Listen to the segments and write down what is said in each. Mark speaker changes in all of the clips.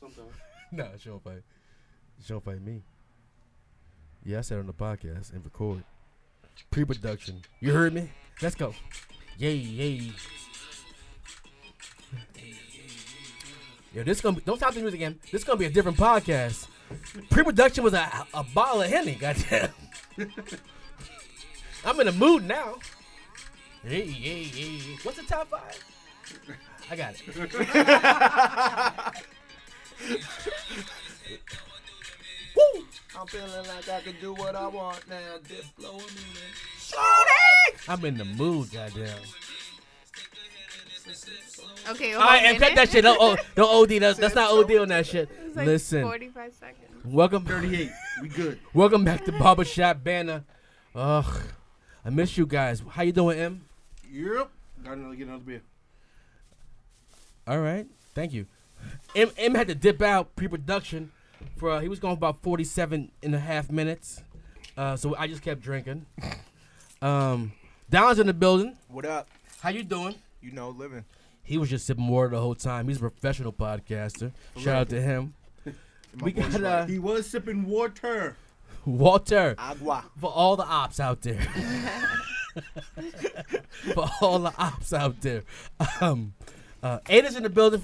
Speaker 1: Sometimes.
Speaker 2: nah, she'll fight. She'll fight me. Yeah, I said on the podcast and record. Pre production. You heard me? Let's go. Yay, yay. Yo, this gonna be, don't stop the music again. This gonna be a different podcast. Pre-production was a, a bottle of Henny, goddamn. I'm in a mood now. Yay, yay, yay. What's the top five? I got it. Woo!
Speaker 3: I'm feeling like I can do what I want now. This blowing me now.
Speaker 2: I'm in the mood, goddamn.
Speaker 4: Okay.
Speaker 2: All right, and cut that shit. Don't, oh, don't OD. That's, that's not OD on that shit. Listen,
Speaker 4: Forty-five seconds.
Speaker 2: welcome,
Speaker 1: 38. We good.
Speaker 2: welcome back to Barbershop Banner. Ugh, I miss you guys. How you doing, M?
Speaker 1: Yep. Got another get another beer.
Speaker 2: All right, thank you. M, M had to dip out pre-production for uh, he was going for about 47 and a half minutes. Uh, so I just kept drinking. Um, Don's in the building.
Speaker 3: What up?
Speaker 2: How you doing?
Speaker 3: You know, living.
Speaker 2: He was just sipping water the whole time. He's a professional podcaster. Shout out to him.
Speaker 3: My
Speaker 2: We
Speaker 3: voice
Speaker 2: got
Speaker 3: right.
Speaker 2: uh,
Speaker 1: He was sipping water.
Speaker 2: Walter.
Speaker 3: agua.
Speaker 2: for all the ops out there. for all the ops out there. Um, uh, Ada's in the building,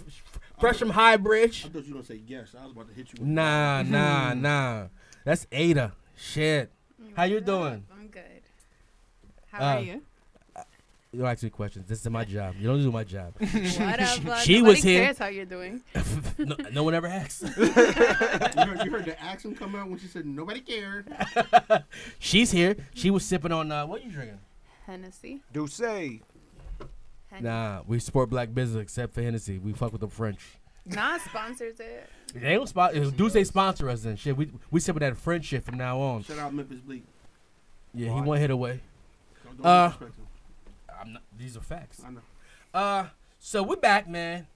Speaker 2: fresh from High Bridge.
Speaker 1: I thought you were going to say yes. I was about to hit you. with-
Speaker 2: Nah, nah, nah. That's Ada. Shit. How you doing?
Speaker 4: I'm good. How
Speaker 2: Uh,
Speaker 4: are you?
Speaker 2: You don't ask me questions. This is my job. You don't do my job.
Speaker 4: What up? bud?
Speaker 2: she
Speaker 4: Nobody
Speaker 2: was here.
Speaker 4: Cares how you're doing.
Speaker 2: no, no one ever asks.
Speaker 1: You heard, you heard the accent come out when she said nobody cared.
Speaker 2: She's here. She was sipping on. Uh, what you drinking?
Speaker 4: Hennessy.
Speaker 3: Do say.
Speaker 4: Hen-
Speaker 2: Nah, we support black business except for Hennessy. We fuck with the French.
Speaker 4: Nas sponsors it.
Speaker 2: They don't spot. Do they sponsor us and shit? We we sipping that French shit from now on.
Speaker 1: Shout out Memphis Bleak.
Speaker 2: Yeah, he one hit away.
Speaker 1: Don't
Speaker 2: Uh,
Speaker 1: disrespect him.
Speaker 2: I'm not, these are facts.
Speaker 1: I know.
Speaker 2: Uh, so we're back, man.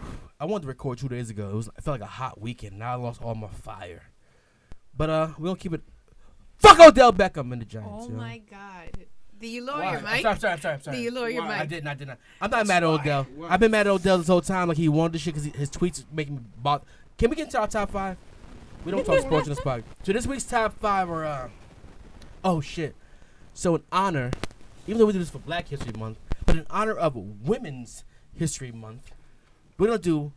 Speaker 2: I wanted to record two days ago. It was it felt like a hot weekend. Now I lost all my fire. But uh, we gonna keep it. Fuck Odell Beckham in the Giants.
Speaker 4: Oh
Speaker 2: yo.
Speaker 4: my God. Do you lower
Speaker 2: Why?
Speaker 4: your
Speaker 2: I'm
Speaker 4: mic?
Speaker 2: sorry, I'm sorry, I'm sorry, I'm sorry.
Speaker 4: Do you lower your
Speaker 1: Why?
Speaker 2: I
Speaker 4: mic?
Speaker 2: didn't, I did not. I'm not mad at Odell.
Speaker 1: Why?
Speaker 2: I've been mad at Odell this whole time. Like he wanted this shit because his tweets making me bother. Can we get into our top five? We don't talk sports in this podcast. So this week's top five are. Uh, oh shit! So in honor, even though we do this for Black History Month, but in honor of Women's History Month, we're gonna do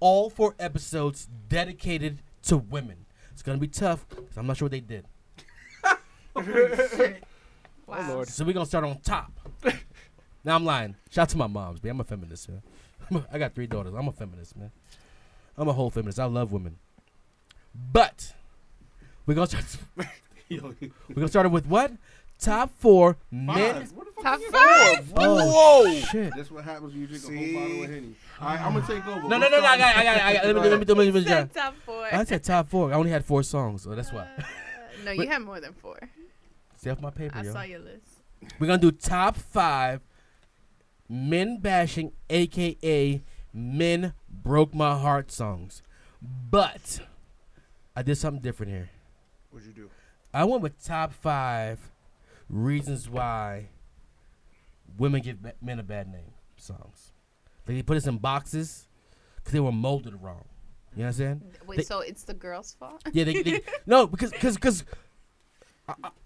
Speaker 2: all four episodes dedicated to women. It's gonna be tough 'cause I'm not sure what they did.
Speaker 4: Wow.
Speaker 3: Lord.
Speaker 2: So we're gonna start on top. now I'm lying. Shout out to my moms, man. I'm a feminist, man. I got three daughters. I'm a feminist, man. I'm a whole feminist. I love women. But we're gonna start
Speaker 1: Yo,
Speaker 2: we're gonna start with what? Top four men.
Speaker 1: Five. What the fuck
Speaker 4: Top
Speaker 1: is that?
Speaker 4: five.
Speaker 2: Oh shit.
Speaker 1: That's what happens when you drink
Speaker 3: See?
Speaker 1: a whole bottle of Henny. All right, I'm going to take over.
Speaker 2: No, no, no, no, I got it, I got it, I got it. Let me do let me do let me do let me
Speaker 4: Said
Speaker 2: do-
Speaker 4: top four.
Speaker 2: I said top four. I only had four songs, so that's why.
Speaker 4: Uh, no, you
Speaker 2: Wait.
Speaker 4: had more than four.
Speaker 2: Stay off my paper,
Speaker 4: I
Speaker 2: yo.
Speaker 4: saw your list.
Speaker 2: We're gonna do top five men bashing, aka men broke my heart songs. But I did something different here.
Speaker 3: What'd you do?
Speaker 2: I went with top five reasons why women give ba- men a bad name songs. They put us in boxes because they were molded wrong. You know what I'm saying?
Speaker 4: Wait,
Speaker 2: They-
Speaker 4: so it's the girl's fault?
Speaker 2: Yeah, they, they no because because because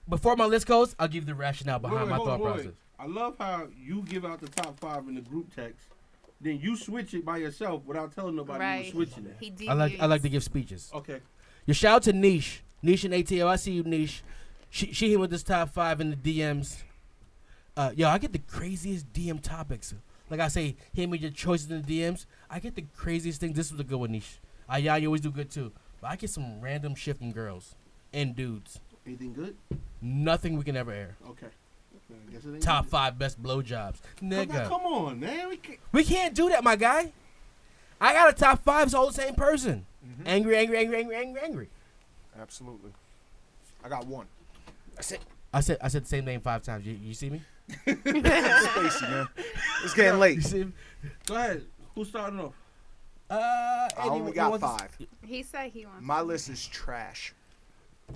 Speaker 2: before my list goes, I'll give you the rationale
Speaker 1: Wait,
Speaker 2: behind
Speaker 1: wait,
Speaker 2: my
Speaker 1: hold on,
Speaker 2: thought
Speaker 1: wait.
Speaker 2: process.
Speaker 1: I love how you give out the top five in the group text, then you switch it by yourself without telling nobody
Speaker 4: Right.
Speaker 1: you were switching it.
Speaker 4: He
Speaker 2: I like I
Speaker 4: deviates.
Speaker 2: like to give speeches.
Speaker 1: Okay.
Speaker 2: Your shout out to Niche. Niche and ATL. I see you, Niche. She she hit with this top five in the DMs. Uh, yo, I get the craziest DM topics. Like I say, hit me your choices in the DMs. I get the craziest things. This was a good one, Niche. Uh, yeah, you always do good too. But I get some random shit from girls and dudes.
Speaker 1: Anything good?
Speaker 2: Nothing we can ever air.
Speaker 1: Okay. I guess it ain't
Speaker 2: Top
Speaker 1: good.
Speaker 2: five best blowjobs.
Speaker 1: Come on,
Speaker 2: Nigga.
Speaker 1: Come on, man. We can't.
Speaker 2: We can't do that, my guy. I got a top five, it's all the same person.
Speaker 1: Mm-hmm.
Speaker 2: Angry, angry, angry, angry, angry, angry.
Speaker 3: Absolutely. I got one.
Speaker 2: I said I said the same name five times. You, you see me?
Speaker 3: Spacey, man. It's getting
Speaker 2: You
Speaker 3: late.
Speaker 2: see me?
Speaker 1: Go ahead. Who's starting off?
Speaker 2: Uh,
Speaker 3: I
Speaker 2: Eddie,
Speaker 3: only
Speaker 2: wh-
Speaker 3: got
Speaker 2: wants to-
Speaker 3: five.
Speaker 4: He said he wants.
Speaker 3: My
Speaker 4: to-
Speaker 3: list is trash.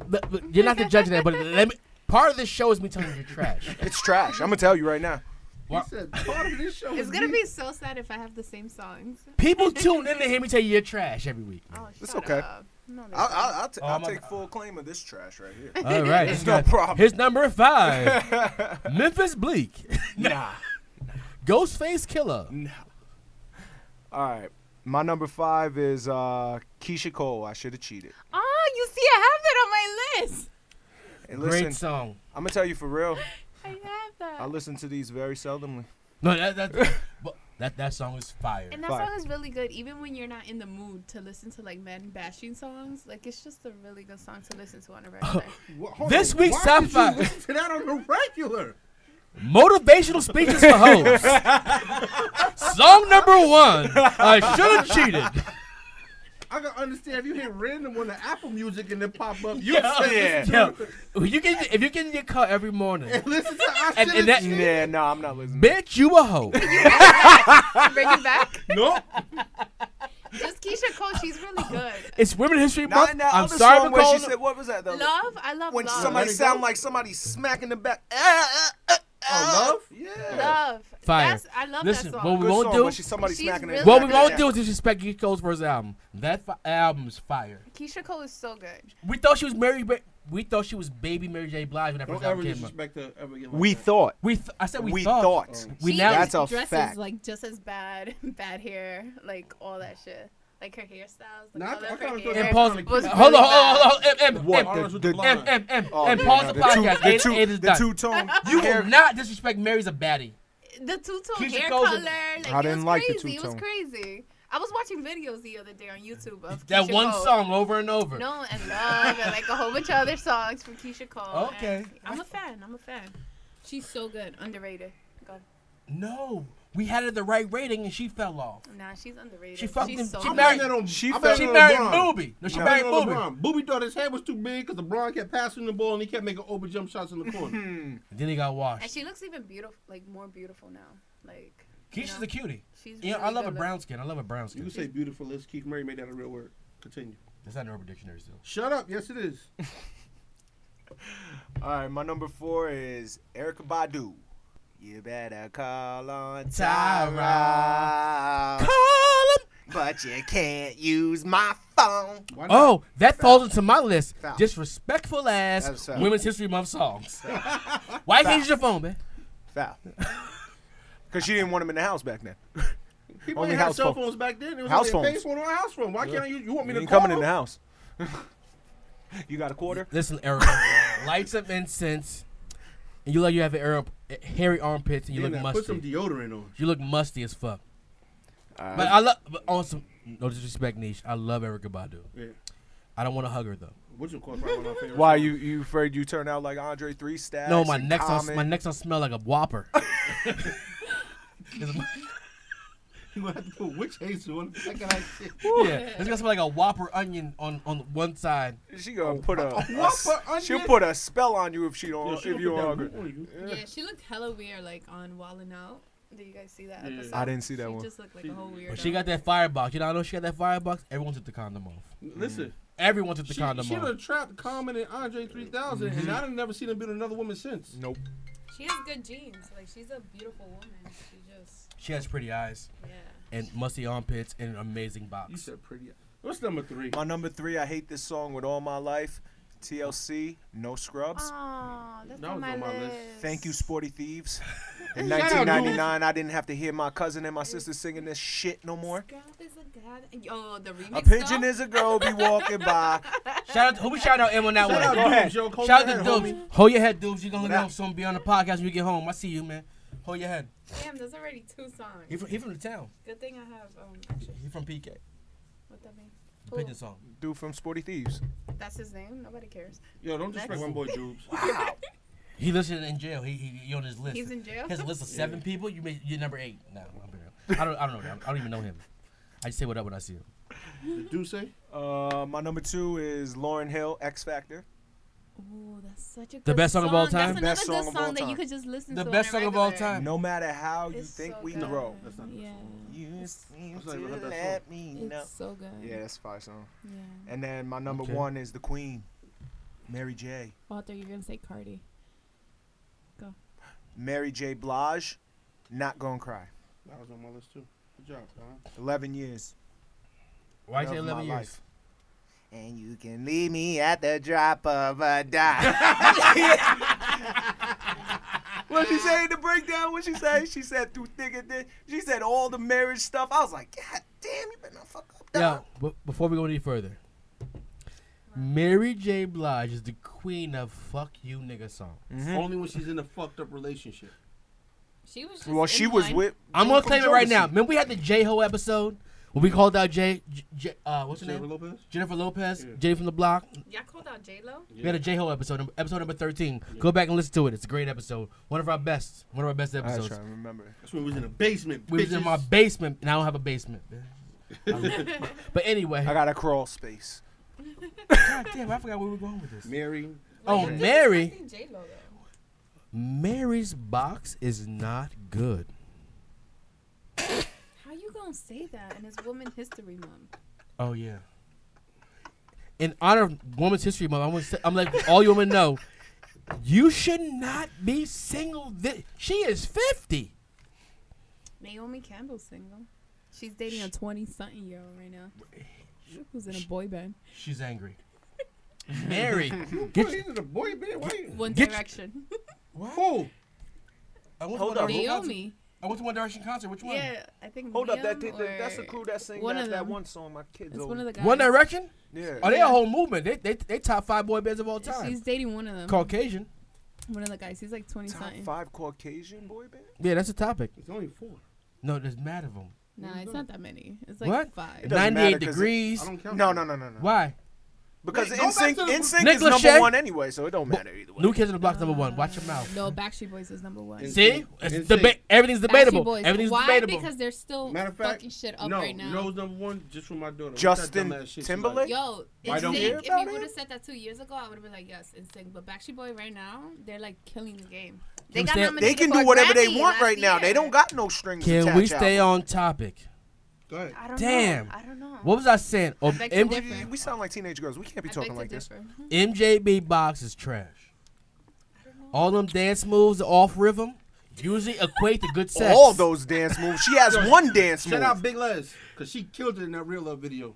Speaker 2: Look, look, you're not the judge of that, but let me. Part of this show is me telling you you're trash.
Speaker 3: It's trash. I'm gonna tell you right now.
Speaker 1: He
Speaker 2: Why-
Speaker 1: said part of this show
Speaker 4: It's
Speaker 1: is
Speaker 4: gonna
Speaker 1: me."
Speaker 4: be so sad if I have the same songs.
Speaker 2: People tune in to hear me tell you you're trash every week.
Speaker 4: Oh, shut
Speaker 5: It's okay.
Speaker 4: up. No, they
Speaker 5: I'll,
Speaker 4: don't.
Speaker 5: I'll, I'll, t-
Speaker 2: Oh,
Speaker 5: I'll
Speaker 2: my
Speaker 5: take
Speaker 2: bad.
Speaker 5: full claim of this trash right here.
Speaker 2: All right,
Speaker 5: It's
Speaker 2: here's
Speaker 5: no
Speaker 2: got-
Speaker 5: problem.
Speaker 2: Here's number five. Memphis Bleak,
Speaker 5: nah.
Speaker 2: Ghostface Killer.
Speaker 5: No. All right. My number five is uh, Keisha Cole. I should have cheated.
Speaker 4: Oh, you see, I have that on my list.
Speaker 5: And
Speaker 2: Great
Speaker 5: listen,
Speaker 2: song.
Speaker 5: I'm gonna tell you for real.
Speaker 4: I have that.
Speaker 5: I listen to these very seldomly.
Speaker 2: No, that that but that, that song is fire.
Speaker 4: and that
Speaker 5: Fire.
Speaker 4: song is really good, even when you're not in the mood to listen to like men bashing songs. Like it's just a really good song to listen to on a regular.
Speaker 1: Wha- hold
Speaker 2: This
Speaker 1: on, why
Speaker 2: week's top
Speaker 1: did you
Speaker 2: five.
Speaker 1: listen to that on the regular.
Speaker 2: Motivational speeches for hoes. song number one. I should have cheated.
Speaker 1: I can understand if you hit random on the Apple Music and then pop up. You
Speaker 2: Yeah.
Speaker 1: said this
Speaker 2: Yo,
Speaker 1: to-
Speaker 2: if you get if you get in your car every morning,
Speaker 1: and listen to I
Speaker 2: And-
Speaker 1: should
Speaker 2: and that-
Speaker 1: have
Speaker 2: Yeah.
Speaker 5: Nah, no, I'm not listening.
Speaker 2: bitch, you a hoe.
Speaker 4: Bring it back.
Speaker 1: no.
Speaker 4: Just Keisha Cole, she's really good.
Speaker 2: It's Women History
Speaker 5: Nah,
Speaker 2: Month.
Speaker 5: nah,
Speaker 2: I'm
Speaker 5: other
Speaker 2: sorry
Speaker 5: song
Speaker 2: for
Speaker 5: where she
Speaker 2: calling.
Speaker 5: said, what was that though?
Speaker 4: Love, I love
Speaker 5: When
Speaker 4: love.
Speaker 5: somebody sound like somebody smacking the back. Ah, ah, ah, ah.
Speaker 1: Oh, love?
Speaker 5: Yeah.
Speaker 4: love.
Speaker 2: Fire.
Speaker 4: That's, I love
Speaker 2: Listen,
Speaker 4: that
Speaker 2: what
Speaker 4: song.
Speaker 2: we
Speaker 5: Good
Speaker 2: won't
Speaker 5: song,
Speaker 2: do-
Speaker 5: but she's somebody
Speaker 4: She's
Speaker 5: smacking
Speaker 4: really
Speaker 5: the
Speaker 2: What
Speaker 5: back
Speaker 2: we
Speaker 5: of
Speaker 4: Yeah.
Speaker 2: won't
Speaker 5: the
Speaker 2: do is disrespect Geek Cole's first album. That fi- album is fire.
Speaker 4: Keisha Cole is so good.
Speaker 2: We thought she was Mary. Ba- we thought she was Baby Mary J. Blige when that
Speaker 1: Don't
Speaker 2: first
Speaker 1: ever
Speaker 2: album came out.
Speaker 1: disrespect her ever again.
Speaker 5: neck.
Speaker 1: like
Speaker 5: We
Speaker 1: that.
Speaker 5: thought.
Speaker 2: We th- I said we,
Speaker 5: We
Speaker 2: thought.
Speaker 5: thought.
Speaker 1: Oh.
Speaker 2: We
Speaker 4: she
Speaker 2: now.
Speaker 5: That's a
Speaker 4: dresses
Speaker 5: fact.
Speaker 4: like just as bad, bad hair, like all that shit, like her hairstyles, the
Speaker 1: Nah, I- I
Speaker 4: color of her
Speaker 1: kinda thought
Speaker 4: hair.
Speaker 2: and pause.
Speaker 1: Really
Speaker 2: hold on,
Speaker 4: bad.
Speaker 2: hold on, hold on, M, M,
Speaker 5: What
Speaker 2: M,
Speaker 1: Orange with
Speaker 5: the-
Speaker 1: the
Speaker 5: the-
Speaker 1: blonde.
Speaker 2: M, M, M,
Speaker 5: Oh,
Speaker 2: and
Speaker 5: yeah,
Speaker 2: pause
Speaker 5: no,
Speaker 2: the,
Speaker 5: the two-
Speaker 2: podcast.
Speaker 5: the
Speaker 2: It-
Speaker 5: two-
Speaker 2: it is
Speaker 5: the
Speaker 2: done.
Speaker 5: two-tone
Speaker 2: You
Speaker 5: hair-
Speaker 2: will not disrespect Mary's a baddie.
Speaker 4: The two tone
Speaker 2: Keisha
Speaker 4: hair
Speaker 2: Cole's a-
Speaker 4: color, like
Speaker 5: I
Speaker 4: it
Speaker 5: didn't
Speaker 4: was
Speaker 5: like the
Speaker 4: crazy. It was
Speaker 5: two-tone.
Speaker 4: crazy. I was watching videos the other day on YouTube of
Speaker 2: That
Speaker 4: Keisha
Speaker 2: one
Speaker 4: Cole.
Speaker 2: song over and over.
Speaker 4: No, and love, and like a whole bunch of other songs from Keisha Cole. and
Speaker 2: Okay.
Speaker 4: I'm a fan. I'm a fan. She's so good, underrated. Go.
Speaker 2: No, we had her the right rating and she fell off.
Speaker 4: Nah, she's underrated.
Speaker 2: She fucking-
Speaker 4: She's so
Speaker 2: she
Speaker 1: I
Speaker 4: good.
Speaker 1: blame
Speaker 2: married-
Speaker 1: that on
Speaker 5: She
Speaker 1: I blame
Speaker 5: fell-
Speaker 1: that
Speaker 2: She
Speaker 1: on
Speaker 2: married
Speaker 1: LeBron.
Speaker 2: Boobie. No, she
Speaker 1: I
Speaker 2: married
Speaker 1: blame it on
Speaker 2: Boobie.
Speaker 1: LeBron. Boobie thought his head was too big because LeBron kept passing the ball and he kept making open jump shots in the corner.
Speaker 2: And then he got
Speaker 4: And
Speaker 2: washed.
Speaker 4: she looks even beautiful, like more beautiful now. Like
Speaker 2: Keisha's a cutie.
Speaker 4: she's.
Speaker 2: Yeah, I
Speaker 4: really
Speaker 2: love a
Speaker 4: good-looking.
Speaker 2: brown skin. I love a brown
Speaker 1: you
Speaker 2: skin.
Speaker 1: can say beautiful is Keith Murray made that a real word. Continue.
Speaker 2: That's not in Urban Dictionary still.
Speaker 1: Shut up. Yes, it is.
Speaker 5: All right, my number four is Erica Badu. You better call on
Speaker 2: Tyra.
Speaker 5: Tyra,
Speaker 2: Call him.
Speaker 5: but you can't use my phone.
Speaker 1: Why not?
Speaker 2: Oh, that falls into my list.
Speaker 5: Foul.
Speaker 2: Disrespectful
Speaker 5: That's
Speaker 2: ass
Speaker 5: foul.
Speaker 2: Women's History Month songs. Why can't you use your phone, man?
Speaker 5: Foul. Because she didn't want him in the house back then.
Speaker 1: People
Speaker 5: Only
Speaker 1: ain't had
Speaker 5: house
Speaker 1: cell
Speaker 5: phone.
Speaker 1: phones back then. It was
Speaker 5: House
Speaker 1: house only a
Speaker 5: phones.
Speaker 1: payphone or a house phone. Why can't I use? You want me to
Speaker 5: You ain't
Speaker 1: call
Speaker 5: coming in the
Speaker 1: them?
Speaker 5: house. you got a quarter?
Speaker 2: Listen, Erica, light some incense, and you like you have an Arab, eh, hairy armpits, and you
Speaker 1: Then
Speaker 2: look
Speaker 1: I Put some
Speaker 2: musty.
Speaker 1: deodorant on.
Speaker 2: You look musty as fuck.
Speaker 5: Uh,
Speaker 2: But I love, but on some no disrespect, niche. I love Erica Badu.
Speaker 1: Yeah.
Speaker 2: I don't want to hug her though.
Speaker 1: Which of course probably one of my favorite.
Speaker 5: Why
Speaker 1: songs.
Speaker 5: you you afraid you turn out like Andre Three Stacks?
Speaker 2: No, my
Speaker 5: and
Speaker 2: next on
Speaker 5: Common?
Speaker 2: my next on smell like a Whopper. It's-
Speaker 1: You gonna have to put witch hazel on the second I said.
Speaker 2: yeah, it's gonna smell like a Whopper onion on on one side.
Speaker 5: She gonna put a, a
Speaker 1: what
Speaker 5: s-
Speaker 1: for
Speaker 5: she'll
Speaker 1: onion?
Speaker 5: put a spell on you if she don't
Speaker 1: Yo, she
Speaker 5: if
Speaker 1: gonna
Speaker 5: you
Speaker 1: put
Speaker 5: don't
Speaker 1: that
Speaker 5: hug her.
Speaker 1: on you.
Speaker 4: Yeah, she looked hella weird, like on Wallin' Out. Did you guys see that
Speaker 1: Yeah.
Speaker 4: episode?
Speaker 5: I didn't see that
Speaker 4: she
Speaker 5: one.
Speaker 4: just looked like a whole weirdo.
Speaker 2: But she got that firebox. You know, I know she got that firebox. Everyone took the condom off.
Speaker 1: Listen,
Speaker 2: Everyone took the
Speaker 1: she
Speaker 2: condom
Speaker 1: should
Speaker 2: off.
Speaker 1: have trapped Common and Andre 3000,
Speaker 5: Mm-hmm.
Speaker 1: and I done never seen him beat another woman since.
Speaker 5: Nope.
Speaker 4: She has good genes. Like she's a beautiful woman. She just
Speaker 2: She has pretty eyes
Speaker 4: yeah.
Speaker 2: and musty armpits and an amazing
Speaker 1: You
Speaker 2: box.
Speaker 1: said pretty. What's number three?
Speaker 5: My number three, I hate this song with all my life. TLC, No Scrubs.
Speaker 4: Oh, that's
Speaker 1: That
Speaker 4: on
Speaker 1: was
Speaker 4: my,
Speaker 1: on my list.
Speaker 4: list.
Speaker 5: Thank you, Sporty Thieves. In
Speaker 1: Shout out,
Speaker 5: 1999, I didn't have to hear my cousin and my sister singing this shit no more.
Speaker 4: Scrub is a god. Oh, the remix.
Speaker 5: A pigeon
Speaker 4: song?
Speaker 5: is a girl be walking by.
Speaker 2: Shout out, who we shout out M on that
Speaker 1: Shout
Speaker 2: one?
Speaker 5: Go ahead.
Speaker 1: out, Dooms, yo. Hold
Speaker 2: Shout
Speaker 1: your
Speaker 2: out to
Speaker 1: head,
Speaker 2: Dooms.
Speaker 1: homie.
Speaker 2: Hold your head, Dooms. You're gonna
Speaker 5: Nah.
Speaker 2: look soon be on the podcast when you get home. I see you, man. Hold your head.
Speaker 4: Damn, there's already two songs.
Speaker 2: He from, he from the town.
Speaker 4: Good thing I have um. Actually,
Speaker 2: He from PK.
Speaker 4: what that mean?
Speaker 2: The pigeon song.
Speaker 5: Dude from Sporty Thieves.
Speaker 4: That's his name. Nobody cares.
Speaker 1: Yo, don't disrespect
Speaker 4: Next.
Speaker 1: my boy Jubes.
Speaker 2: He listed in jail. He, he, he on his list.
Speaker 4: He's in jail.
Speaker 2: He has a list of seven people. You made you're number eight. No, I'm better. I don't I don't know. him. I don't even know him. I just say what up when I see him.
Speaker 1: Do say?
Speaker 5: Uh, my number two is Lauren Hill, X Factor.
Speaker 4: Ooh, that's such a good
Speaker 2: The best song of all time?
Speaker 4: That's
Speaker 5: Best
Speaker 4: another
Speaker 5: song
Speaker 4: good
Speaker 5: of all
Speaker 4: song that
Speaker 5: time.
Speaker 4: you could just listen
Speaker 2: The
Speaker 4: to. on
Speaker 2: best
Speaker 4: a
Speaker 2: song of all
Speaker 4: regular.
Speaker 2: time.
Speaker 5: No matter how you
Speaker 4: It's
Speaker 5: think
Speaker 4: so
Speaker 5: we
Speaker 4: good.
Speaker 5: grow,
Speaker 1: That's not
Speaker 4: Yeah,
Speaker 5: you seem
Speaker 1: not
Speaker 5: to
Speaker 1: even heard that
Speaker 5: let me know.
Speaker 4: it's so good.
Speaker 5: Yeah, that's a fire song.
Speaker 4: yeah.
Speaker 5: And then my number
Speaker 2: Okay.
Speaker 5: one is the Queen, Mary J.
Speaker 4: Walter, you're gonna say Cardi.
Speaker 5: Mary J. Blige, Not Gonna Cry.
Speaker 1: That was on my list too. Good job, Don.
Speaker 5: 11 years.
Speaker 2: Why you
Speaker 5: Love
Speaker 2: say
Speaker 5: my
Speaker 2: 11 years?
Speaker 5: life. And you can leave me at the drop of a dime. what she say in the breakdown? What she say? She said through thick and thin. She said all the marriage stuff. I was like, God damn, you better not fuck up,
Speaker 2: Yo,
Speaker 5: dog.
Speaker 2: but before we go any further, Mary J. Blige is the queen of "fuck you, nigga" song.
Speaker 1: Only when she's in a fucked up relationship.
Speaker 6: She was. Just
Speaker 5: Well,
Speaker 6: in
Speaker 5: she was
Speaker 6: one.
Speaker 5: with.
Speaker 2: I'm gonna claim it right now.
Speaker 5: Jodeci.
Speaker 2: Remember we had the J Ho episode when we called out J, J, J uh, what's her
Speaker 1: Jennifer
Speaker 2: name?
Speaker 1: Lopez.
Speaker 2: Jennifer Lopez,
Speaker 1: Yeah.
Speaker 2: Jenny from the Block.
Speaker 6: Y'all called out J Lo.
Speaker 2: We had a J Ho episode, num- episode number 13. Go back and listen to it. It's a great episode. One of our best. One of our best
Speaker 5: I was
Speaker 2: episodes.
Speaker 5: trying to remember.
Speaker 1: That's when we was in the basement.
Speaker 2: We was in my
Speaker 1: bitches.
Speaker 2: basement, and I don't have a basement. but anyway,
Speaker 5: I got a crawl space.
Speaker 2: God damn, I forgot where we were going with this.
Speaker 1: Mary.
Speaker 2: Oh,
Speaker 6: This is
Speaker 2: Mary,
Speaker 6: discussing J-Lo, though.
Speaker 2: Mary's box is not good.
Speaker 4: How you gonna say that? And it's Woman History Month.
Speaker 2: Oh yeah. In honor of Women's History Month, I'm, gonna say, I'm letting all you women know, you should not be single. Thi- she is 50.
Speaker 4: Naomi Campbell's single. She's dating a 20 something year old right now. Who's in a boy band?
Speaker 2: She's angry. Mary,
Speaker 1: Get
Speaker 2: get
Speaker 1: you the boy band. Why you?
Speaker 4: One
Speaker 2: Get-
Speaker 4: Direction.
Speaker 1: Who?
Speaker 2: I went to
Speaker 5: Hold up.
Speaker 2: One Direction concert.
Speaker 4: Naomi.
Speaker 2: I went to One Direction concert. Which one?
Speaker 4: Yeah, I think.
Speaker 5: Hold up, that,
Speaker 4: Liam
Speaker 5: that, that that's the
Speaker 4: or-
Speaker 5: crew that sing
Speaker 4: one
Speaker 5: that,
Speaker 4: of
Speaker 5: that
Speaker 4: them.
Speaker 5: one song. My kids.
Speaker 4: It's
Speaker 5: over.
Speaker 4: one of the guys.
Speaker 2: One Direction?
Speaker 5: Yeah.
Speaker 2: Oh, they a whole movement. They they they top five boy bands of all time.
Speaker 4: She's dating one of them.
Speaker 2: Caucasian.
Speaker 4: One of the guys. He's like 20
Speaker 5: Top
Speaker 4: something.
Speaker 5: five Caucasian boy band.
Speaker 2: Yeah, that's a topic.
Speaker 1: It's only four.
Speaker 2: No, there's mad of them.
Speaker 4: Nah, it's not that many. It's like
Speaker 2: What?
Speaker 4: five.
Speaker 5: It doesn't
Speaker 2: 98
Speaker 5: matter 'cause it-
Speaker 2: degrees.
Speaker 1: I don't count.
Speaker 5: No, no, no, no, no.
Speaker 2: Why?
Speaker 5: Because
Speaker 1: Wait, go back
Speaker 5: NSYNC,
Speaker 1: to the-
Speaker 5: NSYNC is
Speaker 2: Nicolas
Speaker 5: number
Speaker 2: Shea?
Speaker 5: one anyway, so it don't matter either way.
Speaker 2: New Kids on the Block's number one. Watch your mouth.
Speaker 4: No, Backstreet Boys is number one.
Speaker 1: It's
Speaker 2: See,
Speaker 1: It's
Speaker 2: it's
Speaker 1: safe.
Speaker 2: deba- everything's debatable.
Speaker 4: Backstreet Boys.
Speaker 2: Everything's
Speaker 4: Why?
Speaker 2: debatable.
Speaker 4: Because they're still
Speaker 1: Matter of fact,
Speaker 4: fucking shit up
Speaker 1: no,
Speaker 4: right now.
Speaker 1: you know who's number one? Just for my daughter. What's
Speaker 5: Justin
Speaker 1: that dumbass shit she
Speaker 5: Timberlake?
Speaker 1: like?
Speaker 6: Yo,
Speaker 1: Why don't
Speaker 6: NSYNC,
Speaker 1: we
Speaker 5: hear
Speaker 6: if
Speaker 5: about
Speaker 6: you would
Speaker 5: it?
Speaker 6: have said that two years ago, I would have been like, yes, NSYNC. But Backstreet Boy right now, they're like killing the game.
Speaker 2: Can we
Speaker 6: They got
Speaker 2: stay-
Speaker 5: They
Speaker 6: nominated
Speaker 5: can
Speaker 6: for
Speaker 5: do
Speaker 6: a
Speaker 5: whatever they
Speaker 6: Grammy
Speaker 5: want
Speaker 6: last
Speaker 5: right now. They
Speaker 6: year.
Speaker 5: don't got no strings.
Speaker 2: Can
Speaker 5: attached
Speaker 2: we stay
Speaker 5: out.
Speaker 2: on topic?
Speaker 1: Go ahead.
Speaker 6: I don't
Speaker 2: Damn.
Speaker 6: Know. I don't know.
Speaker 2: What was I saying? Oh,
Speaker 6: beg to
Speaker 2: M-
Speaker 6: differ.
Speaker 5: We, we sound like teenage girls. We can't be
Speaker 6: I
Speaker 5: talking
Speaker 6: beg
Speaker 5: like
Speaker 6: to
Speaker 5: this.
Speaker 6: differ.
Speaker 2: MJB box is trash. All them dance moves off rhythm usually equate to good sex.
Speaker 5: All those dance moves. She has one dance move.
Speaker 1: Shout out Big Les, cause she killed it in that Real Love video.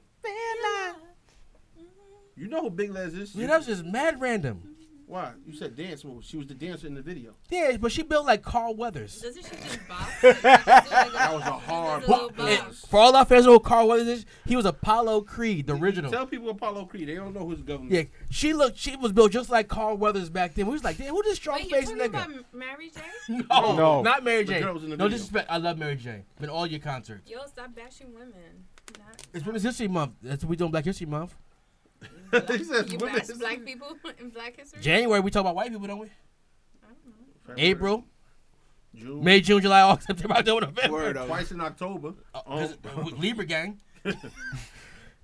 Speaker 1: You know who Big Les is?
Speaker 2: Yeah, that was just mad random.
Speaker 1: Why? You said dance move. She was the dancer in the video.
Speaker 2: Yeah, but she built like Carl Weathers.
Speaker 6: Doesn't she just box? Like, that
Speaker 1: That was a hard
Speaker 6: Well,
Speaker 1: box.
Speaker 2: And for all our fans know who Carl Weathers is, he was Apollo Creed, the original.
Speaker 1: Tell people Apollo Creed. They don't know who's government.
Speaker 2: Yeah, she looked. She was built just like Carl Weathers back then. We was like, damn, who this strong
Speaker 6: Wait, you're
Speaker 2: faced
Speaker 6: talking
Speaker 2: nigga?
Speaker 6: about Mary J?
Speaker 2: No,
Speaker 5: No.
Speaker 2: not Mary
Speaker 1: The
Speaker 2: J.
Speaker 1: girls in the
Speaker 2: No
Speaker 1: video.
Speaker 2: disrespect. I love Mary J. Been all your concerts.
Speaker 6: Yo, stop bashing women. Not-
Speaker 2: It's Women's History Month. That's what we doing Black History Month.
Speaker 1: he says
Speaker 6: you
Speaker 1: women.
Speaker 6: bash black people in Black History.
Speaker 2: January we talk about white people, don't we?
Speaker 1: February,
Speaker 2: April,
Speaker 1: June,
Speaker 2: May, June, July, August, September, October, November.
Speaker 5: Word of
Speaker 1: twice in October.
Speaker 2: Uh, 'cause we- Libra gang.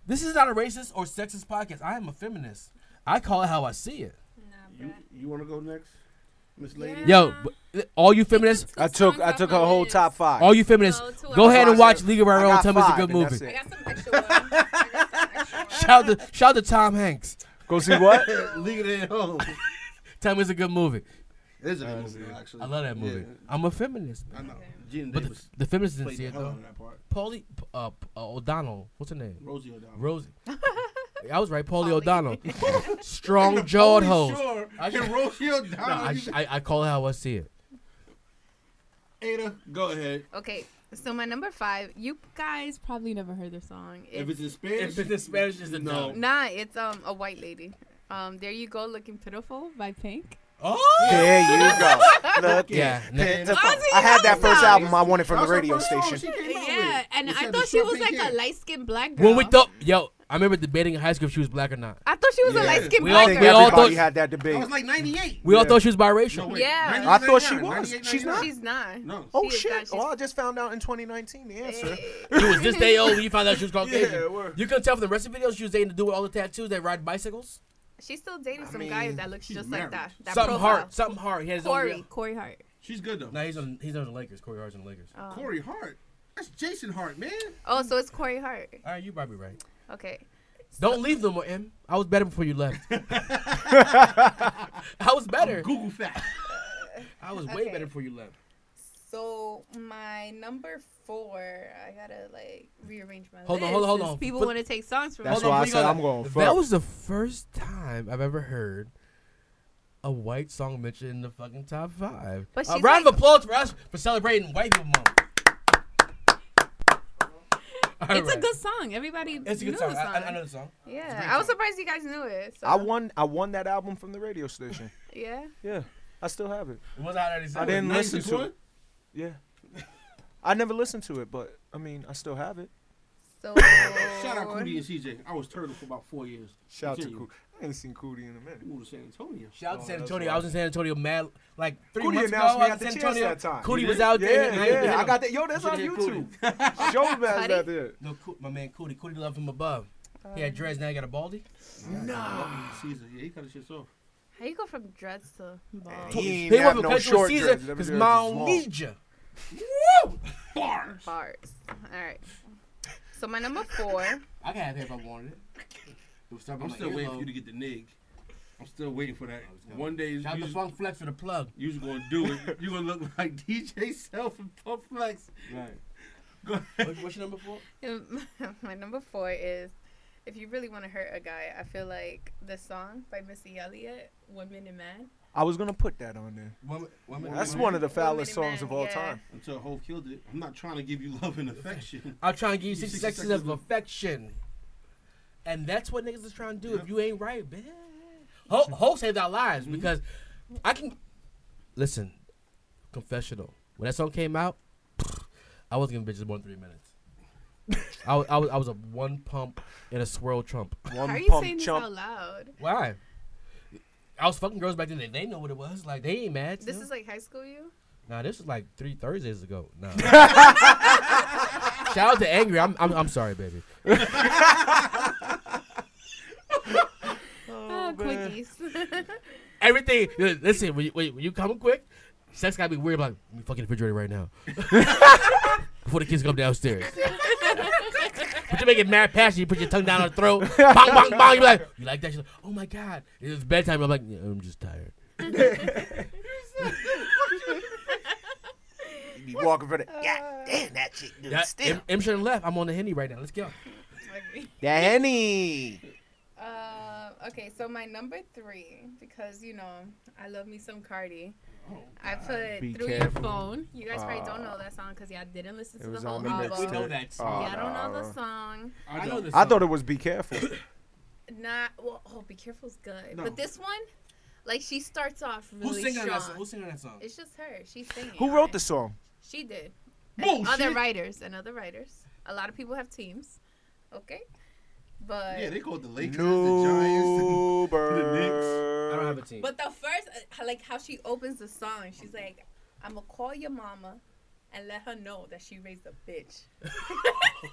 Speaker 2: this is not a racist or sexist podcast. I am a feminist. I call it how I see it.
Speaker 6: Nah,
Speaker 1: You
Speaker 6: bruh.
Speaker 1: you want to go next, Miss Lady?
Speaker 6: Yeah.
Speaker 2: Yo, b- all you feminists,
Speaker 5: I took I took her whole top five.
Speaker 2: all you feminists,
Speaker 6: No, two
Speaker 2: go
Speaker 6: out of
Speaker 2: ahead and
Speaker 6: five.
Speaker 2: watch League of Our
Speaker 5: I
Speaker 2: Own.
Speaker 5: got
Speaker 2: Tell me it's a
Speaker 5: five,
Speaker 2: good
Speaker 5: and that's
Speaker 2: movie.
Speaker 6: I got some extra ones. I got some extra ones.
Speaker 2: Shout out to, shout out to Tom Hanks.
Speaker 5: Go see what?
Speaker 1: League of Their Own.
Speaker 2: Tell me it's a good movie.
Speaker 1: It's a good movie, actually.
Speaker 2: I love that movie. I'm a feminist.
Speaker 1: Yeah, I
Speaker 2: Man.
Speaker 1: know. Gina
Speaker 2: But the,
Speaker 1: Davis
Speaker 2: the feminists didn't
Speaker 1: played
Speaker 2: see
Speaker 1: the
Speaker 2: it
Speaker 1: hell out
Speaker 2: though.
Speaker 1: of that part.
Speaker 2: Paulie uh, P- uh, O'Donnell, what's her name?
Speaker 1: Rosie O'Donnell.
Speaker 2: Rosie. I was right, Paulie
Speaker 6: Pauly.
Speaker 2: O'Donnell.
Speaker 1: And the
Speaker 2: Strong jawed
Speaker 1: Pauly
Speaker 2: hoes.
Speaker 1: Shore
Speaker 2: I should-
Speaker 1: and Rosie
Speaker 2: No, I,
Speaker 1: O'Donnell.
Speaker 2: sh- I, I call it how I see it.
Speaker 1: Ada, go ahead.
Speaker 4: Okay, so my number five. You guys probably never heard their song.
Speaker 1: If
Speaker 4: It's-
Speaker 1: it's in Spanish,
Speaker 2: Spanish is a
Speaker 1: no.
Speaker 4: Nah, it's um a white lady. Um, there you go, looking pitiful by Pink.
Speaker 2: Oh!
Speaker 5: There you go. Look,
Speaker 2: Yeah.
Speaker 5: yeah.
Speaker 1: Ozzy,
Speaker 5: I had that first
Speaker 4: that.
Speaker 5: album I wanted from the
Speaker 1: That's her
Speaker 5: radio
Speaker 1: first song she
Speaker 5: station.
Speaker 1: came out
Speaker 4: Yeah,
Speaker 1: with.
Speaker 4: and
Speaker 1: She
Speaker 4: I
Speaker 1: had the
Speaker 4: thought she
Speaker 1: short
Speaker 4: was
Speaker 1: pink
Speaker 4: like
Speaker 1: hair.
Speaker 4: a light skinned black girl.
Speaker 2: When we thought, yo, I remember debating in high school if she was black or not.
Speaker 4: I thought she was
Speaker 1: Yeah.
Speaker 4: a light skinned
Speaker 2: We
Speaker 5: I
Speaker 4: black
Speaker 2: all-
Speaker 5: think
Speaker 4: girl.
Speaker 2: all
Speaker 5: everybody
Speaker 2: thought-
Speaker 5: had that debate.
Speaker 1: I was like 98.
Speaker 2: We all
Speaker 5: Yeah.
Speaker 2: thought she was biracial.
Speaker 1: No, wait,
Speaker 4: Yeah.
Speaker 1: 98,
Speaker 5: I thought she
Speaker 1: 99,
Speaker 5: was.
Speaker 1: 98,
Speaker 5: She's not.
Speaker 1: 99.
Speaker 4: She's not.
Speaker 1: No.
Speaker 5: Oh
Speaker 4: She is not-
Speaker 5: shit!
Speaker 4: she's-
Speaker 5: Oh, I just found out in 2019 the answer.
Speaker 2: She was this day old when you found out she was Caucasian.
Speaker 5: Yeah, word.
Speaker 2: you couldn't tell from the rest of the video she was dating the dude with all the tattoos that ride bicycles.
Speaker 4: She's still dating
Speaker 5: I
Speaker 4: some guy
Speaker 5: mean,
Speaker 4: that looks
Speaker 1: she's
Speaker 4: just
Speaker 1: married.
Speaker 4: like that. That
Speaker 2: something
Speaker 4: profile.
Speaker 2: hard. Something hard. He has his own
Speaker 4: Corey.
Speaker 2: real-
Speaker 4: Corey Hart.
Speaker 1: She's good though.
Speaker 2: No, he's on. He's on the Lakers. Corey Hart's on the Lakers.
Speaker 4: Um,
Speaker 1: Corey Hart. That's Jason Hart, man.
Speaker 4: Oh, so it's Corey Hart.
Speaker 2: All right, you might be right.
Speaker 4: Okay.
Speaker 2: Don't leave them, M. I was better before you left. I was better.
Speaker 1: Google fact.
Speaker 2: I was way
Speaker 4: Okay.
Speaker 2: better before you left.
Speaker 4: So my number four, I gotta like rearrange my
Speaker 2: Hold on,
Speaker 4: list.
Speaker 2: hold on, hold
Speaker 4: since
Speaker 2: on.
Speaker 4: People
Speaker 2: Put-
Speaker 4: want to take songs from.
Speaker 2: Hold
Speaker 4: That's
Speaker 2: on,
Speaker 5: That's why I
Speaker 2: before you
Speaker 5: said
Speaker 2: go
Speaker 5: I'm
Speaker 2: there.
Speaker 5: going first.
Speaker 2: That was the first time I've ever heard a white song mentioned in the fucking top five.
Speaker 4: But
Speaker 2: a
Speaker 4: she's
Speaker 2: round
Speaker 4: like-
Speaker 2: of applause for us for celebrating White People Month. All
Speaker 6: It's a
Speaker 2: right.
Speaker 6: good song. Everybody
Speaker 2: It's a good
Speaker 6: knew
Speaker 2: song.
Speaker 6: the
Speaker 2: I,
Speaker 6: song.
Speaker 2: I, I know the song.
Speaker 4: yeah,
Speaker 2: great
Speaker 4: I was
Speaker 2: song.
Speaker 4: surprised you guys knew it. So.
Speaker 5: I won. I won that album from the radio station.
Speaker 4: Yeah.
Speaker 5: yeah, I still have it.
Speaker 2: It was out already said.
Speaker 5: I didn't listen to
Speaker 1: 91?
Speaker 5: it. Yeah, I never listened to it, but I mean, I still have it.
Speaker 4: So
Speaker 1: Shout out Cootie and CJ. I was turtle for about four years.
Speaker 5: Shout out to
Speaker 1: Continue.
Speaker 5: Cootie. I ain't seen Cootie in a minute.
Speaker 1: We moved to San Antonio.
Speaker 2: Shout out to
Speaker 5: Oh,
Speaker 2: San
Speaker 5: that's
Speaker 2: Antonio.
Speaker 5: why.
Speaker 2: I was in San Antonio mad like three
Speaker 5: Cootie
Speaker 2: months ago.
Speaker 5: announced
Speaker 2: I
Speaker 5: me
Speaker 2: was
Speaker 5: at
Speaker 2: in
Speaker 5: the
Speaker 2: San
Speaker 5: chairs
Speaker 2: Antonio.
Speaker 5: that time.
Speaker 2: Cootie
Speaker 1: You
Speaker 2: was
Speaker 1: did?
Speaker 2: out there. and I
Speaker 5: Yeah,
Speaker 2: hit
Speaker 5: yeah. I
Speaker 2: him.
Speaker 5: got that. Yo, that's on YouTube. Show man's out there.
Speaker 2: No, Coo- my man Cootie. Cootie love from above. He had dreads. Now he got a baldy.
Speaker 1: Nah.
Speaker 4: Ah.
Speaker 1: Caesar. Yeah, he cut his shit off.
Speaker 4: How you go from dreads to bald?
Speaker 5: He
Speaker 2: He
Speaker 5: ain't
Speaker 2: went
Speaker 5: have
Speaker 2: for
Speaker 5: no
Speaker 2: Perpetual
Speaker 5: short
Speaker 2: Caesar
Speaker 5: dreads. Them
Speaker 2: because
Speaker 5: dreads
Speaker 2: my
Speaker 5: is long.
Speaker 2: need ya.
Speaker 1: Bars.
Speaker 4: Bars. All right. So my number four.
Speaker 2: I could have it if I wanted it. It was stuck on
Speaker 1: I'm
Speaker 2: my
Speaker 1: still waiting for
Speaker 2: earlobe.
Speaker 1: you to get the nig. I'm still waiting for that. One day, you
Speaker 2: Shout out to
Speaker 1: just-
Speaker 2: Funk Flex for the plug.
Speaker 1: you just gonna do it. You gonna look like DJ Self and Puff Flex.
Speaker 5: Right.
Speaker 1: Go ahead.
Speaker 2: What- What's your number four?
Speaker 4: my number four is. If you really want to hurt a guy, I feel like this song by Missy Elliott, "Women and Men."
Speaker 5: I was gonna put that on there.
Speaker 2: Woman, woman,
Speaker 5: That's
Speaker 2: woman.
Speaker 5: one of the foulest
Speaker 4: Women and
Speaker 5: songs of
Speaker 4: Men,
Speaker 5: all
Speaker 4: yeah.
Speaker 5: time.
Speaker 1: Until Hove killed it. I'm not trying to give you love and affection.
Speaker 2: I'm trying to give you
Speaker 1: 60
Speaker 2: 60 seconds
Speaker 1: seconds
Speaker 2: of affection. And that's what niggas is trying to do if
Speaker 1: Yeah. Mm-hmm.
Speaker 2: you ain't right, bitch. Ho, Ho saved our lives because I can. Listen, confessional. When that song came out, I wasn't giving bitches more than three minutes. I was, I was, I was a one pump and a swirl trump.
Speaker 5: One
Speaker 4: How are you saying
Speaker 5: pump
Speaker 4: this out
Speaker 5: chump.
Speaker 4: loud?
Speaker 2: Why? I was fucking girls back then. They, they know what it was. Like, they ain't mad.
Speaker 4: This
Speaker 2: still.
Speaker 4: is like high school you?
Speaker 2: Nah, this was like three Thursdays ago. Nah. Shout out to Angry. I'm I'm, I'm sorry, baby.
Speaker 4: Oh, quickies.
Speaker 2: Everything. li- Listen, when you, when you- when you come quick, sex gotta be weird. Like, let me fucking refrigerate right now. Before the kids come downstairs. but you make it mad passion. You put your tongue down her throat. Bang, bang, bang. You be like, you like that? She's like, oh my god. It's bedtime. I'm like, yeah, I'm just tired.
Speaker 5: You be walking for the. God
Speaker 4: Uh,
Speaker 5: damn that shit. Dude,
Speaker 2: That, M, M should have left. I'm on the henny right now. Let's go.
Speaker 4: Okay.
Speaker 5: That henny.
Speaker 4: Uh, okay, so my number three, because you know, I love me some Cardi. I put
Speaker 5: Be
Speaker 4: through your
Speaker 5: careful.
Speaker 4: phone. You guys probably don't know that song because y'all didn't listen to the whole album.
Speaker 5: mixtape.
Speaker 2: that
Speaker 5: Oh,
Speaker 4: Y'all don't know
Speaker 5: no.
Speaker 4: the song.
Speaker 2: I know this.
Speaker 5: I
Speaker 2: song.
Speaker 5: thought it was "Be Careful."
Speaker 4: Not well. Oh, be careful's good,
Speaker 1: No.
Speaker 4: but this one, like she starts off really
Speaker 2: Who's singing on
Speaker 4: strong.
Speaker 2: that song? Who's singing on that song?
Speaker 4: It's just her. She's singing.
Speaker 5: Who
Speaker 4: on
Speaker 5: wrote
Speaker 4: it.
Speaker 5: the song?
Speaker 4: She did. And
Speaker 1: Bullshit.
Speaker 4: other writers and other writers. A lot of people have teams. Okay, but
Speaker 1: Yeah, they called the Lakers, the Giants.
Speaker 5: No
Speaker 1: Knicks.
Speaker 2: I don't have a team.
Speaker 4: But the first, uh, like how she opens the song, she's like, "I'm gonna call your mama and let her know that she raised a bitch."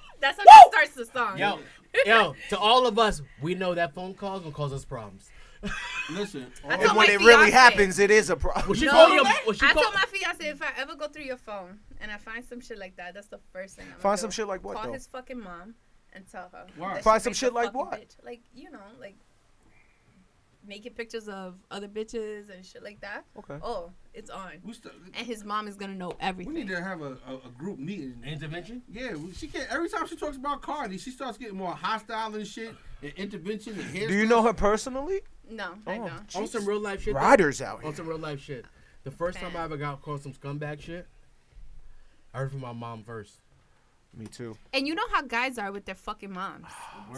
Speaker 4: That's how she starts the song.
Speaker 2: Yo, yo, to all of us, we know that phone calls will cause us problems.
Speaker 1: Listen,
Speaker 4: I
Speaker 1: all
Speaker 4: told
Speaker 5: And
Speaker 4: my
Speaker 5: when it really
Speaker 4: fiancé.
Speaker 5: happens, it is a problem.
Speaker 2: Was she
Speaker 4: No,
Speaker 2: calling your?
Speaker 4: I
Speaker 2: Was she
Speaker 4: told
Speaker 2: calling?
Speaker 4: my fiance if I ever go through your phone and I find some shit like that, that's the first thing. I'm
Speaker 5: Find some shit like what,
Speaker 4: Call
Speaker 5: though?
Speaker 4: his fucking mom and tell her.
Speaker 1: Why?
Speaker 4: that she
Speaker 5: Find some
Speaker 4: raised
Speaker 5: shit
Speaker 4: a
Speaker 5: like
Speaker 4: fucking
Speaker 5: what?
Speaker 4: bitch. Like you know, like making pictures of other bitches and shit like that.
Speaker 5: Okay.
Speaker 4: Oh, it's on.
Speaker 1: we, st-
Speaker 4: And his mom is gonna know
Speaker 1: we
Speaker 4: everything.
Speaker 1: need to have a, a, a group meeting.
Speaker 2: Intervention.
Speaker 1: Yeah, we- she can Every time she talks about Cardi, she starts getting more hostile and shit, and intervention and hair.
Speaker 5: Do you know her personally?
Speaker 4: No, I
Speaker 5: Oh.
Speaker 4: don't.
Speaker 2: On some real life shit. though.
Speaker 5: Riders out
Speaker 2: On
Speaker 5: here.
Speaker 2: some real life shit. The first time I ever got called some scumbag shit, I heard from my mom first.
Speaker 5: Me too.
Speaker 4: And you know how guys are with their fucking moms.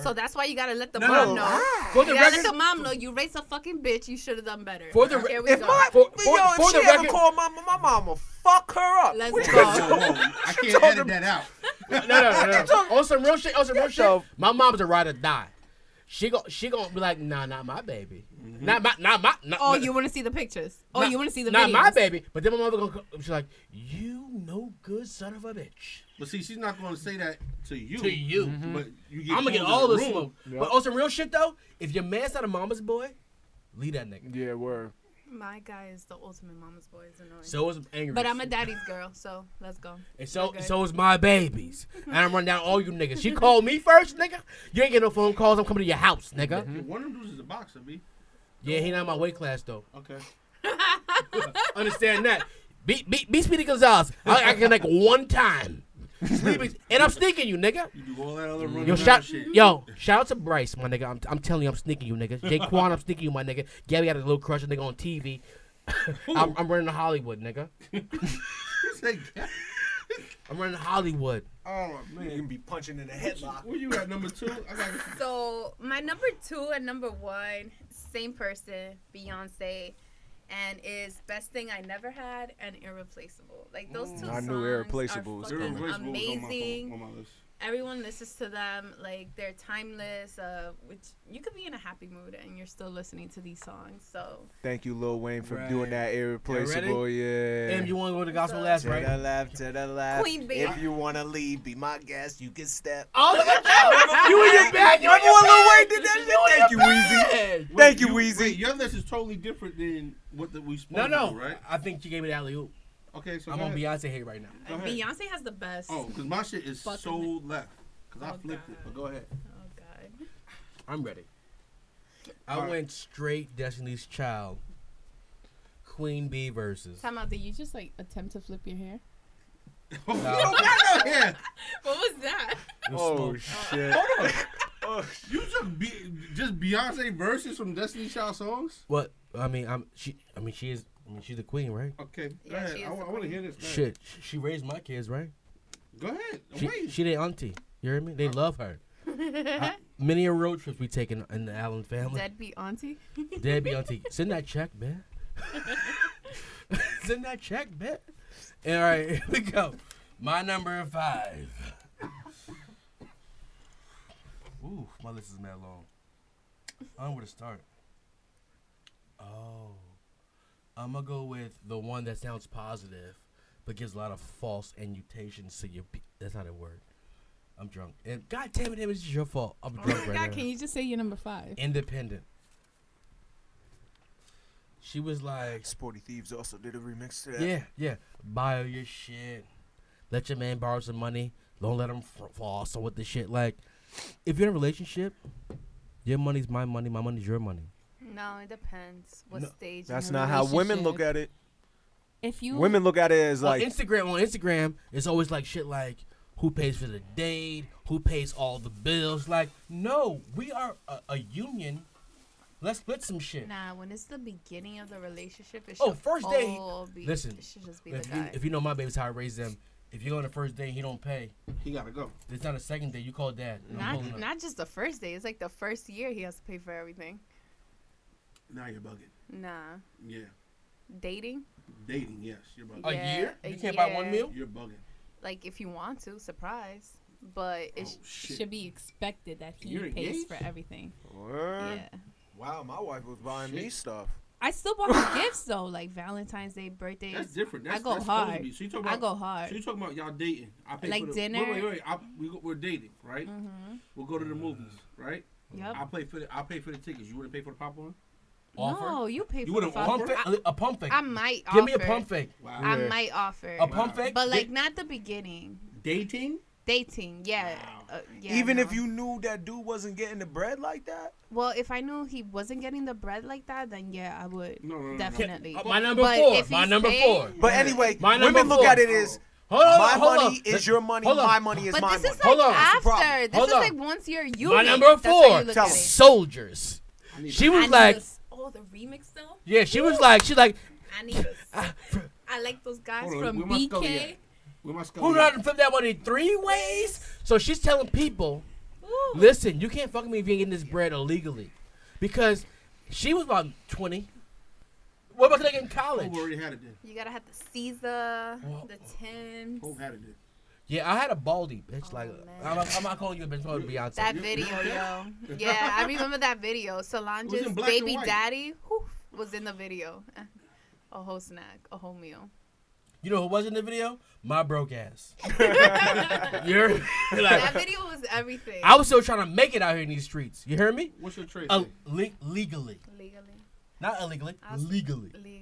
Speaker 4: So that's why you gotta let the
Speaker 2: Ah, No,
Speaker 4: mom
Speaker 2: no.
Speaker 4: know.
Speaker 5: Ah.
Speaker 2: For the
Speaker 4: You gotta
Speaker 2: record,
Speaker 4: let the mom know you raised a fucking bitch. You should have done better.
Speaker 2: For the re-
Speaker 4: Here we
Speaker 5: If
Speaker 4: go.
Speaker 5: my
Speaker 2: For-
Speaker 5: yo,
Speaker 2: for-
Speaker 5: if
Speaker 2: for
Speaker 5: she
Speaker 2: the
Speaker 5: ever
Speaker 2: record-
Speaker 5: call my mom, my mom will fuck her up.
Speaker 4: Let's
Speaker 5: What
Speaker 1: Whoa,
Speaker 4: go.
Speaker 1: whoa, whoa. I can't
Speaker 5: told
Speaker 1: edit
Speaker 5: him-
Speaker 1: that out.
Speaker 2: no, no, no, no. on some real shit. On some real shit.
Speaker 5: the-
Speaker 2: My mom's a ride or die. She go, she gonna be like, nah, not my baby, not my, not my, not,
Speaker 6: Oh,
Speaker 2: not-
Speaker 6: you want to see the pictures? Oh,
Speaker 2: not-
Speaker 6: you want to see the
Speaker 2: not
Speaker 6: videos?
Speaker 2: my baby. But then my mother gonna, co- she's like, you no good son of a bitch.
Speaker 1: But see, she's not gonna say that to you. Mm-hmm.
Speaker 2: To you.
Speaker 1: But you get
Speaker 2: I'm gonna get
Speaker 1: pulled in
Speaker 2: all the
Speaker 1: room.
Speaker 2: smoke. But on some real shit though, if your man's not a mama's boy, leave that nigga.
Speaker 5: Yeah, word.
Speaker 4: My guy is the ultimate mama's boy. It's annoying.
Speaker 2: So is angry.
Speaker 4: but I'm a daddy's girl, so let's go.
Speaker 2: And so
Speaker 4: Okay.
Speaker 2: so is my babies. And I'm running down all you niggas. She called me first, nigga. You ain't get no phone calls. I'm coming to your house, nigga.
Speaker 1: Yeah, One of them dudes is a boxer, B.
Speaker 2: Yeah, he not in my weight class though.
Speaker 1: Okay.
Speaker 2: Understand that. Beat, beat, beat Speedy Gonzalez. I, I can like one time. Sleepy, and I'm sneaking you, nigga.
Speaker 1: You do all that other
Speaker 5: Mm.
Speaker 1: running
Speaker 2: Yo,
Speaker 1: around
Speaker 2: shout,
Speaker 1: shit.
Speaker 2: yo, shout out to Bryce, my nigga. I'm, I'm telling you, I'm sneaking you, nigga. Jaquan, I'm sneaking you, my nigga. Gabby had a little crush, on nigga, on TV. I'm, I'm running to Hollywood, nigga.
Speaker 1: You say, "God,
Speaker 2: I'm running to Hollywood.
Speaker 5: Oh man,
Speaker 1: man.
Speaker 5: you can be punching in the headlock.
Speaker 1: Where you at, number two? I got
Speaker 4: So my number two and number one, same person, Beyonce, and is best thing I never had and irreplaceable. Like those two
Speaker 5: I
Speaker 4: songs
Speaker 5: knew Irreplaceable
Speaker 4: are
Speaker 5: was
Speaker 4: fucking
Speaker 1: Irreplaceable
Speaker 5: coming.
Speaker 1: was on my phone-
Speaker 4: amazing.
Speaker 1: On my list.
Speaker 4: Everyone listens to them. Like they're timeless. Uh, which you could be in a happy mood and you're still listening to these songs. So
Speaker 5: Thank you, Lil Wayne, for
Speaker 2: Right.
Speaker 5: doing that irreplaceable. Yeah.
Speaker 2: Em, you want to go to gospel
Speaker 4: So-
Speaker 2: last,
Speaker 5: to the
Speaker 2: right?
Speaker 5: left, to the left.
Speaker 4: Queen bee.
Speaker 5: If you wanna leave, be my guest. You can step.
Speaker 2: Oh, look at you! you in your bag. You in
Speaker 5: Remember
Speaker 2: your
Speaker 5: when Lil
Speaker 2: bag.
Speaker 5: Wayne did that shit? Thank you, Weezy.
Speaker 2: Hey.
Speaker 1: Wait,
Speaker 5: Thank you, Weezy.
Speaker 1: Wait, your list is totally different than what the, we spoke
Speaker 2: No, no.
Speaker 1: to, right?
Speaker 2: I think you gave me the alley oop.
Speaker 1: Okay, so
Speaker 2: I'm
Speaker 1: go
Speaker 2: on
Speaker 1: ahead.
Speaker 2: Beyonce hate right now.
Speaker 1: Go ahead.
Speaker 4: Beyonce has the best.
Speaker 1: Oh, because my shit is
Speaker 6: Fucking-
Speaker 1: so left. Because I
Speaker 4: Oh,
Speaker 1: flipped it,
Speaker 4: God.
Speaker 1: but go ahead.
Speaker 4: Oh God.
Speaker 2: I'm ready. I
Speaker 1: All right.
Speaker 2: went straight Destiny's Child. Queen Bee versus.
Speaker 6: Time out. Did you just like attempt to flip your hair?
Speaker 1: Oh, no, yeah.
Speaker 4: What was that?
Speaker 5: Oh shit. Oh,
Speaker 1: You took be- just Beyonce verses from Destiny Child songs?
Speaker 2: What? I mean, I'm she. I mean, she is. I mean, she's the queen, right?
Speaker 1: Okay, go
Speaker 4: Yeah,
Speaker 1: ahead.
Speaker 4: she
Speaker 1: I,
Speaker 4: is the
Speaker 1: want to
Speaker 4: queen.
Speaker 1: hear this. go ahead.
Speaker 2: Shit, sh- she raised my kids, right?
Speaker 1: Go ahead.
Speaker 2: She,
Speaker 1: Wait.
Speaker 2: she their auntie. You hear me? They love her. I- many a road trips we taken in the Allen family.
Speaker 6: Deadbeat auntie.
Speaker 2: Debbie auntie, send that check, man. send that check, man. All right, here we go. My number five. Ooh, my list is mad long. I don't know where to start. Oh, I'm gonna go with the one that sounds positive, but gives a lot of false annotations to your. Pe- That's not a word. I'm drunk, and God damn it, Em, it's your fault. I'm
Speaker 6: Oh my
Speaker 2: drunk right
Speaker 6: god!
Speaker 2: now
Speaker 6: Can you just say you're number five?
Speaker 2: independent. She was like,
Speaker 5: Sporty Thieves also did a remix to that.
Speaker 2: yeah, yeah, buy all your shit. Let your man borrow some money. Don't let him f- fall. So with the shit, like, if you're in a relationship, your money's my money, my money's your money.
Speaker 4: No, it depends what
Speaker 2: No,
Speaker 4: stage.
Speaker 5: That's
Speaker 6: In a
Speaker 5: not how women look
Speaker 6: relationship.
Speaker 5: at it.
Speaker 6: If you
Speaker 5: Women look at it as
Speaker 4: Oh,
Speaker 2: on
Speaker 5: like,
Speaker 2: Instagram, on Instagram, it's always like shit like, who pays for the date? Who pays all the bills? Like, no, we are a, a union. Let's split some shit.
Speaker 4: Nah, when it's the beginning of the relationship, it
Speaker 2: Oh,
Speaker 4: should
Speaker 2: first day-
Speaker 4: all Be,
Speaker 2: Listen,
Speaker 4: it should just be the
Speaker 2: If you,
Speaker 4: guy.
Speaker 2: if you know my baby's how I raised them, if you go on the first day and he don't pay,
Speaker 1: He got to go.
Speaker 2: it's not a second day. You call dad. I'm pulling up.
Speaker 4: Not, not just the first day. It's like the first year he has to pay for everything.
Speaker 1: Now you're bugging.
Speaker 4: Nah,
Speaker 1: Yeah.
Speaker 4: dating.
Speaker 1: Dating, yes. You're bugging.
Speaker 2: A
Speaker 4: Yeah,
Speaker 2: year?
Speaker 4: a
Speaker 2: You can't buy one
Speaker 4: year.
Speaker 2: meal?
Speaker 1: You're bugging.
Speaker 4: Like if you want to, surprise. But
Speaker 1: Oh,
Speaker 4: it's
Speaker 1: shit.
Speaker 6: should be expected that he
Speaker 1: You're
Speaker 6: pays
Speaker 1: engaged?
Speaker 6: for everything.
Speaker 5: "Word?
Speaker 6: Yeah.
Speaker 5: wow, my wife was buying me
Speaker 1: Shit.
Speaker 5: stuff.
Speaker 6: I still bought him gifts though, like Valentine's Day, birthdays.
Speaker 1: That's different. That's,
Speaker 6: I go
Speaker 1: that's supposed to
Speaker 6: hard.
Speaker 1: be- So you talking about,
Speaker 6: I go
Speaker 1: So
Speaker 6: hard.
Speaker 1: you talking about y'all dating? I pay
Speaker 6: Like
Speaker 1: for the,
Speaker 6: dinner?
Speaker 1: Wait, wait, wait. I, we, go- we're dating, right? We'll go to the movies, right?
Speaker 6: Yep.
Speaker 1: I pay for the I pay for the tickets. You wouldn't pay for the popcorn?
Speaker 2: Offer?
Speaker 6: No, you pay
Speaker 2: You
Speaker 6: for the
Speaker 2: wouldn't pump
Speaker 6: fucker.
Speaker 2: fake? A- A pump fake.
Speaker 4: I might
Speaker 2: Give
Speaker 4: offer.
Speaker 2: me a pump fake.
Speaker 1: Wow.
Speaker 4: I
Speaker 5: Yeah.
Speaker 4: might offer.
Speaker 2: A pump fake?
Speaker 4: but like
Speaker 2: Di-
Speaker 4: not the beginning.
Speaker 1: Dating?
Speaker 4: Dating, yeah.
Speaker 1: Wow.
Speaker 4: Uh, yeah
Speaker 5: Even
Speaker 4: no.
Speaker 5: if you knew that dude wasn't getting the bread like that,
Speaker 4: Well, if I knew he wasn't getting the bread like that, then yeah, I would.
Speaker 1: No, no, no, no.
Speaker 4: definitely.
Speaker 2: Uh, my number
Speaker 4: But
Speaker 2: four.
Speaker 4: if
Speaker 2: My
Speaker 4: he's
Speaker 2: number
Speaker 4: paying-
Speaker 2: four.
Speaker 5: but anyway,
Speaker 2: My number
Speaker 5: women look
Speaker 2: four.
Speaker 5: at it as
Speaker 2: Hold on,
Speaker 5: my
Speaker 2: hold
Speaker 5: money
Speaker 2: on.
Speaker 5: is your money,
Speaker 2: Hold on.
Speaker 5: my money is
Speaker 4: But
Speaker 5: my
Speaker 4: this
Speaker 5: money.
Speaker 4: is like
Speaker 2: Hold on.
Speaker 5: That's the
Speaker 4: after. This
Speaker 2: Hold
Speaker 4: is
Speaker 2: on.
Speaker 4: like once you're you.
Speaker 2: My number four.
Speaker 4: That's
Speaker 5: Tell
Speaker 4: how you look at
Speaker 5: him.
Speaker 4: it.
Speaker 2: Soldiers.
Speaker 1: I need
Speaker 2: She
Speaker 1: a-
Speaker 2: was
Speaker 4: need
Speaker 2: like,
Speaker 4: those- oh, the remix though.
Speaker 2: yeah, Ah, she was like, she's like,
Speaker 4: I need. This. I like those guys
Speaker 1: Hold on,
Speaker 4: from
Speaker 1: where my scully
Speaker 4: BK.
Speaker 1: at? Where my scully
Speaker 2: who
Speaker 1: at?
Speaker 2: not to flip that money three ways? So she's telling people,
Speaker 4: Ooh.
Speaker 2: listen, you can't fuck with me if you ain't getting this bread illegally. Because she was about 20. What about getting in college?
Speaker 1: Who already had it then?
Speaker 4: You gotta have the Caesar,
Speaker 2: Well-
Speaker 4: the Tim's.
Speaker 1: Who had it then?
Speaker 2: Yeah, I had a baldy, bitch.
Speaker 4: Oh,
Speaker 2: Like,
Speaker 4: man.
Speaker 2: I'm, I'm not calling you a bitch. I'm calling you Beyonce.
Speaker 4: That
Speaker 1: You- you
Speaker 4: video,
Speaker 1: like
Speaker 4: yo.
Speaker 1: that?
Speaker 4: Yeah, I remember that video.
Speaker 1: It
Speaker 4: Solange's
Speaker 1: was in black and
Speaker 4: baby
Speaker 1: white.
Speaker 4: daddy whew, was in the video. A whole snack, a whole meal.
Speaker 2: You know who was in the video? My broke ass. you hear me?
Speaker 4: That
Speaker 2: Like,
Speaker 4: video was everything.
Speaker 2: I was still trying to make it out here in these streets. You hear me?
Speaker 1: What's your trade?
Speaker 2: Uh, le- legally,
Speaker 4: legally,
Speaker 2: not illegally,
Speaker 4: I was-
Speaker 2: legally.
Speaker 4: legally.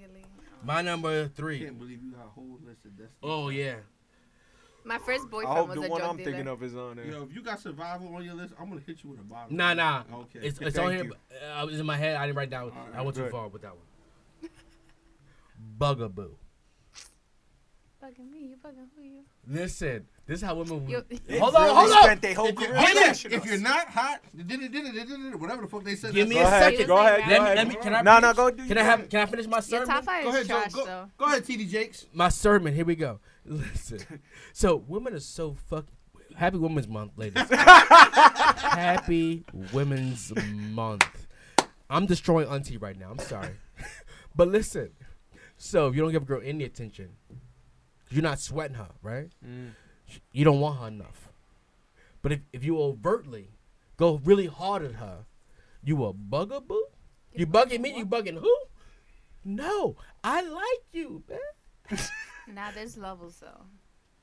Speaker 2: My number
Speaker 1: I
Speaker 2: three.
Speaker 1: can't believe you got a whole list of Destiny.
Speaker 2: Oh yeah.
Speaker 4: My first
Speaker 5: I
Speaker 4: boyfriend
Speaker 5: hope
Speaker 4: was
Speaker 5: the
Speaker 4: a
Speaker 5: one
Speaker 4: drug
Speaker 5: I'm
Speaker 4: dealer.
Speaker 5: thinking of is on there.
Speaker 1: Yo, if you got survival on your list, I'm gonna hit you with a bottle.
Speaker 2: Nah, nah.
Speaker 1: Okay.
Speaker 2: It's,
Speaker 5: Okay,
Speaker 2: it's on
Speaker 5: thank
Speaker 2: here.
Speaker 5: you.
Speaker 2: but, Uh, it was in my head. I didn't write
Speaker 1: All
Speaker 2: down.
Speaker 1: right,
Speaker 2: I went too
Speaker 5: good.
Speaker 2: far with that one. Bugaboo.
Speaker 6: bugging me. You bugging who you?
Speaker 2: Listen, this is how women.
Speaker 6: You.
Speaker 5: They
Speaker 2: Hold on,
Speaker 5: really
Speaker 2: hold on.
Speaker 5: spent their whole
Speaker 1: If you're,
Speaker 5: career
Speaker 1: hold on.
Speaker 5: bashing
Speaker 1: if
Speaker 5: us.
Speaker 1: you're not hot, whatever the fuck they said.
Speaker 2: Give
Speaker 1: that's
Speaker 2: me
Speaker 5: go
Speaker 2: a
Speaker 1: all.
Speaker 5: ahead,
Speaker 2: second.
Speaker 5: go ahead,
Speaker 2: Let
Speaker 5: go
Speaker 2: me,
Speaker 5: ahead.
Speaker 2: let me. Can I?
Speaker 5: no, no,
Speaker 2: finish?
Speaker 5: go do
Speaker 2: Can I
Speaker 5: your-
Speaker 2: have? Can I finish my
Speaker 6: Your
Speaker 2: sermon?
Speaker 6: top five
Speaker 1: Go
Speaker 6: is
Speaker 1: ahead, Joe.
Speaker 6: trash
Speaker 1: Go,
Speaker 6: though.
Speaker 1: go ahead, TD Jakes.
Speaker 2: my sermon. Here we go. Listen. So women are so fuck. Happy Women's Month, ladies. Happy Women's Month. I'm destroying auntie right now. I'm sorry, but listen. So if you don't give a girl any attention, you're not sweating her, right? Sh- You don't want her enough. But if, if you overtly go really hard at her, you a bugaboo. You bugging me? You bugging who? No, I like you, man.
Speaker 6: Now there's levels though.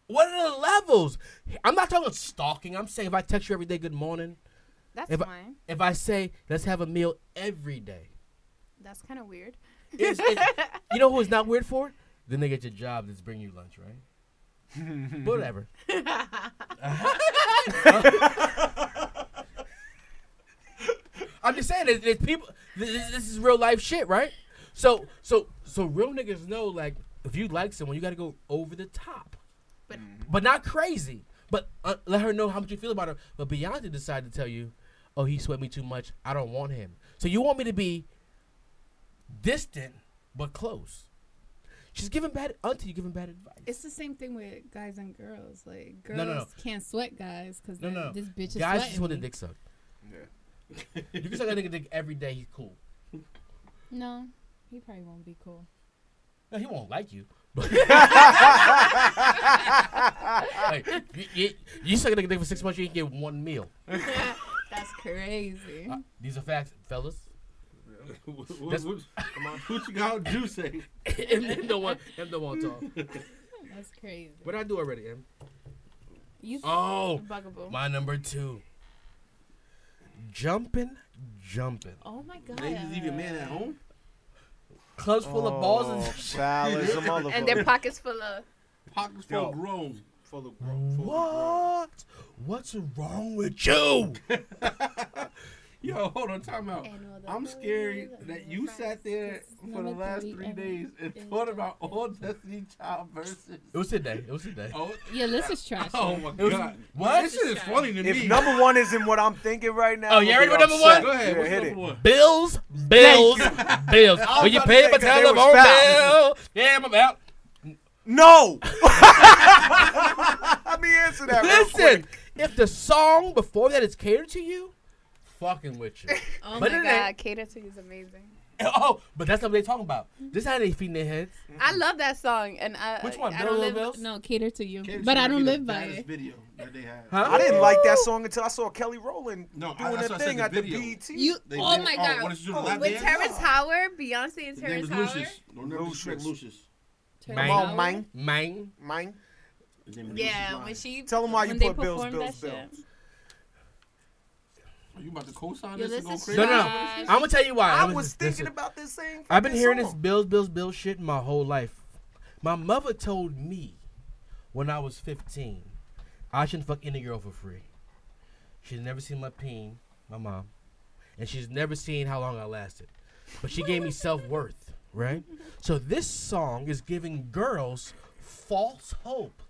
Speaker 2: What are the levels? I'm not talking stalking. I'm saying if I text you every day, good morning.
Speaker 6: That's
Speaker 2: If I-
Speaker 6: fine.
Speaker 2: If I say let's have a meal every day,
Speaker 6: That's kind of weird.
Speaker 2: It's- it's- you know who it's not weird for? Then they get your job that's bringing you lunch, right? Whatever. I'm just saying, there's, there's people. This, this- this is real life shit, right? So, so, so real niggas know like if you like someone, you got to go over the top,
Speaker 6: But-
Speaker 1: Mm.
Speaker 2: but not crazy. But uh, let her know how much you feel about her. But Beyonce decided to tell you, "Oh, he sweat me too much. I don't want him." So you want me to be distant but close. She's giving bad until you giving bad advice.
Speaker 6: It's the same thing with guys and girls. Like girls
Speaker 2: No, no, no.
Speaker 6: can't sweat guys because
Speaker 2: No, no.
Speaker 6: this bitch is
Speaker 2: Guys just
Speaker 6: sweating
Speaker 2: want a
Speaker 6: me.
Speaker 2: dick suck.
Speaker 5: Yeah.
Speaker 2: You can suck a nigga dick every day. He's cool.
Speaker 6: No, he probably won't be cool.
Speaker 2: No, he won't like you. But like, you, you, you suck a nigga dick for six months, you ain't get one meal.
Speaker 6: That's crazy.
Speaker 2: Uh, these are facts, fellas.
Speaker 1: what,
Speaker 2: That's-
Speaker 1: what, what, what you got to do say?
Speaker 2: M M don't want M don't want to talk.
Speaker 6: That's crazy.
Speaker 2: What I do already, M.
Speaker 6: You
Speaker 2: Oh,
Speaker 6: buggable.
Speaker 2: my number two. Jumping, jumping.
Speaker 6: oh my god.
Speaker 1: Ladies leave your man at home.
Speaker 2: Clubs full of balls and
Speaker 5: Oh, foul as a
Speaker 4: And their
Speaker 5: motherfucker.
Speaker 4: pockets full of.
Speaker 1: Pockets full
Speaker 5: Yo.
Speaker 1: of groans. Full of groans. Full Of
Speaker 2: What? What's wrong with you?
Speaker 1: groans. Yo, hold on, time out. I'm scared that you sat there for the last three days and thought about all Destiny Child verses.
Speaker 2: It was today. It was today.
Speaker 1: Oh,
Speaker 6: Yeah, this is trash.
Speaker 1: oh my
Speaker 2: It was-
Speaker 1: god.
Speaker 2: what?
Speaker 1: This shit is funny to
Speaker 5: If
Speaker 1: me.
Speaker 5: number one isn't what I'm thinking right
Speaker 2: Oh,
Speaker 5: now, I'm
Speaker 2: you
Speaker 5: gonna
Speaker 2: ready
Speaker 5: be
Speaker 2: with number
Speaker 5: upset.
Speaker 1: Go ahead.
Speaker 5: Yeah,
Speaker 1: what's
Speaker 5: hit
Speaker 1: number
Speaker 5: it.
Speaker 1: one?
Speaker 2: Bills, bills, bills.
Speaker 5: was
Speaker 2: Will you
Speaker 5: about to
Speaker 2: pay
Speaker 5: say,
Speaker 2: my
Speaker 5: 'cause they
Speaker 2: telephone
Speaker 5: was foul.
Speaker 2: bill? Yeah, I'm out.
Speaker 5: No. Let me answer that. real
Speaker 2: Listen,
Speaker 5: quick.
Speaker 2: if the song before that is catered to you, fucking with you.
Speaker 6: Oh
Speaker 2: But
Speaker 6: my
Speaker 2: it ain't.
Speaker 6: god, Cater to you is amazing.
Speaker 2: oh, but that's not what they talking about. This how they feeding their heads.
Speaker 1: Mm-hmm.
Speaker 4: I love that song, and I.
Speaker 2: Which one?
Speaker 4: I
Speaker 2: Bill
Speaker 4: don't live.
Speaker 2: Bills?
Speaker 6: No, cater to you.
Speaker 1: Kim
Speaker 6: but I
Speaker 1: Schmidt
Speaker 6: don't
Speaker 1: be the
Speaker 6: live by
Speaker 1: baddest
Speaker 6: it.
Speaker 1: video that they had.
Speaker 2: Huh?
Speaker 5: I didn't like that song until I saw Kelly Rowland
Speaker 1: No, I-
Speaker 5: doing
Speaker 1: that's
Speaker 5: that
Speaker 1: what I said,
Speaker 5: thing
Speaker 1: the
Speaker 5: at the E
Speaker 1: video.
Speaker 5: BET.
Speaker 6: You.
Speaker 1: They
Speaker 6: oh
Speaker 1: did-
Speaker 6: my
Speaker 1: Oh, what
Speaker 6: god.
Speaker 1: is your lap
Speaker 4: With
Speaker 1: dance?
Speaker 4: Terrence Howard, Beyonce and
Speaker 1: His name
Speaker 4: Terrence
Speaker 1: is
Speaker 4: Howard.
Speaker 1: Lucius. Don't never disrespect Lucius.
Speaker 6: Turn
Speaker 2: Come
Speaker 6: it
Speaker 2: on,
Speaker 6: over.
Speaker 5: mine.
Speaker 2: Man,
Speaker 5: Mine.
Speaker 1: His name is Lucius
Speaker 4: Yeah,
Speaker 1: Lyon.
Speaker 4: when she.
Speaker 5: Tell them why you
Speaker 6: When they
Speaker 5: put Bills,
Speaker 6: performed
Speaker 5: Bills,
Speaker 6: that shit.
Speaker 5: Bills.
Speaker 1: Are you about to co-sign
Speaker 6: Yo,
Speaker 1: this and go
Speaker 6: this is
Speaker 1: crazy?
Speaker 2: no, no, no.
Speaker 6: Trash.
Speaker 2: I'm gonna tell you why.
Speaker 5: I
Speaker 2: I'ma-
Speaker 5: was thinking
Speaker 2: listen.
Speaker 5: about this same.
Speaker 2: I've been
Speaker 5: fucking
Speaker 2: hearing this
Speaker 5: song.
Speaker 2: bills, bills, bills shit my whole life. My mother told me when I was 15, I shouldn't fuck any girl for free. She's never seen my peen, my mom, and she's never seen how long I lasted. But she gave me self worth, right? So this song is giving girls false hope.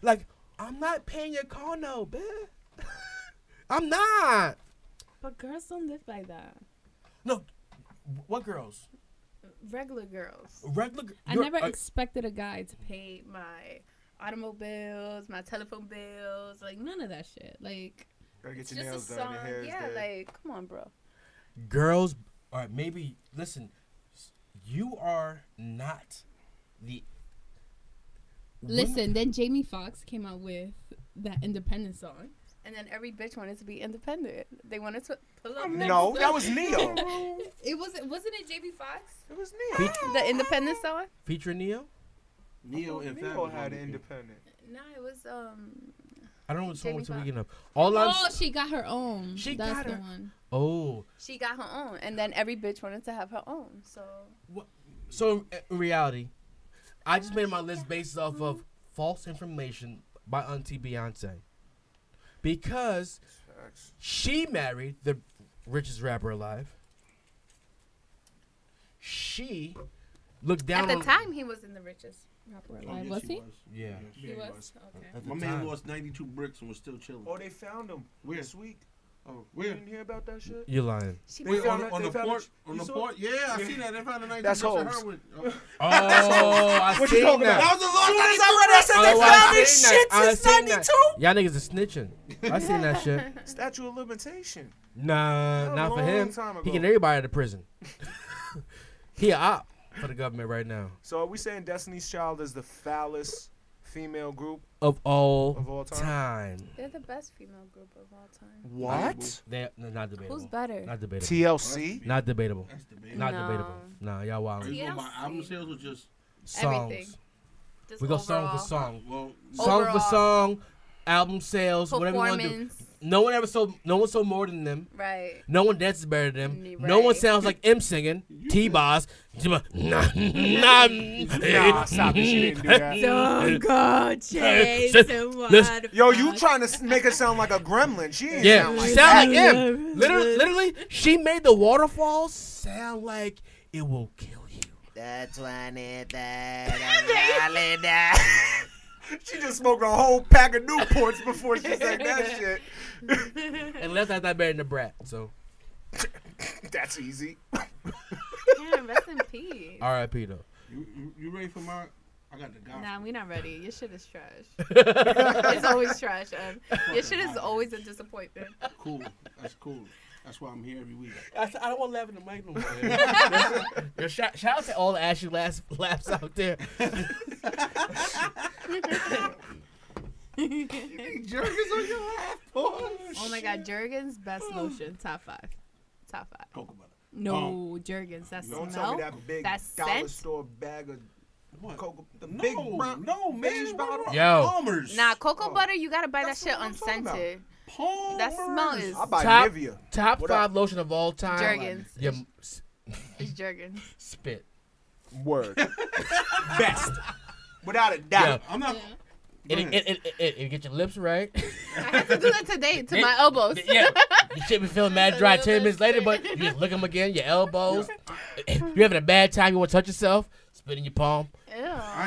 Speaker 2: Like, I'm not paying your car no, bitch. I'm not.
Speaker 6: But girls don't live by that.
Speaker 2: No, what girls?
Speaker 6: Regular girls.
Speaker 2: Regular. gir-
Speaker 6: I
Speaker 2: you're-
Speaker 6: never
Speaker 2: uh,
Speaker 6: expected a guy to pay my automobiles, my telephone bills, like none of that shit. Like
Speaker 5: Gotta get
Speaker 4: It's
Speaker 5: your
Speaker 4: just a
Speaker 5: nails done.
Speaker 4: song.
Speaker 5: Your hair is
Speaker 4: Yeah,
Speaker 5: dead.
Speaker 4: like come on, bro.
Speaker 2: girls are maybe listen s- you are not the
Speaker 6: listen, then Jamie Foxx came out with that independent song.
Speaker 4: And then every bitch wanted to be independent. They wanted to pull up. next
Speaker 5: no,
Speaker 4: to-
Speaker 5: that was Neo. it
Speaker 4: It was wasn't it JB Fox?
Speaker 5: was
Speaker 2: Fe-
Speaker 5: Neo.
Speaker 4: The independent song?
Speaker 2: featuring neo
Speaker 1: Neo and
Speaker 5: Neo
Speaker 1: Fab.
Speaker 5: had an independent.
Speaker 4: No, it was um.
Speaker 2: i don't know what's wrong
Speaker 4: Jamie
Speaker 2: with
Speaker 4: Foxx.
Speaker 2: weekend up all i'm
Speaker 6: Oh,
Speaker 2: s-
Speaker 6: she got her own.
Speaker 2: She
Speaker 6: That's
Speaker 2: got
Speaker 6: the
Speaker 2: her-
Speaker 6: one.
Speaker 2: oh
Speaker 4: She got her own, and then every bitch wanted to have her own. So
Speaker 2: so in, in reality i just made my list based off of false information by auntie beyonce because she married the richest rapper alive she looked down
Speaker 4: At the
Speaker 2: on.
Speaker 4: time, he wasn't the richest.
Speaker 6: rapper
Speaker 1: Oh,
Speaker 6: alive.
Speaker 1: yes,
Speaker 6: was he?
Speaker 2: Yeah.
Speaker 1: Yes.
Speaker 6: He was. Okay.
Speaker 2: At the
Speaker 1: My
Speaker 2: time.
Speaker 1: man lost 92 bricks and was still chilling.
Speaker 5: Oh, they found him
Speaker 1: Where?
Speaker 5: this week.
Speaker 1: Oh,
Speaker 5: You didn't hear about that shit?
Speaker 2: You're lying.
Speaker 4: She
Speaker 1: Wait,
Speaker 5: They
Speaker 1: on,
Speaker 5: found it-
Speaker 1: on
Speaker 5: they
Speaker 1: the
Speaker 5: found
Speaker 1: port?
Speaker 5: it-
Speaker 1: On
Speaker 5: you
Speaker 1: the
Speaker 5: saw
Speaker 1: port? Yeah, I
Speaker 5: Yeah.
Speaker 1: seen that. They found a 92
Speaker 5: That's
Speaker 1: bricks of
Speaker 5: hoes.
Speaker 1: heroin. Oh.
Speaker 2: Oh, I
Speaker 5: What you
Speaker 2: seen
Speaker 5: talking
Speaker 2: that.
Speaker 5: about?
Speaker 1: That was the last
Speaker 5: Soon
Speaker 1: 92
Speaker 5: as I read, I said they
Speaker 2: Oh, I
Speaker 5: found this
Speaker 2: seen
Speaker 5: shit
Speaker 2: that. I
Speaker 5: since
Speaker 2: seen that.
Speaker 5: 92.
Speaker 2: Y'all niggas is snitching. I seen that shit.
Speaker 5: Statue of limitation.
Speaker 2: Nah,
Speaker 5: That was
Speaker 2: not
Speaker 5: a
Speaker 2: for
Speaker 5: long
Speaker 2: him.
Speaker 5: time
Speaker 2: He
Speaker 5: ago.
Speaker 2: getting everybody out of prison. he a op for the government right now.
Speaker 5: So are we saying Destiny's Child is the foulest female group
Speaker 2: Of all,
Speaker 5: of all time?
Speaker 2: time.
Speaker 4: They're the best female group of all time.
Speaker 1: What?
Speaker 2: They no, not debatable.
Speaker 6: Who's better?
Speaker 2: Not debatable.
Speaker 5: TLC?
Speaker 2: not debatable.
Speaker 1: That's the baby.
Speaker 2: Not
Speaker 6: No.
Speaker 2: debatable. Nah, y'all
Speaker 1: Are
Speaker 2: wild.
Speaker 1: you going by
Speaker 4: TLC.
Speaker 1: album sales or just
Speaker 2: Songs.
Speaker 6: Everything. Just
Speaker 2: We go song
Speaker 6: overall
Speaker 2: for song.
Speaker 1: well?
Speaker 2: Song
Speaker 6: Overall.
Speaker 2: for song. Album sales. Whatever you want to do.
Speaker 6: Performance.
Speaker 2: No one ever sold. No one sold more than them.
Speaker 4: Right.
Speaker 2: No one dances better than them.
Speaker 6: Right.
Speaker 2: No one sounds like M singing. T Boz. Nah, nah, nah,
Speaker 5: Nah, stop it. She didn't do that.
Speaker 6: Don't go
Speaker 2: chase Listen, the listen.
Speaker 5: Yo, you trying to s- make her sound like a gremlin. She ain't
Speaker 2: Yeah,
Speaker 5: sound
Speaker 2: she
Speaker 5: like
Speaker 2: sound like
Speaker 5: that.
Speaker 2: him. Literally, literally, she made the waterfall sound like it will kill you.
Speaker 5: She just smoked a whole pack of Newports before she said that shit.
Speaker 2: Unless that's not better than the brat. So
Speaker 5: That's easy.
Speaker 6: Yeah, rest in peace.
Speaker 2: R.I.P. though.
Speaker 1: You, you, you ready for my? I got the gospel.
Speaker 6: Nah, we not ready. Your shit is trash. it's always trash. Um, your shit is always a disappointment.
Speaker 1: Cool. That's cool. That's why I'm here every week.
Speaker 2: I, I don't want to laugh in the mic no more. Yo, shout, shout out to all the Ashley laughs, laughs out there.
Speaker 1: Jerkins on your lap.
Speaker 6: Oh my god, Jergens best lotion top five, top five.
Speaker 1: Cocoa butter.
Speaker 2: Oh.
Speaker 6: No Jergens, that
Speaker 5: Don't tell
Speaker 6: smell.
Speaker 5: me that big
Speaker 6: That
Speaker 5: dollar
Speaker 6: scent?
Speaker 5: store bag of
Speaker 1: What?
Speaker 5: cocoa. The
Speaker 1: no,
Speaker 5: big brown.
Speaker 1: no,
Speaker 5: beige
Speaker 1: man.
Speaker 5: brown-
Speaker 1: What about
Speaker 2: Yo.
Speaker 1: Palmer's.
Speaker 6: Nah, cocoa
Speaker 5: Oh,
Speaker 6: butter. You gotta buy that
Speaker 5: that's
Speaker 6: shit
Speaker 5: what I'm talking about.
Speaker 6: unscented.
Speaker 1: Palmer's.
Speaker 6: That smell is
Speaker 5: I buy
Speaker 2: Top-
Speaker 5: Nivea.
Speaker 2: Top
Speaker 5: What
Speaker 2: five lotion of all time.
Speaker 6: Jergens.
Speaker 2: Yeah, m- s-
Speaker 6: It's Jergens.
Speaker 2: spit.
Speaker 5: Word.
Speaker 2: Best.
Speaker 5: Without a
Speaker 2: Yeah.
Speaker 5: doubt.
Speaker 1: I'm not.
Speaker 2: It,
Speaker 1: Go ahead.
Speaker 2: it, it, it, it, it get your lips right.
Speaker 6: I had to do that today to my elbows.
Speaker 2: yeah. You should be feeling mad dry 10 minutes later, but you just lick them again, your elbows. You're having a bad time, you want to touch yourself, spit in your palm.
Speaker 1: I ain't,